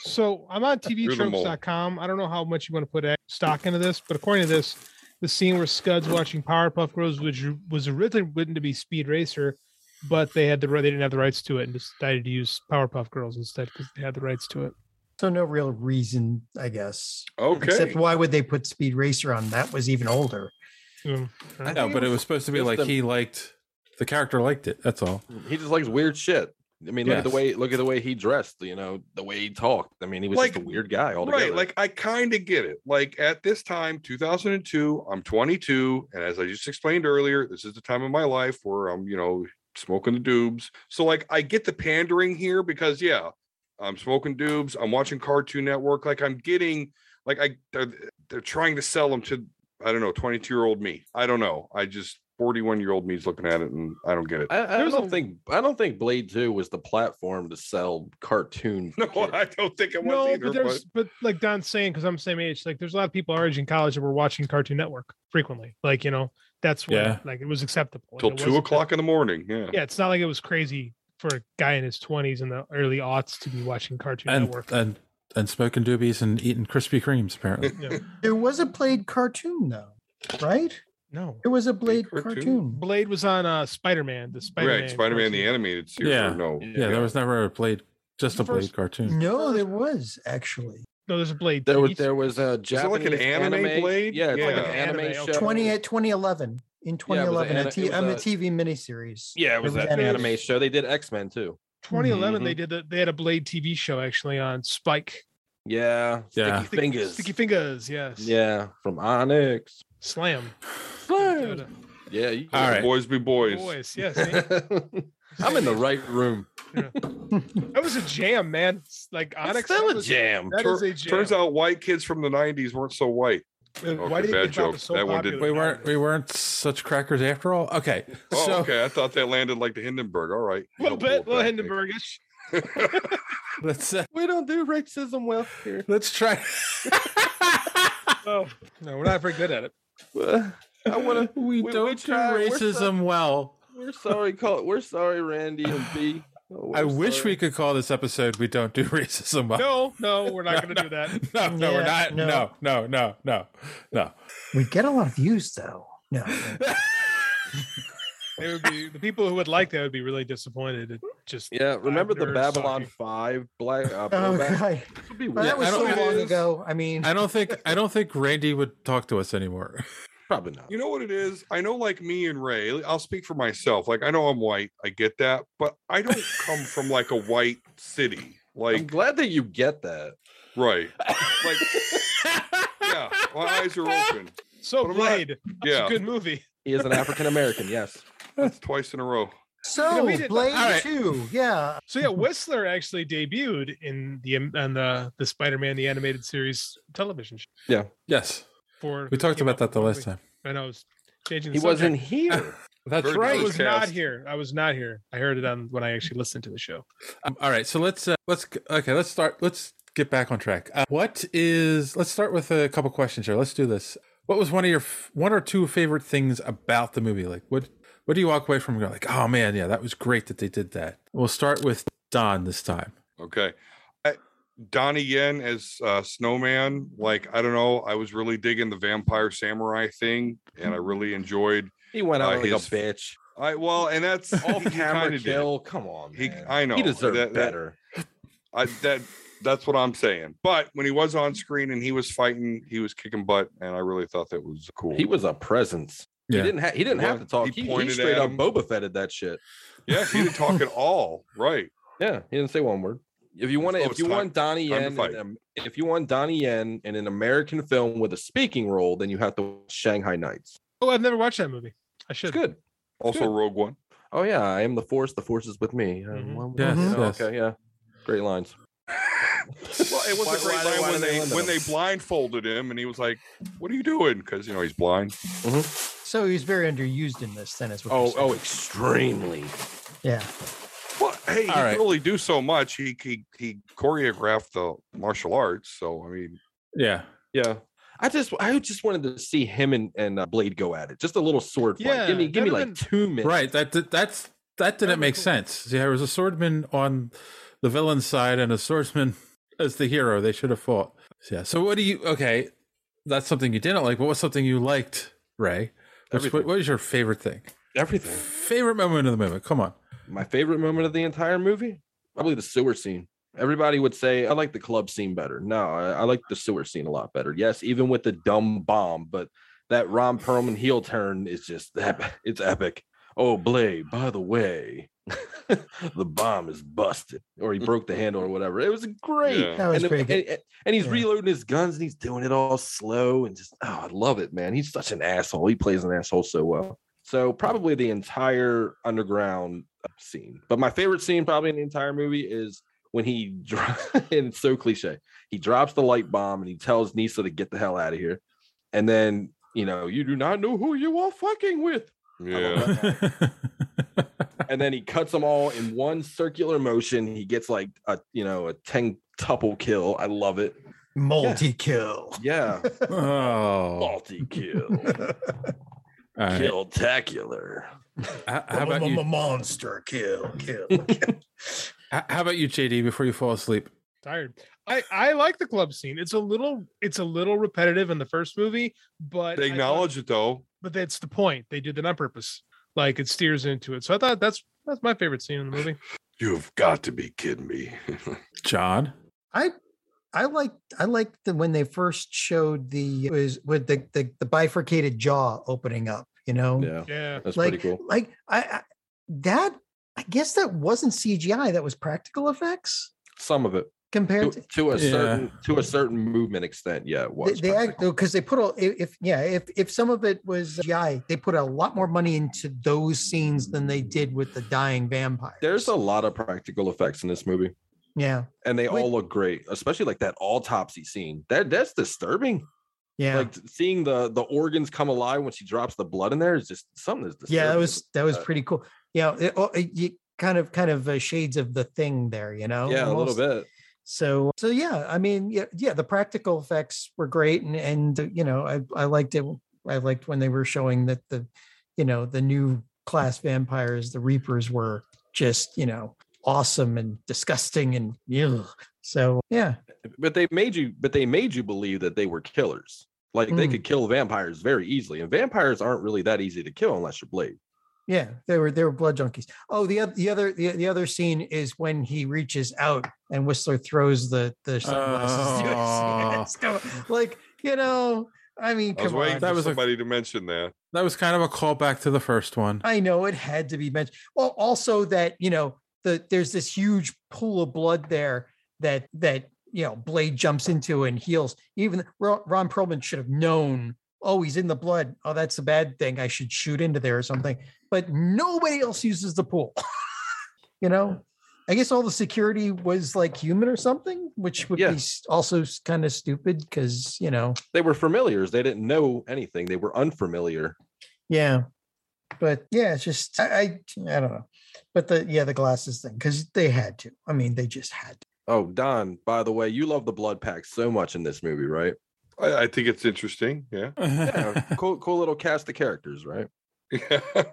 [SPEAKER 8] So I'm on TVtropes.com. I don't know how much you want to put stock into this, but according to this, the scene where Scud's watching Powerpuff Girls, which was originally written to be Speed Racer, but they had the they didn't have the rights to it and decided to use Powerpuff Girls instead because they had the rights to it.
[SPEAKER 4] So no real reason, I guess.
[SPEAKER 10] Okay.
[SPEAKER 4] Except why would they put Speed Racer on? That was even older.
[SPEAKER 5] No, but it was supposed to be
[SPEAKER 9] just
[SPEAKER 5] like
[SPEAKER 9] a-
[SPEAKER 5] he liked the character liked it. That's all.
[SPEAKER 9] He just likes weird shit. I mean, look at the
[SPEAKER 10] Yes.
[SPEAKER 9] way look at the way he dressed. You know, the way he talked. I mean, he was just
[SPEAKER 10] Like-
[SPEAKER 9] a weird guy altogether.
[SPEAKER 10] Right. Like I kind of get it. Like at this time, 2002, I'm 22. And as I just explained earlier, this is the time of my life where I'm, you know, smoking the doobs. So like I get the pandering here because, yeah, I'm smoking doobs. I'm watching Cartoon Network. Like I'm getting, like I, they're, they're trying to sell them to, I don't know, 22 year old me. I don't know. I just, 41 year old me's looking at it and I don't get it.
[SPEAKER 9] I, I don't think I don't think Blade Two was the platform to sell cartoon.
[SPEAKER 10] No, I don't think it was
[SPEAKER 8] no,
[SPEAKER 10] either.
[SPEAKER 8] but there's but like Don's saying because I'm the same age. Like there's a lot of people our age in college that were watching Cartoon Network frequently. Like you know that's when
[SPEAKER 10] Yeah.
[SPEAKER 8] like it was acceptable. Like,
[SPEAKER 10] Till
[SPEAKER 8] it
[SPEAKER 10] two
[SPEAKER 8] wasn't-
[SPEAKER 10] o'clock in the morning.
[SPEAKER 8] Yeah, it's not like it was crazy for a guy in his 20s in the early aughts to be watching Cartoon
[SPEAKER 5] and
[SPEAKER 8] Network.
[SPEAKER 5] and and smoking doobies and eating Krispy Kremes apparently.
[SPEAKER 4] There was a Blade cartoon though, right?
[SPEAKER 8] No,
[SPEAKER 4] there was a Blade
[SPEAKER 8] cartoon?
[SPEAKER 4] cartoon.
[SPEAKER 8] Blade was on uh, Spider-Man. The Spider-Man.
[SPEAKER 10] right. Spider Man, the animated series.
[SPEAKER 5] yeah,
[SPEAKER 10] or No.
[SPEAKER 5] yeah, There was never a blade, just a blade cartoon.
[SPEAKER 4] No, there was actually.
[SPEAKER 8] No, there's a Blade.
[SPEAKER 9] There was there was a
[SPEAKER 5] it
[SPEAKER 9] Japanese
[SPEAKER 5] like an anime Blade?
[SPEAKER 9] Yeah, it's like
[SPEAKER 5] Yeah.
[SPEAKER 9] an anime, show.
[SPEAKER 4] 20, 2011. In
[SPEAKER 9] Yeah, it was a
[SPEAKER 4] 2011,
[SPEAKER 9] an-
[SPEAKER 4] a, t-
[SPEAKER 9] it was
[SPEAKER 4] on the
[SPEAKER 9] a-
[SPEAKER 4] TV miniseries. Mm-hmm.
[SPEAKER 9] Yeah, it was
[SPEAKER 4] There
[SPEAKER 9] that anime show. They did X Men too.
[SPEAKER 8] 2011,
[SPEAKER 9] Mm-hmm.
[SPEAKER 8] they did the, they had a Blade TV show actually on Spike.
[SPEAKER 9] Mm-hmm. Yeah,
[SPEAKER 8] Yeah.
[SPEAKER 9] Sticky fingers.
[SPEAKER 8] Sticky fingers, yes.
[SPEAKER 9] Yeah, from Onyx.
[SPEAKER 8] Slam.
[SPEAKER 9] Yeah, you
[SPEAKER 10] All right. Boys be boys.
[SPEAKER 8] Boys, yes. man.
[SPEAKER 9] I'm in the right room.
[SPEAKER 8] that was a jam, man. It's Like Onyx.
[SPEAKER 9] still
[SPEAKER 8] that
[SPEAKER 9] a
[SPEAKER 8] was-
[SPEAKER 9] jam.
[SPEAKER 8] That
[SPEAKER 10] Tur-
[SPEAKER 8] is a jam.
[SPEAKER 10] Turns out white kids from the 90s weren't so white.
[SPEAKER 8] Uh,
[SPEAKER 10] Okay,
[SPEAKER 8] why do you
[SPEAKER 10] bad
[SPEAKER 8] think that
[SPEAKER 10] joke.
[SPEAKER 8] was so
[SPEAKER 10] that one
[SPEAKER 8] popular?
[SPEAKER 10] didn't.
[SPEAKER 5] We weren't we weren't such crackers after all. Okay,
[SPEAKER 10] Oh,
[SPEAKER 5] so
[SPEAKER 10] okay. I thought that landed like the Hindenburg. All right.
[SPEAKER 8] A little bit, little Hindenburgish.
[SPEAKER 5] let's uh,
[SPEAKER 9] We don't do racism well here.
[SPEAKER 5] let's try.
[SPEAKER 8] Oh, no, we're not very good at it.
[SPEAKER 9] I want to.
[SPEAKER 5] We, don't do racism well.
[SPEAKER 9] We're sorry, Colt. We're sorry, Randy and B. Oh,
[SPEAKER 5] I
[SPEAKER 9] we're
[SPEAKER 5] wish
[SPEAKER 9] sorry.
[SPEAKER 5] we could call this episode "We Don't Do Racism." Well.
[SPEAKER 8] No, no, we're not going to do that.
[SPEAKER 5] no, no, we're not. No, no, no, no, no.
[SPEAKER 4] We get a lot of views though. No.
[SPEAKER 8] It would be the people who would like that would be really disappointed. It just
[SPEAKER 9] Yeah, remember the
[SPEAKER 8] nerds
[SPEAKER 9] Babylon Five black? Uh,
[SPEAKER 4] Oh,
[SPEAKER 9] blowback?
[SPEAKER 4] God.
[SPEAKER 9] This would be
[SPEAKER 4] Well, that
[SPEAKER 9] weird.
[SPEAKER 4] was so long ago. I mean,
[SPEAKER 5] I don't think I don't think Randy would talk to us anymore.
[SPEAKER 9] Probably not.
[SPEAKER 10] You know what it is? I know, like me and Ray, I'll speak for myself. Like, I know I'm white. I get that. But I don't come from like a white city. Like,
[SPEAKER 9] I'm glad that you get that.
[SPEAKER 10] right. Like, yeah, my eyes are open.
[SPEAKER 8] So, Blade.
[SPEAKER 10] Yeah.
[SPEAKER 8] It's a good movie.
[SPEAKER 9] He is an African American. Yes.
[SPEAKER 10] That's twice in a row.
[SPEAKER 8] Yeah,
[SPEAKER 4] so
[SPEAKER 8] we did-
[SPEAKER 4] Blade
[SPEAKER 8] all right.
[SPEAKER 4] 2. Yeah.
[SPEAKER 8] So yeah, Whistler actually debuted in the on the the Spider-Man the animated series television show.
[SPEAKER 9] Yeah.
[SPEAKER 5] Yes.
[SPEAKER 8] For
[SPEAKER 5] We talked
[SPEAKER 8] came
[SPEAKER 5] about that
[SPEAKER 8] out
[SPEAKER 5] the
[SPEAKER 8] before
[SPEAKER 5] last
[SPEAKER 8] we-
[SPEAKER 5] time.
[SPEAKER 8] I know. I was changing. The
[SPEAKER 9] He wasn't
[SPEAKER 8] subject.
[SPEAKER 9] here.
[SPEAKER 5] That's
[SPEAKER 8] Very
[SPEAKER 5] right.
[SPEAKER 8] I was not
[SPEAKER 5] Cast.
[SPEAKER 8] here. I was not here. I heard it on when I actually listened to the show.
[SPEAKER 5] Um, all right, so let's uh, let's okay, let's start. Let's get back on track. Uh, what is? Let's start with a couple questions here. Let's do this. What was one of your f- one or two favorite things about the movie? Like what what do you walk away from and go like, oh man, yeah, that was great that they did that. We'll start with Don this time.
[SPEAKER 10] Okay. I, Donnie Yen as uh, Snowman. Like, I don't know. I was really digging the vampire samurai thing, and I really enjoyed.
[SPEAKER 9] He went out
[SPEAKER 10] uh,
[SPEAKER 9] like
[SPEAKER 10] his-
[SPEAKER 9] a bitch.
[SPEAKER 10] I well, and that's
[SPEAKER 9] Off
[SPEAKER 10] he
[SPEAKER 9] Oh, camera
[SPEAKER 10] kinda did.
[SPEAKER 9] kill. Come on.
[SPEAKER 10] He,
[SPEAKER 9] man.
[SPEAKER 10] I know
[SPEAKER 9] He deserved
[SPEAKER 10] that- that-
[SPEAKER 9] better.
[SPEAKER 10] I that that's what I'm saying. But when he was on screen and he was fighting, he was kicking butt, and I really thought that was cool.
[SPEAKER 9] He was a presence.
[SPEAKER 5] Yeah.
[SPEAKER 9] He didn't. Ha- he didn't have to
[SPEAKER 10] was.
[SPEAKER 9] talk.
[SPEAKER 10] He
[SPEAKER 9] He, he
[SPEAKER 10] pointed
[SPEAKER 9] straight
[SPEAKER 10] at
[SPEAKER 9] up
[SPEAKER 10] him.
[SPEAKER 9] Boba Fetted that shit.
[SPEAKER 10] yeah, he didn't talk at all. Right.
[SPEAKER 9] Yeah, he didn't say one word. If you want,
[SPEAKER 10] Oh,
[SPEAKER 9] to, if
[SPEAKER 10] it's
[SPEAKER 9] you
[SPEAKER 10] time-
[SPEAKER 9] want Donnie
[SPEAKER 10] time to
[SPEAKER 9] Yen,
[SPEAKER 10] fight.
[SPEAKER 9] in a- if you want Donnie Yen in an American film with a speaking role, then you have to watch Shanghai Nights.
[SPEAKER 8] Oh, I've never watched that movie. I should.
[SPEAKER 9] It's good.
[SPEAKER 10] Also,
[SPEAKER 9] Good.
[SPEAKER 10] Rogue One.
[SPEAKER 9] Oh yeah, I am the force. The force is with me. Uh,
[SPEAKER 10] Mm-hmm.
[SPEAKER 8] Mhm.
[SPEAKER 9] one-
[SPEAKER 5] Yes,
[SPEAKER 9] you know,
[SPEAKER 5] yes.
[SPEAKER 9] Okay. Yeah. Great lines.
[SPEAKER 10] Well, it was
[SPEAKER 9] Why-
[SPEAKER 10] a great
[SPEAKER 9] why- why
[SPEAKER 10] line
[SPEAKER 9] do
[SPEAKER 10] when
[SPEAKER 9] they
[SPEAKER 10] they
[SPEAKER 9] limit
[SPEAKER 10] when
[SPEAKER 9] him?
[SPEAKER 10] they blindfolded him, and he was like, "What are you doing?" Because you know he's blind.
[SPEAKER 4] So he was very underused in this then as
[SPEAKER 9] Oh,
[SPEAKER 4] well.
[SPEAKER 9] oh, extremely.
[SPEAKER 4] Yeah.
[SPEAKER 10] Well, hey, he
[SPEAKER 5] All right.
[SPEAKER 10] can only do so much. He he he choreographed the martial arts, so I mean,
[SPEAKER 5] Yeah.
[SPEAKER 9] Yeah. I just, I just wanted to see him and, and uh, Blade go at it. Just a little sword fight.
[SPEAKER 8] Yeah,
[SPEAKER 9] give me, give me
[SPEAKER 8] that'd
[SPEAKER 9] like
[SPEAKER 8] have
[SPEAKER 9] two minutes.
[SPEAKER 5] Right. That did- that's that didn't make sense. Yeah, there was a swordsman on the villain's side and a swordsman as the hero. They should have fought. Yeah. So what do you? Okay, that's something you didn't like. What was something you liked, Ray? Which, what,
[SPEAKER 9] Everything.
[SPEAKER 5] what was your favorite thing?
[SPEAKER 9] Everything.
[SPEAKER 5] Favorite moment of the movie? Come on.
[SPEAKER 9] My favorite moment of the entire movie, probably the sewer scene. Everybody would say I like the club scene better. No, I, I like the sewer scene a lot better. Yes, even with the dumb bomb, but that Ron Perlman heel turn is just that. It's epic. Oh, Blade. By the way, the bomb is busted, or he broke the handle, or whatever. It was great.
[SPEAKER 12] Yeah. That was
[SPEAKER 9] and, the-
[SPEAKER 12] pretty good.
[SPEAKER 9] and- and he's reloading his guns, and he's doing it all slow, and just oh, I love it, man. He's such an asshole. He plays an asshole so well. So probably the entire underground uh, scene, but my favorite scene probably in the entire movie is when he dro- and it's so cliche. He drops the light bomb and he tells Nisa to get the hell out of here, and then you know you do not know who you are fucking with.
[SPEAKER 10] Yeah.
[SPEAKER 9] and then he cuts them all in one circular motion. He gets like a you know a ten tuple kill. I love it.
[SPEAKER 4] Multi kill.
[SPEAKER 9] Yeah.
[SPEAKER 5] Oh.
[SPEAKER 9] Multi kill.
[SPEAKER 5] All right.
[SPEAKER 9] Kill tacular.
[SPEAKER 5] How, how about you?
[SPEAKER 4] monster kill kill?
[SPEAKER 5] How how about you, JD? Before you fall asleep.
[SPEAKER 8] tired. I I like the club scene. It's a little it's a little repetitive in the first movie, but
[SPEAKER 10] They
[SPEAKER 8] I thought-
[SPEAKER 10] acknowledge it though.
[SPEAKER 8] but that's the point. They did that on purpose. Like it steers into it. So I thought that's that's my favorite scene in the movie.
[SPEAKER 10] You've got to be kidding me.
[SPEAKER 5] John.
[SPEAKER 4] I I like I like the when they first showed the it was with the, the the bifurcated jaw opening up, you know?
[SPEAKER 9] Yeah.
[SPEAKER 8] Yeah.
[SPEAKER 9] That's
[SPEAKER 4] like,
[SPEAKER 9] pretty cool.
[SPEAKER 4] Like I, I that I guess that wasn't CGI, that was practical effects
[SPEAKER 9] Some of it to,
[SPEAKER 4] compared to
[SPEAKER 9] to a
[SPEAKER 5] Yeah.
[SPEAKER 9] certain to a certain movement extent. Yeah, it was.
[SPEAKER 4] they, they act because they put a if if- yeah if if some of it was CGI, they put a lot more money into those scenes than they did with the dying vampire.
[SPEAKER 9] There's a lot of practical effects in this movie,
[SPEAKER 4] Yeah,
[SPEAKER 9] and they
[SPEAKER 4] Wait.
[SPEAKER 9] all look great, especially like that autopsy scene. That that's disturbing.
[SPEAKER 4] yeah,
[SPEAKER 9] Like seeing the the organs come alive when she drops the blood in there is just something that's disturbing.
[SPEAKER 4] yeah. That was that was
[SPEAKER 9] that.
[SPEAKER 4] pretty cool. Yeah, it, oh, it- you- kind of kind of uh, shades of the thing there, you know.
[SPEAKER 9] yeah, a
[SPEAKER 4] almost.
[SPEAKER 9] little bit.
[SPEAKER 4] So so yeah, I mean yeah, yeah, the practical effects were great and and uh, you know, I I liked it I liked when they were showing that the you know, the new class vampires, the reapers were just, you know, awesome and disgusting and yeah. So yeah,
[SPEAKER 9] but they made you but they made you believe that they were killers like they
[SPEAKER 4] Hmm.
[SPEAKER 9] could kill vampires very easily and vampires aren't really that easy to kill unless you're blade
[SPEAKER 4] yeah, they were they were blood junkies. Oh, the other the other the, the other scene is when he reaches out and Whistler throws the the sunglasses. to his
[SPEAKER 5] Oh.
[SPEAKER 4] head. So, like, you know, I mean,
[SPEAKER 10] I was
[SPEAKER 4] come
[SPEAKER 10] waiting
[SPEAKER 4] on.
[SPEAKER 10] for
[SPEAKER 5] That was a-
[SPEAKER 10] somebody to mention that.
[SPEAKER 5] That was kind of a callback to the first one.
[SPEAKER 4] I know it had to be mentioned. Well, also that you know the there's this huge pool of blood there that that you know Blade jumps into and heals. Even Ron Ron Perlman should have known. Oh, he's in the blood. Oh, that's a bad thing. I should shoot into there or something. But nobody else uses the pool. you know, I guess all the security was like human or something, which would
[SPEAKER 9] Yeah.
[SPEAKER 4] be s- also kind of stupid because you know
[SPEAKER 9] they were familiars they didn't know anything they were unfamiliar
[SPEAKER 4] Yeah. But yeah, it's just I, I I don't know. But the yeah, the glasses thing, because they had to. I mean, they just had to.
[SPEAKER 9] oh don by the way you love the blood pack so much in this movie right
[SPEAKER 10] I, I think it's interesting. Yeah.
[SPEAKER 9] yeah, cool cool little cast of characters right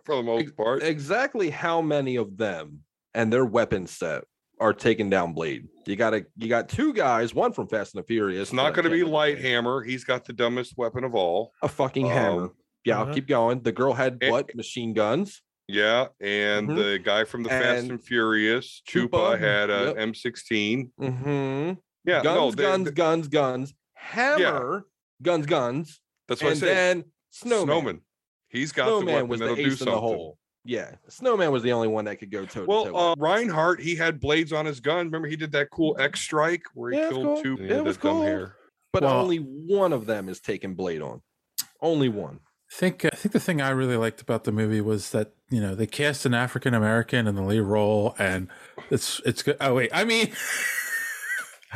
[SPEAKER 10] for the most part.
[SPEAKER 9] exactly how many of them and their weapon set are taking down blade you gotta you got two guys one from fast and the furious
[SPEAKER 10] It's not
[SPEAKER 9] but I
[SPEAKER 10] going to be
[SPEAKER 9] can't-
[SPEAKER 10] light hammer. He's got the dumbest weapon of all.
[SPEAKER 9] a fucking
[SPEAKER 10] Um,
[SPEAKER 9] hammer yeah I'll
[SPEAKER 10] mhm.
[SPEAKER 9] keep going the girl had
[SPEAKER 10] It-
[SPEAKER 9] what machine guns
[SPEAKER 10] Yeah, and
[SPEAKER 9] Mhm.
[SPEAKER 10] the guy from the Fast
[SPEAKER 9] And
[SPEAKER 10] and Furious, Chupa,
[SPEAKER 9] Chupa,
[SPEAKER 10] had a
[SPEAKER 9] yep.
[SPEAKER 10] M16.
[SPEAKER 9] Mm-hmm.
[SPEAKER 10] Yeah,
[SPEAKER 9] guns,
[SPEAKER 10] no, they-
[SPEAKER 9] guns,
[SPEAKER 10] they-
[SPEAKER 9] guns, guns, hammer, guns, guns,
[SPEAKER 10] That's what
[SPEAKER 9] and
[SPEAKER 10] I said.
[SPEAKER 9] then snowman.
[SPEAKER 10] Snowman. He's got the
[SPEAKER 9] Snowman
[SPEAKER 10] weapon
[SPEAKER 9] was
[SPEAKER 10] that'll
[SPEAKER 9] the
[SPEAKER 10] do
[SPEAKER 9] ace in
[SPEAKER 10] something.
[SPEAKER 9] the hole. Yeah, snowman was the only one that could go toe to toe.
[SPEAKER 10] Well, uh, Reinhardt, he had blades on his gun. Remember, he did that cool X strike where he
[SPEAKER 9] Mm-hmm. Yeah, it's
[SPEAKER 10] killed
[SPEAKER 9] cool.
[SPEAKER 10] two.
[SPEAKER 9] Yeah,
[SPEAKER 10] and he
[SPEAKER 9] it
[SPEAKER 10] had
[SPEAKER 9] was
[SPEAKER 10] that dumb
[SPEAKER 9] cool.
[SPEAKER 10] hair.
[SPEAKER 9] but
[SPEAKER 5] well-
[SPEAKER 9] only one of them is taking blade on. Only one.
[SPEAKER 5] I think uh, I think the thing I really liked about the movie was that you know they cast an African American in the lead role, and it's it's good. Oh wait, I mean,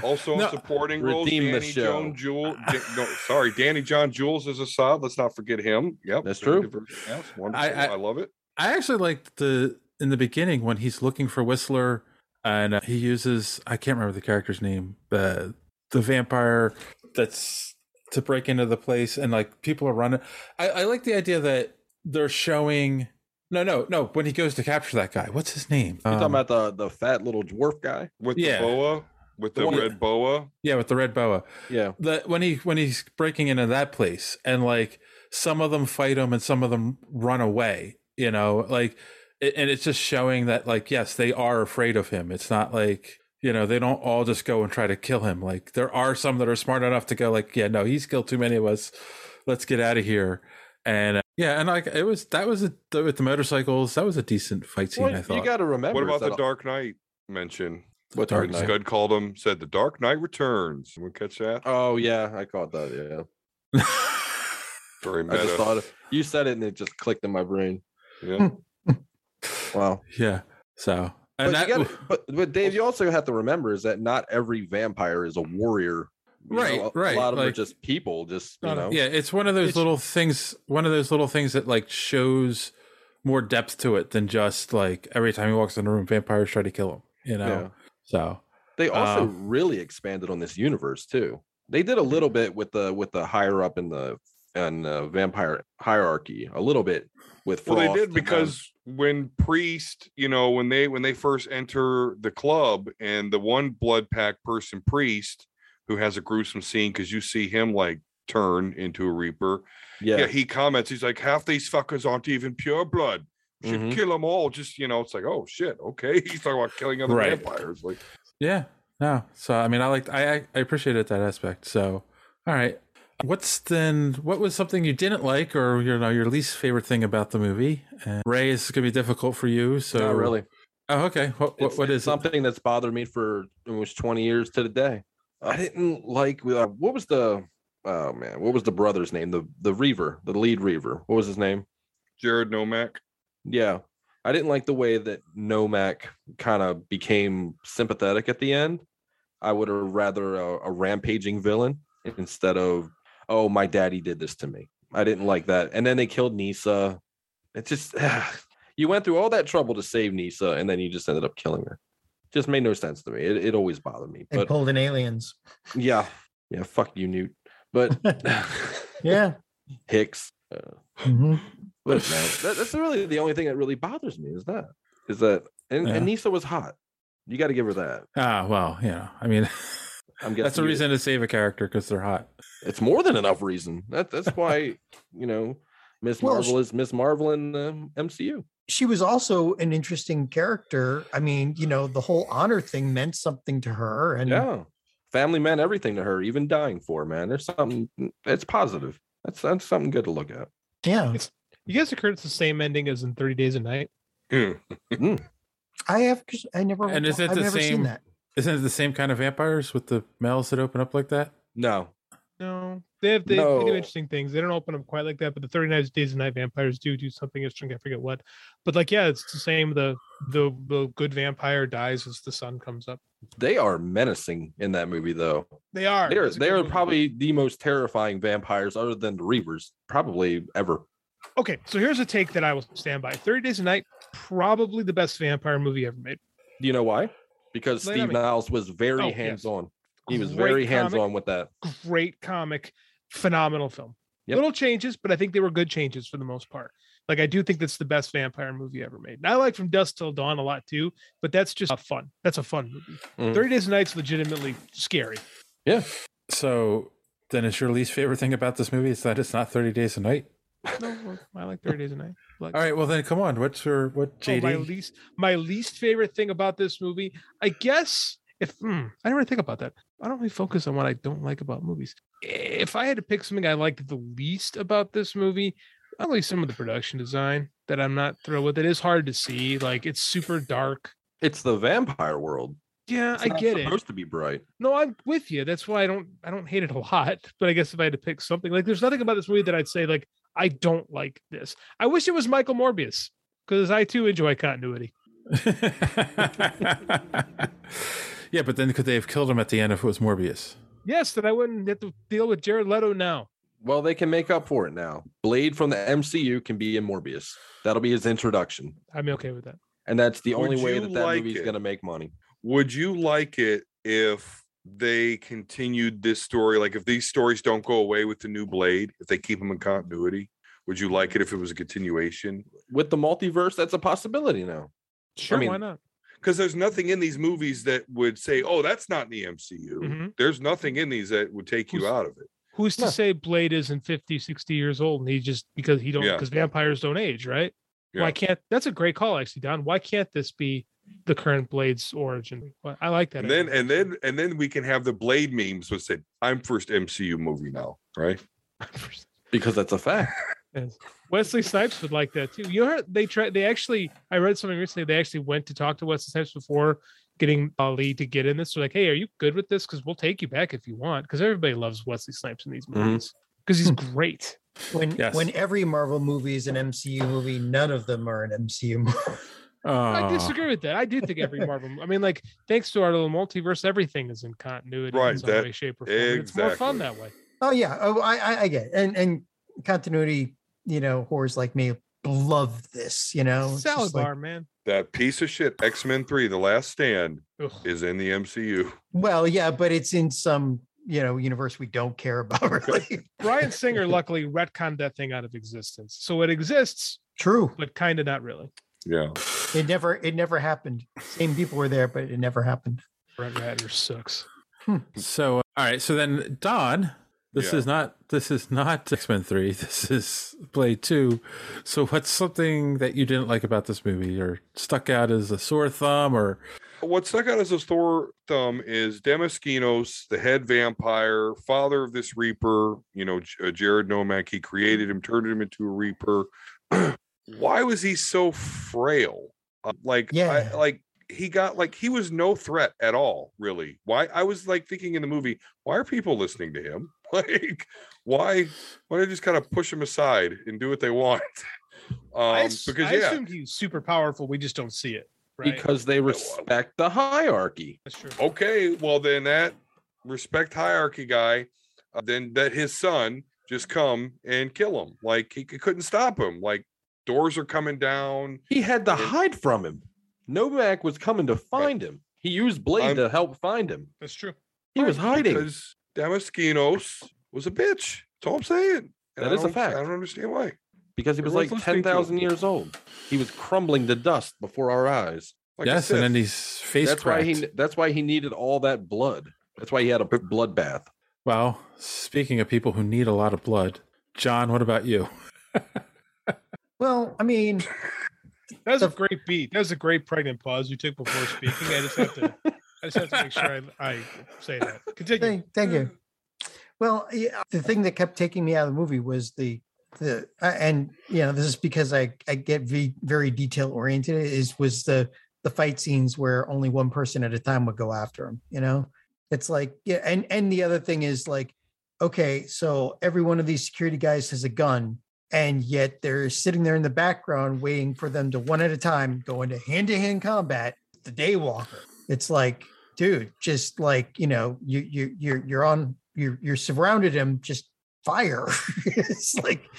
[SPEAKER 10] Also, in
[SPEAKER 5] No,
[SPEAKER 10] supporting roles.
[SPEAKER 9] redeem the
[SPEAKER 10] Danny
[SPEAKER 9] show.
[SPEAKER 10] Joan Jewel. Da- no, sorry, Danny John Jules is a sod. Let's not forget him. Yep,
[SPEAKER 9] That's
[SPEAKER 10] very
[SPEAKER 9] true.
[SPEAKER 10] diverse cast, wonderful.
[SPEAKER 5] I-
[SPEAKER 10] I love it.
[SPEAKER 5] I actually liked the in the beginning when he's looking for Whistler, and uh, he uses I can't remember the character's name, the the vampire that's to break into the place, and like people are running. I, I like the idea that they're showing. No, no, no. When he goes to capture that guy, what's his name?
[SPEAKER 9] You're
[SPEAKER 5] Um,
[SPEAKER 9] talking about the the fat little dwarf guy.
[SPEAKER 10] With
[SPEAKER 5] Yeah.
[SPEAKER 10] the boa, with
[SPEAKER 9] The
[SPEAKER 10] the
[SPEAKER 9] one-
[SPEAKER 10] red boa.
[SPEAKER 5] yeah, with the red boa.
[SPEAKER 9] Yeah,
[SPEAKER 5] that when he when he's breaking into that place and like some of them fight him and some of them run away you know like a- and it's just showing that like yes they are afraid of him it's not like you know they don't all just go and try to kill him like there are some that are smart enough to go like yeah no he's killed too many of us let's get out of here and uh, Yeah, and like it was that was a with the motorcycles that was a decent fight scene.
[SPEAKER 9] Well,
[SPEAKER 5] I
[SPEAKER 9] you
[SPEAKER 5] thought
[SPEAKER 9] gotta remember
[SPEAKER 10] What about
[SPEAKER 9] that
[SPEAKER 10] the
[SPEAKER 9] a-
[SPEAKER 10] Dark Knight mention?
[SPEAKER 9] What Dark
[SPEAKER 10] Dark
[SPEAKER 9] Knight?
[SPEAKER 10] Scud called him, said the Dark Knight returns. We catch that.
[SPEAKER 9] Oh yeah, I caught that. Yeah.
[SPEAKER 10] Very
[SPEAKER 9] I just
[SPEAKER 10] meta.
[SPEAKER 9] thought of, you said it and it just clicked in my brain.
[SPEAKER 10] Yeah.
[SPEAKER 9] wow.
[SPEAKER 5] Yeah. So
[SPEAKER 9] But,
[SPEAKER 5] and that
[SPEAKER 9] you gotta, but but Dave, you also have to remember is that not every vampire is a warrior. You
[SPEAKER 5] Right,
[SPEAKER 9] know, a,
[SPEAKER 5] right,
[SPEAKER 9] A lot of them are
[SPEAKER 5] like-
[SPEAKER 9] just people. Just you know.
[SPEAKER 5] yeah, it's one of those little things. One of those little things that like shows more depth to it than just like every time he walks in a room, vampires try to kill him. You know.
[SPEAKER 9] Yeah.
[SPEAKER 5] So
[SPEAKER 9] They also
[SPEAKER 5] uh, Mm-hmm.
[SPEAKER 9] really expanded on this universe too. They did a little bit with the with the higher up in the and the vampire hierarchy, a little bit with
[SPEAKER 10] Well,
[SPEAKER 9] Frost.
[SPEAKER 10] they did
[SPEAKER 9] and them.
[SPEAKER 10] because when Priest, you know, when they when they first enter the club, and the one blood pack person, Priest, who has a gruesome scene because you see him like turn into a Reaper.
[SPEAKER 9] Yeah.
[SPEAKER 10] he comments. He's like, half these fuckers aren't even pure blood. We should
[SPEAKER 9] Mm-hmm.
[SPEAKER 5] Mhm.
[SPEAKER 10] kill them all. Just you know, it's like, oh shit, okay. He's talking about killing other
[SPEAKER 5] Right.
[SPEAKER 10] vampires. Like,
[SPEAKER 5] yeah, no. So I mean, I liked. I I- I appreciated that aspect. So all right. What's then? What was something you didn't like, or you know, your least favorite thing about the movie? And Ray, this is gonna be difficult for you. So
[SPEAKER 9] Not really.
[SPEAKER 5] Oh, okay. What what,
[SPEAKER 9] It's-
[SPEAKER 5] what
[SPEAKER 9] it's
[SPEAKER 5] is it?
[SPEAKER 9] something that's bothered me for almost 20 years to the day? I didn't like uh, what was the oh man, what was the brother's name? The the Reaver, the lead Reaver. What was his name?
[SPEAKER 10] Jared Nomack.
[SPEAKER 9] Yeah. I didn't like the way that Nomac kind of became sympathetic at the end. I would have rather a, a rampaging villain instead of, oh, my daddy did this to me. I didn't like that. And then they killed Nisa. It just, you went through all that trouble to save Nisa and then you just ended up killing her. Just made no sense to me. It, it always bothered me.
[SPEAKER 4] They
[SPEAKER 9] But
[SPEAKER 4] pulled in aliens.
[SPEAKER 9] yeah, yeah, fuck you, Newt. But
[SPEAKER 4] Yeah. Mm-hmm.
[SPEAKER 9] Hicks. uh, but no, that, that's really the only thing that really bothers me is that is that and, and Nisa was hot. You got to give her that.
[SPEAKER 5] Ah, well, you know, I mean,
[SPEAKER 9] I'm
[SPEAKER 5] that's
[SPEAKER 9] guessing
[SPEAKER 5] a
[SPEAKER 9] you-
[SPEAKER 5] reason to save a character because they're hot.
[SPEAKER 9] It's more than enough reason. That that's why you know Miss
[SPEAKER 4] Well,
[SPEAKER 9] Marvel is Miss Marvel in the MCU.
[SPEAKER 4] she was also an interesting character. I mean, you know, the whole honor thing meant something to her. And
[SPEAKER 9] Yeah, family meant everything to her, even dying for her, man. There's something that's positive. That's that's something good to look at.
[SPEAKER 4] yeah.
[SPEAKER 8] You guys have heard it's the same ending as in Thirty Days a Night. Hmm.
[SPEAKER 4] I have I never
[SPEAKER 5] And is it
[SPEAKER 4] I've
[SPEAKER 5] the
[SPEAKER 4] never seen
[SPEAKER 5] same?
[SPEAKER 4] that.
[SPEAKER 5] Isn't it the same kind of vampires with the mouths that open up like that?
[SPEAKER 9] No,
[SPEAKER 8] No, they have they, they
[SPEAKER 5] No.
[SPEAKER 8] do interesting things. They don't open up quite like that, but the Thirty Nine Days a Night vampires do do something interesting. I forget what, but like yeah, it's the same. The the the good vampire dies as the sun comes up.
[SPEAKER 9] They are menacing in that movie, though.
[SPEAKER 8] They are.
[SPEAKER 9] They are.
[SPEAKER 8] It's a
[SPEAKER 9] They
[SPEAKER 8] good
[SPEAKER 9] are
[SPEAKER 8] movie.
[SPEAKER 9] probably the most terrifying vampires, other than the Reavers, probably ever.
[SPEAKER 8] Okay, so here's a take that I will stand by. Thirty Days a Night, probably the best vampire movie ever made.
[SPEAKER 9] Do you know why? Because
[SPEAKER 8] Lay it on
[SPEAKER 9] Steve
[SPEAKER 8] me.
[SPEAKER 9] Niles was very
[SPEAKER 8] Oh, yes.
[SPEAKER 9] hands on. He was
[SPEAKER 8] Great
[SPEAKER 9] very
[SPEAKER 8] comic.
[SPEAKER 9] hands on with that.
[SPEAKER 8] Great comic, phenomenal film.
[SPEAKER 9] Yep.
[SPEAKER 8] Little changes, but I think they were good changes for the most part. Like I do think that's the best vampire movie ever made. And I like From Dusk Till Dawn a lot too, but that's just a fun. That's a fun movie.
[SPEAKER 5] Mm.
[SPEAKER 8] Thirty Days a Night's legitimately scary.
[SPEAKER 9] Yeah.
[SPEAKER 5] So then, it's your least favorite thing about this movie is that it's not Thirty Days a Night.
[SPEAKER 8] No, well, I like Thirty Days a Night. Like,
[SPEAKER 5] All right, well then, come on. What's your what
[SPEAKER 8] oh, my
[SPEAKER 5] JD?
[SPEAKER 8] least my least favorite thing about this movie, I guess. If hmm, I never think about that, I don't really focus on what I don't like about movies. If I had to pick something I liked the least about this movie, probably some of the production design that I'm not thrilled with. It is hard to see. Like it's super dark.
[SPEAKER 9] It's the vampire world.
[SPEAKER 8] Yeah,
[SPEAKER 9] It's
[SPEAKER 8] I
[SPEAKER 9] not
[SPEAKER 8] get it.
[SPEAKER 9] Supposed to be bright.
[SPEAKER 8] No, I'm with you. That's why I don't I don't hate it a lot. But I guess if I had to pick something, like there's nothing about this movie that I'd say like I don't like this. I wish it was Michael Morbius because I too enjoy continuity.
[SPEAKER 5] Yeah, but then could they have killed him at the end if it was Morbius?
[SPEAKER 8] Yes, that I wouldn't have to deal with Jared Leto now.
[SPEAKER 9] Well, they can make up for it now. Blade from the MCU can be in Morbius. That'll be his introduction,
[SPEAKER 8] I'm okay with that.
[SPEAKER 9] and that's the
[SPEAKER 10] Would
[SPEAKER 9] only way
[SPEAKER 10] you
[SPEAKER 9] that that
[SPEAKER 10] like
[SPEAKER 9] movie's
[SPEAKER 10] it?
[SPEAKER 9] going to make money.
[SPEAKER 10] would you like it if they continued this story? Like, if these stories don't go away with the new Blade, if they keep them in continuity, would you like it if it was a continuation?
[SPEAKER 9] With the multiverse, that's a possibility now.
[SPEAKER 8] Sure,
[SPEAKER 10] mean,
[SPEAKER 8] why not?
[SPEAKER 10] Because there's nothing in these movies that would say, "Oh, that's not in the MCU."
[SPEAKER 8] Mhm.
[SPEAKER 10] There's nothing in these that would take you
[SPEAKER 8] Who's-
[SPEAKER 10] out of it.
[SPEAKER 8] Who's to say Blade isn't 50, 60 years old and he just because he don't
[SPEAKER 10] Yeah.
[SPEAKER 8] because vampires don't age, right?
[SPEAKER 10] Yeah.
[SPEAKER 8] Why can't that's a great call actually, Don? Why can't this be the current Blade's origin? Well, I like that.
[SPEAKER 10] And then, and then, and then we can have the Blade memes that said, "I'm first MCU movie now," right?
[SPEAKER 9] Because that's a fact.
[SPEAKER 8] Yes. Wesley Snipes would like that too. You heard they tried. They actually, I read something recently. They actually went to talk to Wesley Snipes before getting Ali to get in this. They're like, "Hey, are you good with this? Because we'll take you back if you want." Because everybody loves Wesley Snipes in these
[SPEAKER 9] Mm-hmm.
[SPEAKER 8] movies because he's great.
[SPEAKER 4] When
[SPEAKER 8] Yes.
[SPEAKER 4] when every Marvel movie is an MCU movie, none of them are an MCU movie.
[SPEAKER 8] I disagree with that. I do think every Marvel. I mean, like, thanks to our little multiverse, everything is in continuity in
[SPEAKER 10] Right,
[SPEAKER 8] some
[SPEAKER 10] that-
[SPEAKER 8] way, shape, or form. and It's more fun
[SPEAKER 10] exactly.
[SPEAKER 8] that way.
[SPEAKER 4] Oh yeah. Oh, I I, I get it. and and continuity. You know, whores like me love this. You know, It's just
[SPEAKER 8] Salad
[SPEAKER 4] like-
[SPEAKER 8] bar, man.
[SPEAKER 10] That piece of shit, X Men Three: The Last Stand,
[SPEAKER 8] Ugh.
[SPEAKER 10] is in the MCU.
[SPEAKER 4] Well, yeah, but it's in some you know universe we don't care about. Really,
[SPEAKER 8] Brian Singer luckily retconned that thing out of existence, so it exists.
[SPEAKER 4] True,
[SPEAKER 8] but kind of not really.
[SPEAKER 10] Yeah.
[SPEAKER 4] it never it never happened. Same people were there, but it never happened.
[SPEAKER 8] Brett Ratner sucks.
[SPEAKER 4] Hmm.
[SPEAKER 5] So uh, all right, so then Don, this
[SPEAKER 8] Yeah.
[SPEAKER 5] is not this is not X Men three. This is Blade two. So what's something that you didn't like about this movie, or stuck out as a sore thumb, or
[SPEAKER 10] What stuck out as a Thor thumb is Demaskinos, the head vampire, father of this Reaper. You know, J- uh, Jared Nomack. He created him, turned him into a Reaper. Why was he so frail? Uh, like, yeah, I, like he got like he was no threat at all, really. Why? I was like thinking in the movie, why are people listening to him? Like, why? Why don't they just kind of push him aside and do what they want? Um,
[SPEAKER 8] I, s-
[SPEAKER 10] because
[SPEAKER 8] I
[SPEAKER 10] yeah,
[SPEAKER 8] assumed he's super powerful. We just don't see it. Right? uh,
[SPEAKER 9] because they respect the hierarchy.
[SPEAKER 10] okay, well then that respect hierarchy guy, uh, then that his son just come and kill him. Like he, c- couldn't stop him. Like doors are coming down.
[SPEAKER 9] He had to hide from him. Novak was coming to find him. He used Blade
[SPEAKER 10] I'm-
[SPEAKER 9] to help find him.
[SPEAKER 8] That's true.
[SPEAKER 9] He was hiding.
[SPEAKER 10] because Damaskinos was a bitch. That's all I'm saying. And
[SPEAKER 9] That
[SPEAKER 10] I
[SPEAKER 9] is a
[SPEAKER 10] don't-
[SPEAKER 9] fact.
[SPEAKER 10] I don't understand why.
[SPEAKER 9] Because he was
[SPEAKER 10] Everyone's
[SPEAKER 9] like
[SPEAKER 10] listening to him.
[SPEAKER 9] 10,000 years old. He was crumbling to dust before our eyes.
[SPEAKER 10] Like I Yes, and said. then
[SPEAKER 5] his face
[SPEAKER 9] That's why he that's why he needed all that blood. That's why he had a bloodbath.
[SPEAKER 5] well, speaking of people who need a lot of blood, John, what about you?
[SPEAKER 4] Well, I mean,
[SPEAKER 8] that was a great beat. That was a great pregnant pause you took before speaking. I just have to, I just have to make sure I, I say that. Continue.
[SPEAKER 4] Thank, thank you. Well, yeah, the thing that kept taking me out of the movie was the the uh, and you know this is because I I get ve- very detail oriented is was the the fight scenes where only one person at a time would go after him. You know, it's like yeah, and and the other thing is like okay, so every one of these security guys has a gun. And yet they're sitting there in the background waiting for them to one at a time go into hand to hand combat. with The Daywalker. It's like, dude, just like you know, you you you're you're on you're you're surrounded him. Just fire. it's like,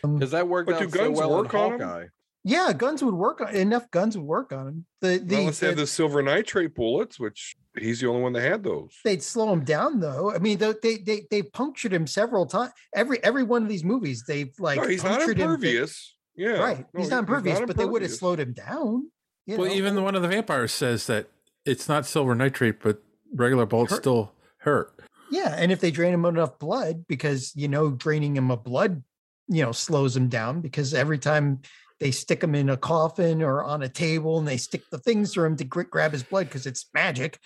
[SPEAKER 9] Because that worked
[SPEAKER 10] But do
[SPEAKER 9] out so
[SPEAKER 10] guns
[SPEAKER 9] well in
[SPEAKER 10] work on 'em?
[SPEAKER 9] Hawkeye.
[SPEAKER 4] yeah, guns would work on enough. Guns would work on him. The uh, the,
[SPEAKER 10] Well, let's have
[SPEAKER 4] the-
[SPEAKER 10] the silver nitrate bullets, which he's the only one that had those.
[SPEAKER 4] they'd slow him down though. I mean, they they they, they punctured him several times. Every every one of these movies, they've like
[SPEAKER 10] no, he's not
[SPEAKER 4] punctured him. They-
[SPEAKER 10] impervious. yeah,
[SPEAKER 4] right.
[SPEAKER 10] no,
[SPEAKER 4] he's
[SPEAKER 10] he-
[SPEAKER 4] not impervious, but they would have
[SPEAKER 10] impervious.
[SPEAKER 4] slowed him down. You
[SPEAKER 5] well,
[SPEAKER 4] know? uh,
[SPEAKER 5] even the one of the vampires says that it's not silver nitrate, but regular bullets still hurt.
[SPEAKER 4] Yeah, and if they drain him of enough blood, because you know draining him of blood, you know slows him down. Because every time they stick him in a coffin or on a table, and they stick the things through him to gr- grab his blood, because it's magic.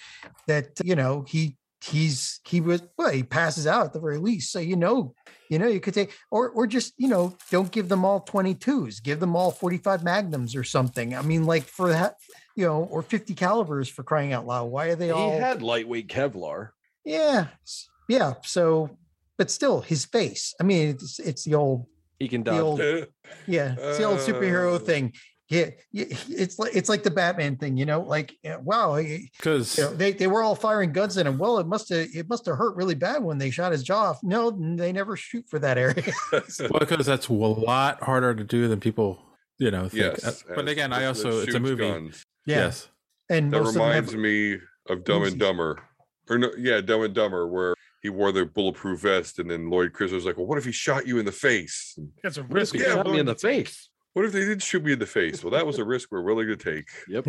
[SPEAKER 4] That you know he he's he was well he passes out at the very least. So you know you know you could take or or just you know don't give them all twenty twos, give them all forty five magnums or something. I mean like for that you know or fifty calibers for crying out loud. Why are they
[SPEAKER 9] He
[SPEAKER 4] all?
[SPEAKER 9] had lightweight Kevlar.
[SPEAKER 4] Yeah, s- yeah. So, but still, his face. I mean, it's it's the old,
[SPEAKER 9] He can
[SPEAKER 4] the old,
[SPEAKER 9] dodge.
[SPEAKER 4] yeah, it's the old superhero thing. Yeah, yeah, it's like it's like the Batman thing, you know. Like, yeah, wow, he-
[SPEAKER 5] Because
[SPEAKER 4] you know, they they were all firing guns at him. Well, it must have it must have hurt really bad when they shot his jaw off. No, they never shoot for that area.
[SPEAKER 5] well, because that's a lot harder to do than people, you know. Think.
[SPEAKER 10] Yes,
[SPEAKER 5] Uh, but
[SPEAKER 10] as
[SPEAKER 5] again,
[SPEAKER 10] person
[SPEAKER 5] I
[SPEAKER 10] that
[SPEAKER 5] also it's a
[SPEAKER 10] shoots
[SPEAKER 5] movie.
[SPEAKER 10] guns.
[SPEAKER 4] Yeah.
[SPEAKER 5] Yes.
[SPEAKER 4] And
[SPEAKER 10] that
[SPEAKER 4] most of them have-
[SPEAKER 10] reminds me of Dumb and Dumber, or no, yeah, Dumb and Dumber, where he wore the bulletproof vest, and then Lloyd Chris was like, "Well, what if he shot you in the face?" And,
[SPEAKER 8] That's a risk.
[SPEAKER 9] Risk
[SPEAKER 10] Yeah,
[SPEAKER 9] shot me in the face.
[SPEAKER 10] What if they did shoot me in the face? Well, that was a risk we're willing to take.
[SPEAKER 9] Yep.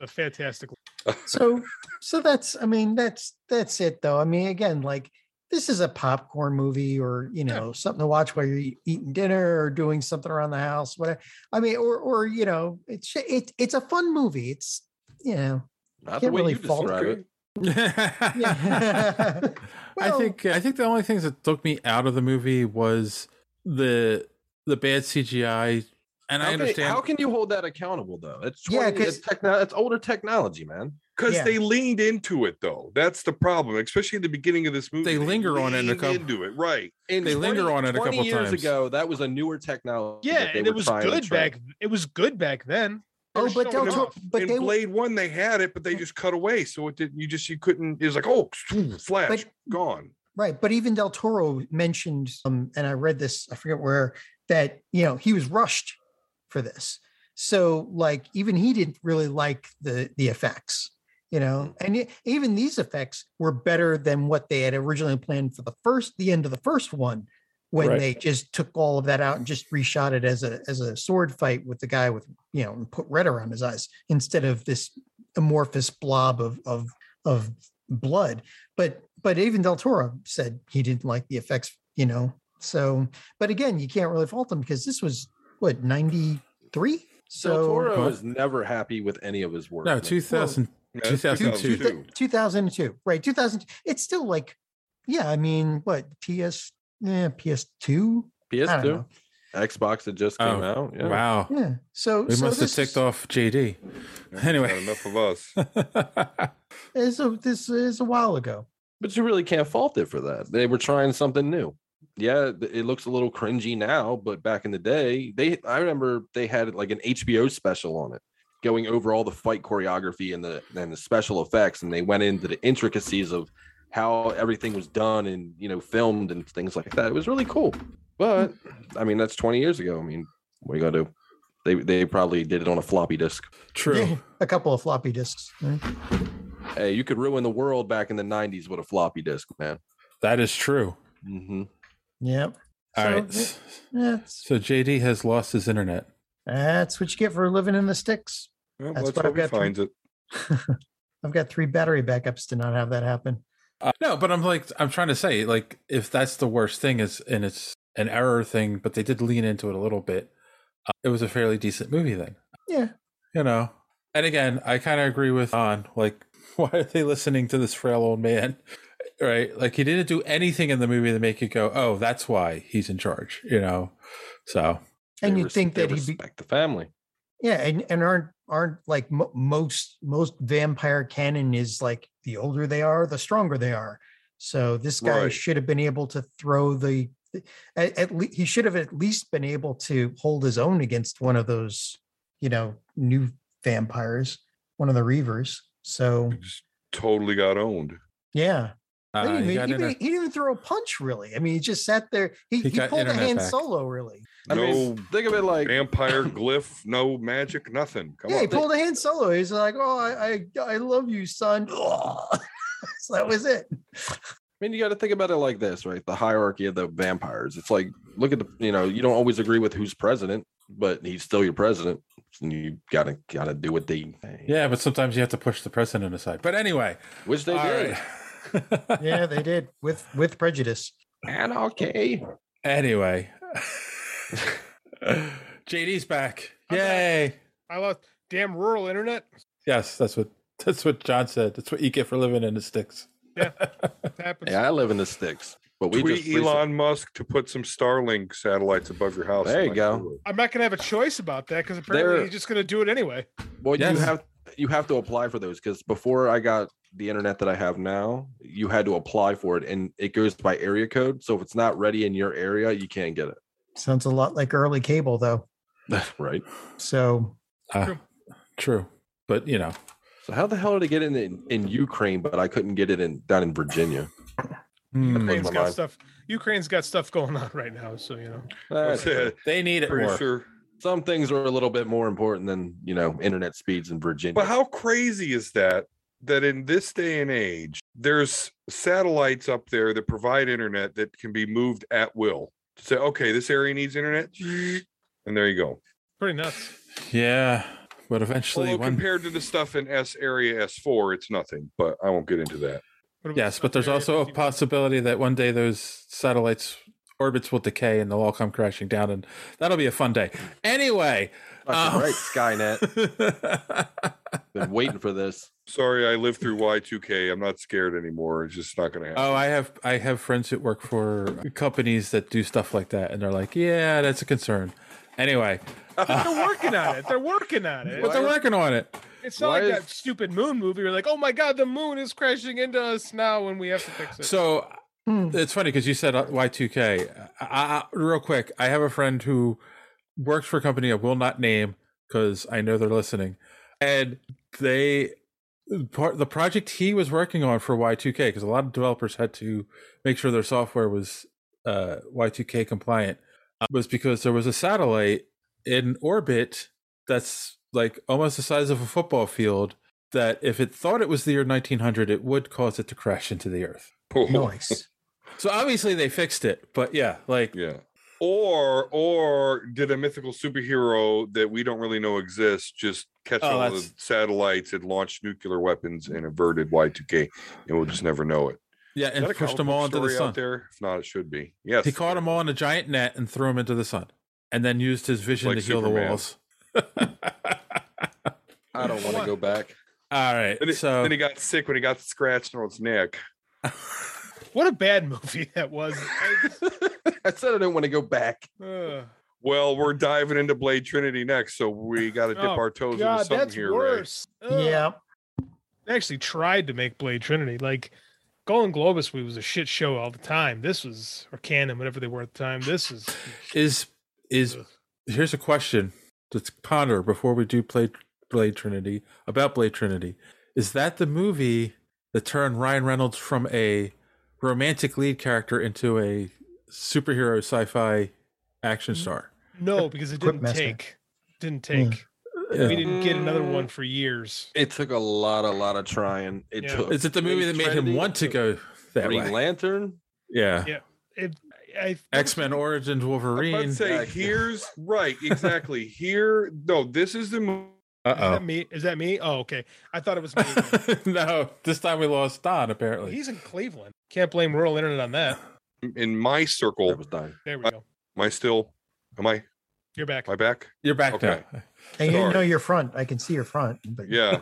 [SPEAKER 8] A fantastic.
[SPEAKER 4] so so that's i mean that's that's it though i mean again like this is a popcorn movie or you know something to watch while you're eat- eating dinner or doing something around the house whatever i mean or or you know it's it, it's a fun movie it's you know
[SPEAKER 9] Not
[SPEAKER 4] can't
[SPEAKER 9] the way
[SPEAKER 4] really
[SPEAKER 9] you
[SPEAKER 4] fault-
[SPEAKER 9] describe it.
[SPEAKER 4] yeah.
[SPEAKER 5] I think I think the only things that took me out of the movie was the the bad CGI, and
[SPEAKER 9] how
[SPEAKER 5] I
[SPEAKER 9] can-
[SPEAKER 5] understand
[SPEAKER 9] how can you hold that accountable though? It's
[SPEAKER 5] Yeah,
[SPEAKER 9] 20, yeah,
[SPEAKER 5] 'cause-
[SPEAKER 9] it's techno- it's older technology, man.
[SPEAKER 10] Because
[SPEAKER 9] Yeah.
[SPEAKER 10] they leaned into it though. That's the problem, especially in the beginning of this movie. They linger on it
[SPEAKER 9] in a couple-
[SPEAKER 10] into it, right?
[SPEAKER 9] In 20 20 years ago, that was a newer technology.
[SPEAKER 8] Yeah,
[SPEAKER 9] that they
[SPEAKER 8] and it
[SPEAKER 9] were
[SPEAKER 8] was
[SPEAKER 9] trying to
[SPEAKER 8] good
[SPEAKER 9] try.
[SPEAKER 8] back. It was good back then.
[SPEAKER 4] Oh,
[SPEAKER 8] They were showing
[SPEAKER 10] in,
[SPEAKER 8] off.
[SPEAKER 10] in Blade One they had it, but they just cut away, so it didn't. You just you couldn't. It was like oh, flash gone.
[SPEAKER 4] Right, but even Del Toro mentioned, um, and I read this, I forget where, that you know he was rushed for this, so like even he didn't really like the the effects, you know, and e- even these effects were better than what they had originally planned for the first, the end of the first one, when
[SPEAKER 13] Right.
[SPEAKER 4] they just took all of that out and just reshot it as a as a sword fight with the guy with you know and put red around his eyes instead of this amorphous blob of of of blood. But but even Del Toro said he didn't like the effects, you know. So, but again, you can't really fault him because this was what ninety three.
[SPEAKER 9] So Del
[SPEAKER 4] So
[SPEAKER 9] Toro was never happy with any of his work.
[SPEAKER 5] No, 2000 Yeah, that's 2002. 2002.
[SPEAKER 4] two thousand two, right? Two thousand. It's still like, yeah. I mean, what PS? Yeah, PS two.
[SPEAKER 9] PS2, Xbox that just came out. Oh, Yeah.
[SPEAKER 5] Oh. Wow.
[SPEAKER 4] Yeah. So
[SPEAKER 5] we
[SPEAKER 4] so
[SPEAKER 5] must have
[SPEAKER 4] this
[SPEAKER 5] ticked off JD. Anyway,
[SPEAKER 10] enough of us.
[SPEAKER 4] is a, this is a while ago.
[SPEAKER 9] But you really can't fault it for that. They were trying something new. Yeah, th- it looks a little cringy now, but back in the day, they I remember they had like an HBO special on it, going over all the fight choreography and the and the special effects, and they went into the intricacies of how everything was done and you know filmed and things like that. It was really cool. But I mean, that's 20 years ago. I mean, what are you gonna do? They they probably did it on a floppy disk.
[SPEAKER 5] True.
[SPEAKER 4] a couple of floppy disks. right?
[SPEAKER 9] Hey, you could ruin the world back in the 90s with a floppy disk, man.
[SPEAKER 5] That is true.
[SPEAKER 9] Mm-hmm.
[SPEAKER 4] Yep.
[SPEAKER 5] All
[SPEAKER 4] So,
[SPEAKER 5] right.
[SPEAKER 4] yeah, yeah,
[SPEAKER 5] So JD has lost his internet.
[SPEAKER 4] That's what you get for living in the sticks.
[SPEAKER 10] Well,
[SPEAKER 4] That's
[SPEAKER 10] let's
[SPEAKER 4] what I've
[SPEAKER 10] hope he
[SPEAKER 4] got. three-
[SPEAKER 10] finds it.
[SPEAKER 4] I've got three battery backups to not have that happen.
[SPEAKER 5] Uh, no, but I'm like, I'm trying to say, like, if that's the worst thing, is and it's an error thing, but they did lean into it a little bit. Uh, it was a fairly decent movie then,
[SPEAKER 4] Yeah.
[SPEAKER 5] you know. And again, I kind of agree with on like, why are they listening to this frail old man? Right? Like, he didn't do anything in the movie to make you go, oh, that's why he's in charge, you know. So,
[SPEAKER 4] And you'd think that he'd be
[SPEAKER 9] respect the family.
[SPEAKER 4] yeah, and, and aren't aren't like mo- most most vampire canon is like the older they are, the stronger they are. So this guy
[SPEAKER 13] Right.
[SPEAKER 4] should have been able to throw the at, at least he should have at least been able to hold his own against one of those, you know, new vampires, one of the Reavers. So
[SPEAKER 10] Totally got owned.
[SPEAKER 4] yeah.
[SPEAKER 10] Uh,
[SPEAKER 4] They didn't
[SPEAKER 10] he
[SPEAKER 4] even-
[SPEAKER 10] got
[SPEAKER 4] he,
[SPEAKER 10] in a-
[SPEAKER 4] didn't, he didn't even throw a punch really. I mean, he just sat there. He,
[SPEAKER 10] He
[SPEAKER 4] he,
[SPEAKER 10] got
[SPEAKER 4] pulled a
[SPEAKER 10] internet
[SPEAKER 4] hand
[SPEAKER 10] back.
[SPEAKER 4] solo really.
[SPEAKER 9] I mean, think of it like
[SPEAKER 10] vampire glyph, no magic, nothing. Come
[SPEAKER 4] yeah,
[SPEAKER 10] on.
[SPEAKER 4] he pulled a hand solo. He's like, "Oh, I, I, I love you, son." so that was it.
[SPEAKER 9] I mean, you got to think about it like this, right? The hierarchy of the vampires. It's like, look at the, you know, you don't always agree with who's president, but he's still your president, and you gotta gotta do what they.
[SPEAKER 5] yeah, but sometimes you have to push the precedent aside. But anyway,
[SPEAKER 9] which they
[SPEAKER 5] did.
[SPEAKER 4] yeah, they did with with prejudice.
[SPEAKER 9] And okay.
[SPEAKER 5] Anyway, JD's back. Yay!
[SPEAKER 8] I lost damn rural internet.
[SPEAKER 5] Yes, that's what that's what John said. That's what you get for living in the sticks.
[SPEAKER 9] Yeah, I live in the sticks, but
[SPEAKER 5] we
[SPEAKER 10] tweet
[SPEAKER 5] just recent-
[SPEAKER 10] Elon Musk to put some Starlink satellites above your house.
[SPEAKER 9] There you
[SPEAKER 10] Like,
[SPEAKER 9] go.
[SPEAKER 8] I'm not gonna have a choice about that because apparently
[SPEAKER 9] There-
[SPEAKER 8] he's just gonna do it anyway.
[SPEAKER 9] Well, you have you have to apply for those because before I got the internet that I have now, you had to apply for it, and it goes by area code. So if it's not ready in your area, you can't get it.
[SPEAKER 4] Sounds a lot like early cable, though.
[SPEAKER 9] right.
[SPEAKER 4] So
[SPEAKER 5] Ah, true. but you know.
[SPEAKER 9] So how the hell did I get it in in Ukraine, but I couldn't get it in down in Virginia?
[SPEAKER 8] Ukraine's
[SPEAKER 9] Blows my
[SPEAKER 8] got
[SPEAKER 9] mind.
[SPEAKER 8] stuff. Ukraine's got stuff going on right now, so you know.
[SPEAKER 9] That's
[SPEAKER 8] Okay.
[SPEAKER 9] it.
[SPEAKER 5] They need
[SPEAKER 8] it Pretty more. sure.
[SPEAKER 9] Some things are a little bit more important than you know internet speeds in Virginia.
[SPEAKER 10] But how crazy is that? That in this day and age, there's satellites up there that provide internet that can be moved at will. To say, okay, this area needs internet, and there you go.
[SPEAKER 8] Pretty nuts.
[SPEAKER 5] Yeah, but eventually
[SPEAKER 10] Although
[SPEAKER 5] one.
[SPEAKER 10] compared to the stuff in S area S4, it's nothing. But I won't get into that.
[SPEAKER 5] Yes, but there's also a possibility that one day those satellites orbits will decay and they'll all come crashing down, and that'll be a fun day. Anyway,
[SPEAKER 9] Fucking
[SPEAKER 5] um,
[SPEAKER 9] right, Skynet. Been waiting for this.
[SPEAKER 10] Sorry, I lived through Y2K. I'm not scared anymore. It's just not going to happen.
[SPEAKER 5] Oh, I have I have friends that work for companies that do stuff like that, and they're like, "Yeah, that's a concern." Anyway,
[SPEAKER 8] they're working on it. They're working on it.
[SPEAKER 5] but they're working on it.
[SPEAKER 8] It's not
[SPEAKER 5] Why
[SPEAKER 8] like
[SPEAKER 5] is-
[SPEAKER 8] that stupid moon movie. We're like, oh my god, the moon is crashing into us now, and we have to fix it.
[SPEAKER 5] So it's funny because you said uh, Y2K. I, I, real quick, I have a friend who works for a company I will not name because I know they're listening, and they part the project he was working on for Y2K because a lot of developers had to make sure their software was uh, Y2K compliant uh, was because there was a satellite in orbit that's like almost the size of a football field that if it thought it was the year 1900 it would cause it to crash into the earth
[SPEAKER 4] Nice.
[SPEAKER 5] so obviously they fixed it, but yeah, like
[SPEAKER 10] yeah. Or or did a mythical superhero that we don't really know exists just catch
[SPEAKER 5] Oh,
[SPEAKER 10] all the
[SPEAKER 5] that's-
[SPEAKER 10] satellites and launch nuclear weapons and averted Y2K, and we'll just never know it.
[SPEAKER 5] yeah,
[SPEAKER 10] Is that
[SPEAKER 5] and
[SPEAKER 10] a
[SPEAKER 5] pushed
[SPEAKER 10] comic
[SPEAKER 5] them
[SPEAKER 10] book
[SPEAKER 5] all into the
[SPEAKER 10] story
[SPEAKER 5] sun.
[SPEAKER 10] Out there, if not, it should be. Yes,
[SPEAKER 5] He caught them all in a giant net and threw them into the sun, and then used his vision
[SPEAKER 10] Like
[SPEAKER 5] to heal the
[SPEAKER 10] Superman.
[SPEAKER 5] walls.
[SPEAKER 9] I don't want to go back.
[SPEAKER 5] All right,
[SPEAKER 10] Then he,
[SPEAKER 5] so
[SPEAKER 10] then he got sick when he got scratched on his neck.
[SPEAKER 8] what a bad movie that was.
[SPEAKER 9] I said I don't want to go back.
[SPEAKER 8] Ugh.
[SPEAKER 10] Well, we're diving into Blade Trinity next, so we got to dip
[SPEAKER 8] Oh,
[SPEAKER 10] our toes
[SPEAKER 8] God,
[SPEAKER 10] into something
[SPEAKER 8] that's
[SPEAKER 10] here,
[SPEAKER 8] worse.
[SPEAKER 4] Yeah.
[SPEAKER 8] They actually tried to make Blade Trinity. Like Golden Globus we was a shit show all the time. This was or Canon, whatever they were at the time. This is
[SPEAKER 5] is is here's a question to ponder before we do play Blade Trinity about Blade Trinity. Is that the movie that turned Ryan Reynolds from a romantic lead character into a superhero sci-fi action
[SPEAKER 10] Mm-hmm.
[SPEAKER 5] star?
[SPEAKER 8] no, because it didn't take. Didn't take.
[SPEAKER 5] Yeah.
[SPEAKER 8] We didn't get another one for years.
[SPEAKER 9] It took a lot, a lot of trying. It
[SPEAKER 8] Yeah.
[SPEAKER 9] took.
[SPEAKER 5] Is it the movie that made him want to go that
[SPEAKER 9] Green
[SPEAKER 5] way?
[SPEAKER 9] Lantern?
[SPEAKER 5] Yeah.
[SPEAKER 8] Yeah. It, I,
[SPEAKER 5] X Men Origins
[SPEAKER 10] Ray.
[SPEAKER 5] Wolverine.
[SPEAKER 10] I'd say here's right, exactly. Here, no, this is the mo-
[SPEAKER 8] Is that me? Is that me? Oh, okay. I thought it was me.
[SPEAKER 5] no, this time we lost Don. Apparently,
[SPEAKER 8] He's in Cleveland. Can't blame rural internet on that.
[SPEAKER 10] in my circle.
[SPEAKER 8] There we go.
[SPEAKER 10] Am I still? Am I?
[SPEAKER 8] You're back.
[SPEAKER 10] Am I back?
[SPEAKER 5] You're back
[SPEAKER 10] now.
[SPEAKER 4] And you didn't
[SPEAKER 10] Sorry.
[SPEAKER 4] know your front. I can see your front. But
[SPEAKER 10] Yeah,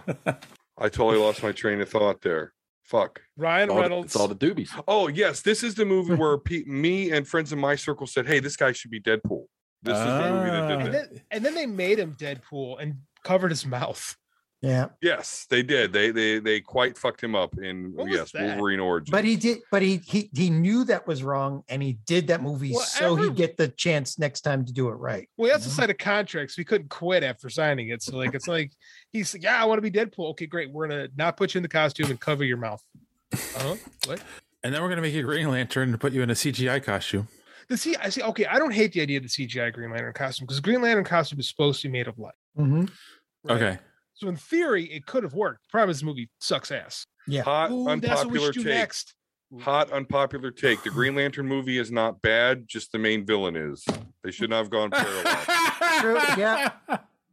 [SPEAKER 10] I totally lost my train of thought there. Fuck.
[SPEAKER 8] Ryan
[SPEAKER 9] It's all the doobies.
[SPEAKER 10] Oh yes, this is the movie where Pete, me and friends in my circle said, "Hey, this guy should be Deadpool." This is the movie that
[SPEAKER 8] Ah.
[SPEAKER 10] did
[SPEAKER 8] And
[SPEAKER 10] that.
[SPEAKER 8] then, and then they made him Deadpool and covered his mouth.
[SPEAKER 4] Yeah.
[SPEAKER 10] Yes, they did. They they they quite fucked him up in
[SPEAKER 8] What was
[SPEAKER 10] yes
[SPEAKER 8] that?
[SPEAKER 10] Wolverine Origins.
[SPEAKER 4] But he did. But he he he knew that was wrong, and he did that movie so he'd get the chance next time to do it right.
[SPEAKER 8] Well, he also signed a contract, so he couldn't quit after signing it. So, like, it's like he's like, yeah, I want to be Deadpool. Okay, great. We're gonna not put you in the costume and cover your mouth. Huh? What?
[SPEAKER 5] and then we're gonna make you Green Lantern and put you in a CGI costume.
[SPEAKER 8] The see, I see. Okay, I don't hate the idea of the CGI Green Lantern costume because Green Lantern costume is supposed to be made of light.
[SPEAKER 4] Mm-hmm.
[SPEAKER 5] Okay.
[SPEAKER 8] So in theory, it could have worked. Problem is, the movie sucks ass.
[SPEAKER 4] Yeah.
[SPEAKER 10] Hot
[SPEAKER 8] Ooh, that's what we
[SPEAKER 10] unpopular
[SPEAKER 8] should do
[SPEAKER 10] take.
[SPEAKER 8] next.
[SPEAKER 10] Hot unpopular take. The Green Lantern movie is not bad. Just the main villain is. They should not have gone parallel.
[SPEAKER 4] True, yeah.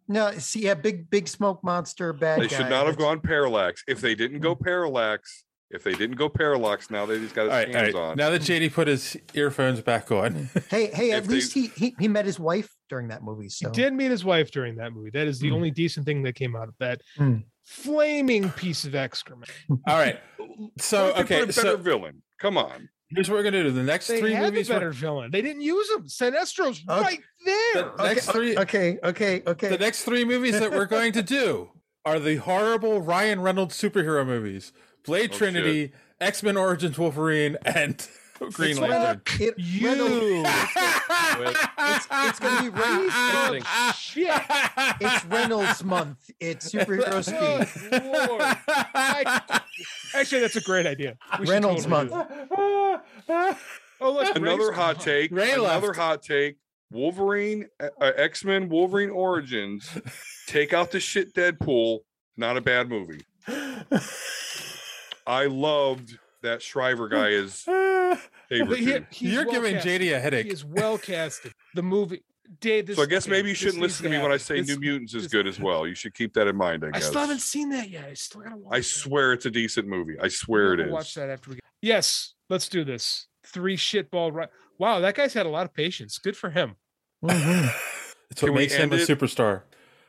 [SPEAKER 4] No. See, yeah. Big big smoke monster bad
[SPEAKER 10] they
[SPEAKER 4] guy.
[SPEAKER 10] should not have gone parallax. If they didn't
[SPEAKER 8] Mm.
[SPEAKER 10] go parallax, if they didn't go parallax, now they just got his
[SPEAKER 5] All right, all
[SPEAKER 10] hands
[SPEAKER 5] right.
[SPEAKER 10] on.
[SPEAKER 5] Now that JD put his earphones back on,
[SPEAKER 4] Hey hey. At
[SPEAKER 10] If they-
[SPEAKER 4] least he, he he met his wife during that movie. So
[SPEAKER 8] He did meet his wife during that movie. That is the
[SPEAKER 10] Mm.
[SPEAKER 4] Hmm.
[SPEAKER 8] only decent thing that came out of that
[SPEAKER 4] Hmm.
[SPEAKER 5] Mm.
[SPEAKER 8] flaming piece of excrement.
[SPEAKER 5] all right. So
[SPEAKER 8] Or they could put
[SPEAKER 5] okay,
[SPEAKER 8] a
[SPEAKER 5] so
[SPEAKER 8] better
[SPEAKER 10] villain. Come on.
[SPEAKER 5] Here's what we're gonna do. The next
[SPEAKER 8] They
[SPEAKER 5] three
[SPEAKER 8] had
[SPEAKER 5] movies.
[SPEAKER 8] the
[SPEAKER 5] we're-
[SPEAKER 8] better villain. They didn't use him. Sinestro's
[SPEAKER 5] Okay.
[SPEAKER 8] right there.
[SPEAKER 5] The next three.
[SPEAKER 4] Okay. Okay. Okay.
[SPEAKER 5] The next three movies that we're going to do are the horrible Ryan Reynolds superhero movies: Blade
[SPEAKER 10] Oh,
[SPEAKER 5] Trinity, X Men Origins Wolverine, and Green
[SPEAKER 4] It's
[SPEAKER 5] Lantern.
[SPEAKER 4] gonna- It,
[SPEAKER 8] you.
[SPEAKER 4] it's, it's gonna be Reynolds. month.
[SPEAKER 8] Shit.
[SPEAKER 4] It's Reynolds month. It's
[SPEAKER 10] Oh,
[SPEAKER 4] superhero speed.
[SPEAKER 8] Good Lord. I- Actually, that's a great idea. We should
[SPEAKER 4] Reynolds
[SPEAKER 8] totally do
[SPEAKER 4] month.
[SPEAKER 8] that. Oh, look,
[SPEAKER 10] another
[SPEAKER 8] Ray's-
[SPEAKER 10] hot take.
[SPEAKER 5] Ray
[SPEAKER 10] another
[SPEAKER 5] left.
[SPEAKER 10] hot take. Wolverine, uh, X Men, Wolverine Origins. take out the shit Deadpool. Not a bad movie. I loved that Shriver guy is favorite.
[SPEAKER 8] But he-
[SPEAKER 10] dude.
[SPEAKER 8] he's
[SPEAKER 5] You're
[SPEAKER 8] well
[SPEAKER 5] giving
[SPEAKER 8] cast.
[SPEAKER 5] JD a headache.
[SPEAKER 8] He is well casted. The movie, Dave. This,
[SPEAKER 10] so I guess
[SPEAKER 8] okay,
[SPEAKER 10] maybe you
[SPEAKER 8] this
[SPEAKER 10] shouldn't
[SPEAKER 8] needs
[SPEAKER 10] listen to me when I
[SPEAKER 8] happen.
[SPEAKER 10] say
[SPEAKER 8] This-
[SPEAKER 10] New Mutants is good as well. You should keep that in mind. I
[SPEAKER 8] I
[SPEAKER 10] guess.
[SPEAKER 8] still haven't seen that yet. I still gotta watch.
[SPEAKER 10] I swear it's a decent movie. I swear it
[SPEAKER 8] We'll
[SPEAKER 10] is.
[SPEAKER 8] watch that after we. Get... Yes, let's do this. Three shitball. Ri- wow, that guy's had a lot of patience. Good for him.
[SPEAKER 4] Mhm.
[SPEAKER 5] It's what
[SPEAKER 10] Can we
[SPEAKER 5] makes him
[SPEAKER 10] end
[SPEAKER 5] a
[SPEAKER 10] it?
[SPEAKER 5] superstar.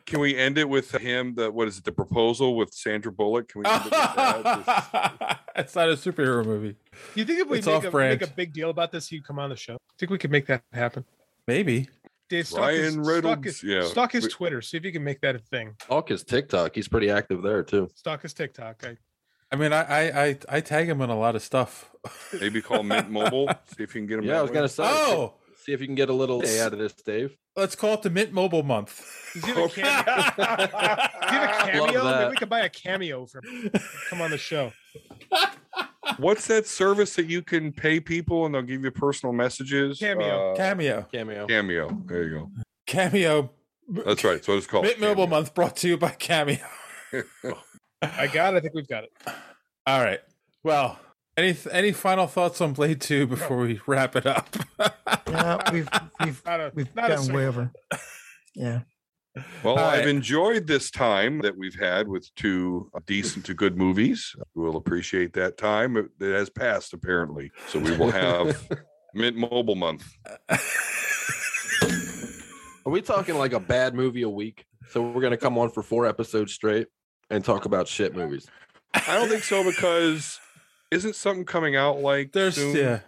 [SPEAKER 10] Can we end it with him? The what is it? The proposal with Sandra Bullock? Can we end it with that? Just-
[SPEAKER 5] It's not a superhero movie.
[SPEAKER 8] You think if we
[SPEAKER 5] It's
[SPEAKER 8] make a,
[SPEAKER 5] off-brand.
[SPEAKER 8] make a big deal about this, he'd come on the show? think we could make that happen.
[SPEAKER 5] Maybe.
[SPEAKER 8] Dave Stock is,
[SPEAKER 9] Ryan
[SPEAKER 8] Stock
[SPEAKER 9] Reynolds,
[SPEAKER 8] is,
[SPEAKER 9] yeah.
[SPEAKER 8] Stock is
[SPEAKER 9] We-
[SPEAKER 8] Twitter. See if you can make that a thing.
[SPEAKER 9] Talk is TikTok. He's pretty active there too.
[SPEAKER 8] Stock is TikTok. I,
[SPEAKER 5] I mean, I, I I I tag him on a lot of stuff.
[SPEAKER 10] Maybe call Mint Mobile. See if you can get him.
[SPEAKER 9] Yeah, I
[SPEAKER 10] that
[SPEAKER 9] was
[SPEAKER 10] way.
[SPEAKER 9] gonna say.
[SPEAKER 5] Oh!
[SPEAKER 9] see if you can get a little day out of this, Dave.
[SPEAKER 5] Let's call it the Mint Mobile Month.
[SPEAKER 8] Does
[SPEAKER 5] Oh.
[SPEAKER 8] he have a cameo? Does he have a
[SPEAKER 5] Love
[SPEAKER 8] cameo? Maybe
[SPEAKER 5] that.
[SPEAKER 8] we could buy a cameo from. Come on the show.
[SPEAKER 10] What's that service that you can pay people and they'll give you personal messages? Uh,
[SPEAKER 8] Cameo.
[SPEAKER 5] Cameo.
[SPEAKER 9] Cameo.
[SPEAKER 10] Cameo. There you
[SPEAKER 5] Cameo.
[SPEAKER 10] go. That's right. That's what it's called.
[SPEAKER 5] Mint Mobile Month brought to you by Cameo.
[SPEAKER 8] I got. it. I think we've got it.
[SPEAKER 5] All right. Well, any any final thoughts on Blade Two before we wrap it up?
[SPEAKER 4] yeah, we've we've we've
[SPEAKER 8] not a
[SPEAKER 4] gone way over. Yeah. All
[SPEAKER 10] Well, I've
[SPEAKER 4] right.
[SPEAKER 10] enjoyed this time that we've had with two uh, decent to good movies. We'll appreciate that time. It it has passed, apparently. So we will have Mint Mobile Month.
[SPEAKER 9] Are we talking like a bad movie a week? So we're gonna come on for four episodes straight and talk about shit movies.
[SPEAKER 10] I don't think so because isn't something coming out like
[SPEAKER 5] There's
[SPEAKER 10] soon?
[SPEAKER 5] yeah,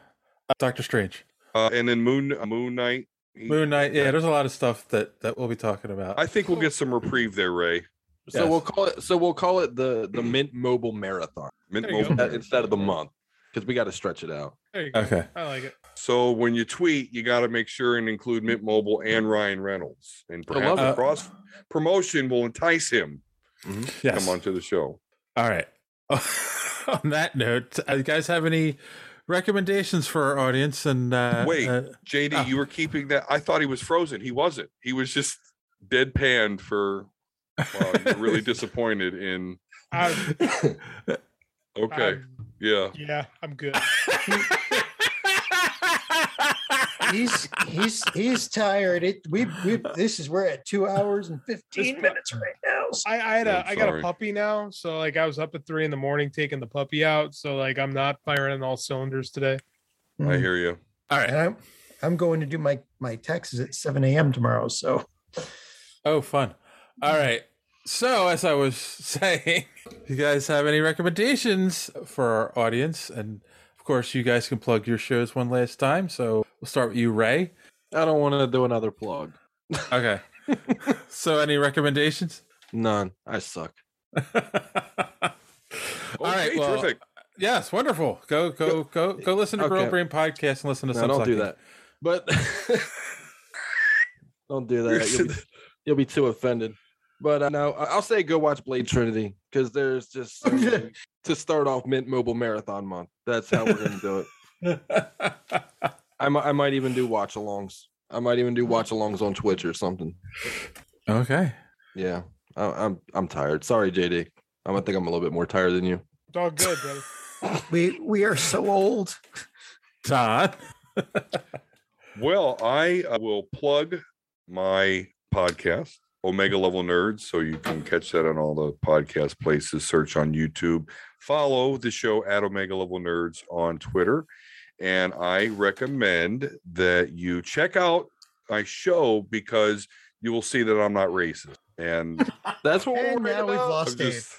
[SPEAKER 5] Doctor Strange,
[SPEAKER 10] Uh, and then Moon Moon Knight. he-
[SPEAKER 5] Moon Knight. Yeah, there's a lot of stuff that that we'll be talking about.
[SPEAKER 10] I think we'll get some reprieve there, Ray.
[SPEAKER 9] So we'll call it. So we'll call it the the Mint Mobile Marathon.
[SPEAKER 10] Mint There you Mobile go. Marathon.
[SPEAKER 9] instead of the month because we got to stretch it out.
[SPEAKER 8] There you
[SPEAKER 10] go. Okay.
[SPEAKER 8] I like it.
[SPEAKER 10] So when you tweet, you got to make sure and include Mint Mobile and Ryan Reynolds, and
[SPEAKER 9] I love
[SPEAKER 10] perhaps a
[SPEAKER 9] it.
[SPEAKER 10] cross promotion will entice him to
[SPEAKER 5] Yes.
[SPEAKER 10] come onto the show.
[SPEAKER 5] All right. on that note, uh, you guys have any recommendations for our audience? And uh,
[SPEAKER 10] Wait,
[SPEAKER 5] uh,
[SPEAKER 10] JD, you were keeping that. I thought he was frozen. He wasn't. He was just deadpanned for. Wow, you're really disappointed in. Uh,
[SPEAKER 8] I-
[SPEAKER 10] Okay. yeah.
[SPEAKER 8] yeah, I'm good.
[SPEAKER 4] He's he's he's tired. It we we this is we're at two hours and fifteen minutes right now.
[SPEAKER 8] I, I had a
[SPEAKER 4] I'm
[SPEAKER 8] I got a
[SPEAKER 4] sorry.
[SPEAKER 8] puppy now, so like I was up at three in the morning taking the puppy out. So like I'm not firing on all cylinders today.
[SPEAKER 10] I hear you.
[SPEAKER 5] All right.
[SPEAKER 4] And I'm I'm going to do my my taxes at seven a.m. tomorrow. So
[SPEAKER 5] Oh, fun. All right. So, as I was saying, you guys have any recommendations for our audience? And of course, you guys can plug your shows one last time. So, we'll start with you, Ray.
[SPEAKER 9] I don't want to do another plug.
[SPEAKER 5] Okay. so, any recommendations?
[SPEAKER 9] None. I suck.
[SPEAKER 5] All right. Well,
[SPEAKER 9] terrific.
[SPEAKER 5] Yes, wonderful. Go, go, go, go. Listen to Girl
[SPEAKER 9] Okay.
[SPEAKER 5] Brain podcast and listen to.
[SPEAKER 9] No,
[SPEAKER 5] some
[SPEAKER 9] don't do
[SPEAKER 5] sucking.
[SPEAKER 9] that. But don't do that. You'll be, you'll be too offended. But uh, no, I- I'll say go watch Blade Trinity because there's just so many- to start off Mint Mobile Marathon Month. That's how we're gonna do it. I might, I might even do watch alongs. I might even do
[SPEAKER 4] Mm-hmm.
[SPEAKER 9] watch alongs on Twitch or something.
[SPEAKER 5] Okay.
[SPEAKER 9] Yeah, I, I'm I'm tired. Sorry, JD. I'm, I think I'm a little bit more tired than you.
[SPEAKER 8] It's all good, brother.
[SPEAKER 4] we we are so old.
[SPEAKER 5] Todd.
[SPEAKER 10] Well, I uh, will plug my podcast, Omega Level Nerds. So you can catch that on all the podcast places, search on YouTube, follow the show at Omega Level Nerds on Twitter. And I recommend that you check out my show because you will see that I'm not racist. And
[SPEAKER 9] that's what
[SPEAKER 4] And now we've lost
[SPEAKER 10] I'm
[SPEAKER 4] Dave.
[SPEAKER 10] just-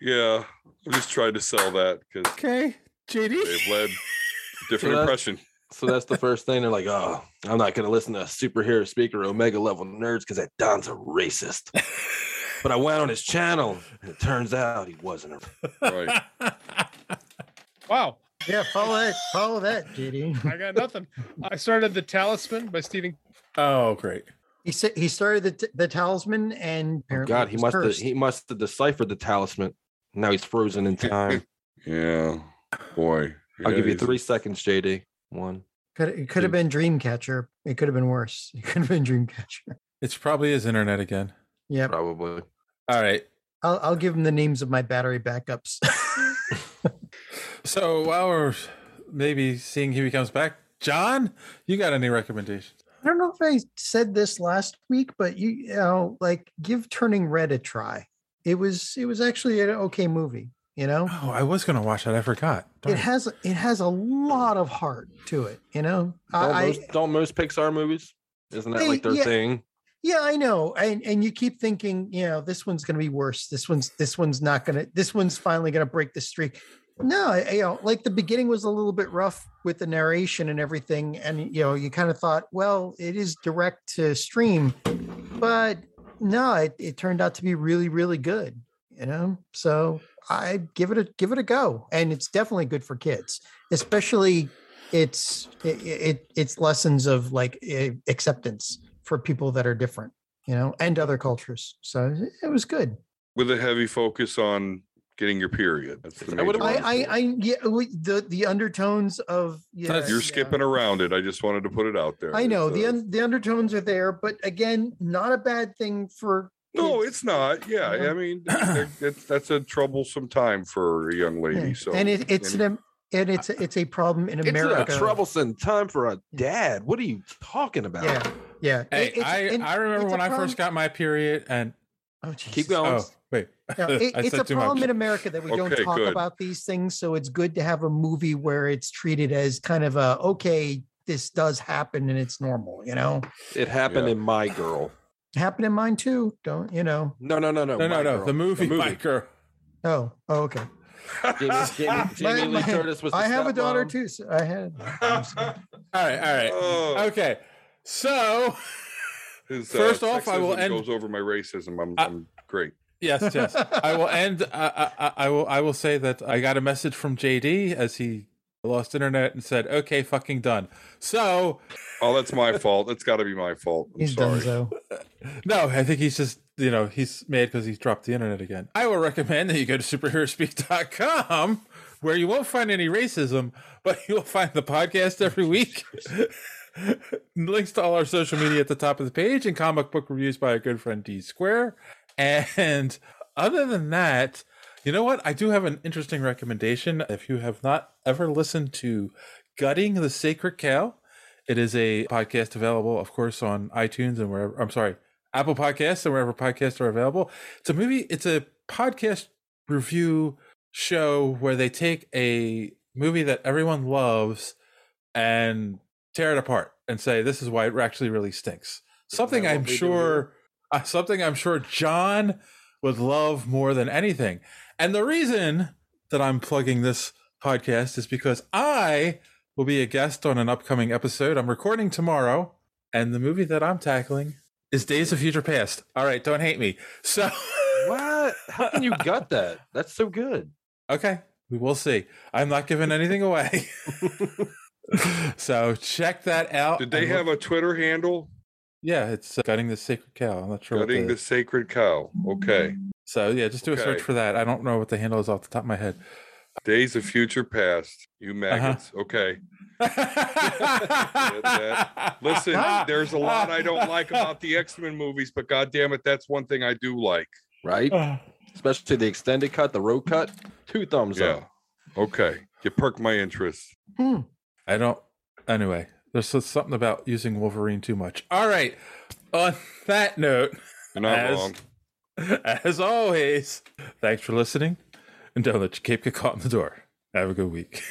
[SPEAKER 10] yeah, I'm just trying to sell that because
[SPEAKER 5] Okay, JD.
[SPEAKER 10] they've led different
[SPEAKER 9] that's-
[SPEAKER 10] impression.
[SPEAKER 9] So that's the first thing. They're like, oh, I'm not going to listen to a superhero speaker, Omega level nerds, because that Don's a racist. but I went on his channel, and it turns out he wasn't. A... oh
[SPEAKER 10] Right.
[SPEAKER 8] Wow.
[SPEAKER 4] Yeah, follow that. Follow that, JD.
[SPEAKER 8] I got nothing. I started the Talisman by Stephen.
[SPEAKER 5] Oh, great.
[SPEAKER 4] He said he started the, t- the talisman and apparently
[SPEAKER 9] Oh, God, he
[SPEAKER 4] was
[SPEAKER 9] must have
[SPEAKER 4] cursed.
[SPEAKER 9] he must have deciphered the talisman. Now he's frozen in time.
[SPEAKER 10] yeah, boy.
[SPEAKER 9] I'll
[SPEAKER 10] Yeah,
[SPEAKER 9] give you
[SPEAKER 10] he's-
[SPEAKER 9] three seconds, JD. One.
[SPEAKER 4] Could it could have been Dreamcatcher. It could have been worse. It could have been Dreamcatcher.
[SPEAKER 5] It's probably his internet again.
[SPEAKER 4] Yeah.
[SPEAKER 9] Probably.
[SPEAKER 5] All right.
[SPEAKER 4] I'll I'll give him the names of my battery backups.
[SPEAKER 5] So while we're maybe seeing who he comes back, John, you got any recommendations?
[SPEAKER 4] I don't know if I said this last week, but you, you know, like give Turning Red a try. It was it was actually an okay movie. You know,
[SPEAKER 5] Oh, I was gonna watch that. I forgot.
[SPEAKER 4] it has it has a lot of heart to it. You know,
[SPEAKER 9] Don't,
[SPEAKER 4] I,
[SPEAKER 9] most, don't most Pixar movies? Isn't that
[SPEAKER 4] They-
[SPEAKER 9] like their
[SPEAKER 4] yeah.
[SPEAKER 9] thing?
[SPEAKER 4] Yeah, I know. And and you keep thinking, you know, this one's going to be worse. This one's this one's not going to this one's finally going to break the streak. No, I- you know, like the beginning was a little bit rough with the narration and everything and you know, you kind of thought, well, it is direct to stream, but no, it, it turned out to be really really good, you know? So, I give it a give it a go and it's definitely good for kids, especially it's it, it it's lessons of like eh, acceptance for people that are different you know and other cultures so it was good
[SPEAKER 10] with a heavy focus on getting your period. That's the
[SPEAKER 4] i
[SPEAKER 10] major one.
[SPEAKER 4] i i yeah we- the the undertones of yeah
[SPEAKER 10] You're skipping around it. I just wanted to put it out there.
[SPEAKER 4] i know
[SPEAKER 10] It's,
[SPEAKER 4] the
[SPEAKER 10] uh,
[SPEAKER 4] un, the undertones are there but again not a bad thing for
[SPEAKER 10] no, it's not. Yeah,
[SPEAKER 4] Uh-huh.
[SPEAKER 10] I mean, they're- it's, that's a troublesome time for a young lady.
[SPEAKER 4] Yeah.
[SPEAKER 10] So,
[SPEAKER 4] and it, it's an an
[SPEAKER 10] and-
[SPEAKER 4] and it's a, it's a problem in
[SPEAKER 9] It's
[SPEAKER 4] america
[SPEAKER 9] a troublesome time for a dad. What are you talking about?
[SPEAKER 4] Yeah. yeah
[SPEAKER 5] Hey,
[SPEAKER 4] It- it's-
[SPEAKER 5] I,
[SPEAKER 4] and
[SPEAKER 5] I remember
[SPEAKER 4] it's a
[SPEAKER 5] when I
[SPEAKER 4] problem-
[SPEAKER 5] first got my period and
[SPEAKER 4] oh,
[SPEAKER 9] keep going.
[SPEAKER 5] Oh, wait.
[SPEAKER 4] No, it-
[SPEAKER 5] I
[SPEAKER 4] it's
[SPEAKER 5] said
[SPEAKER 4] a
[SPEAKER 5] too
[SPEAKER 4] problem
[SPEAKER 5] much.
[SPEAKER 4] in America that we
[SPEAKER 5] Okay,
[SPEAKER 4] don't talk
[SPEAKER 5] good.
[SPEAKER 4] about these things. So it's good to have a movie where it's treated as kind of a okay, this does happen and it's normal. You know,
[SPEAKER 9] It happened in My Girl.
[SPEAKER 4] It happened in mine too. Don't you know?
[SPEAKER 9] No, no, no, no,
[SPEAKER 5] No, no,
[SPEAKER 9] My
[SPEAKER 5] no,
[SPEAKER 9] Girl.
[SPEAKER 5] the movie My Girl.
[SPEAKER 4] Oh, oh okay.
[SPEAKER 9] Jamie, Jamie, Jamie Lee
[SPEAKER 4] My- my-
[SPEAKER 9] Curtis was. The
[SPEAKER 4] I have a daughter
[SPEAKER 9] stepmom.
[SPEAKER 4] too. So I had.
[SPEAKER 5] All right, all right. Okay. So
[SPEAKER 10] his,
[SPEAKER 5] first off, I will
[SPEAKER 10] sexism
[SPEAKER 5] end
[SPEAKER 10] goes over my racism. I'm, I'm great.
[SPEAKER 5] Yes, yes. I will end. I, I, I will. I will say that I got a message from JD as he lost internet and said, "Okay, fucking done." So,
[SPEAKER 10] oh, that's my fault. That's got to be my fault. I'm
[SPEAKER 5] He's
[SPEAKER 10] sorry.
[SPEAKER 4] So
[SPEAKER 5] no, I think he's just you know he's mad because he's dropped the internet again. I will recommend that you go to superheroespeak.com where you won't find any racism, but you'll find the podcast every week. Links to all our social media at the top of the page and comic book reviews by our good friend D Square. And other than that, you know what? I do have an interesting recommendation. If you have not ever listened to Gutting the Sacred Cow, it is a podcast available, of course, on iTunes and wherever. I'm sorry, Apple Podcasts and wherever podcasts are available. It's a movie. It's a podcast review show where they take a movie that everyone loves and tear it apart and say this is why it actually really stinks. Something I'm sure, uh, something I'm sure John would love more than anything. And the reason that I'm plugging this podcast is because I will be a guest on an upcoming episode. I'm recording tomorrow, and the movie that I'm tackling is Days of Future Past. All right, don't hate me. So
[SPEAKER 9] what? How can you gut that? That's so good.
[SPEAKER 5] Okay, we will see. I'm not giving anything away. so check that out.
[SPEAKER 10] Did they
[SPEAKER 5] and
[SPEAKER 10] have
[SPEAKER 5] look-
[SPEAKER 10] a Twitter handle?
[SPEAKER 5] Yeah, it's uh, gutting the sacred cow. I'm not sure. what
[SPEAKER 10] Gutting the sacred cow. Okay.
[SPEAKER 4] Mm-hmm.
[SPEAKER 5] So yeah, just do a search for that. I don't know what the handle is off the top of my head.
[SPEAKER 10] Days of Future Past. You
[SPEAKER 5] Uh-huh.
[SPEAKER 10] maggots. Okay. That- that- Listen, there's a lot I don't like about the X Men movies, but God damn it, that's one thing I do like.
[SPEAKER 9] Right? Especially the extended cut, the road cut. Two thumbs up.
[SPEAKER 10] Okay. You perk my interest.
[SPEAKER 4] Hmm.
[SPEAKER 5] I don't. Anyway, there's just something about using Wolverine too much. All right. On that note,
[SPEAKER 10] You're not
[SPEAKER 5] as,
[SPEAKER 10] wrong.
[SPEAKER 5] as always, thanks for listening, and don't let your cape get caught in the door. Have a good week.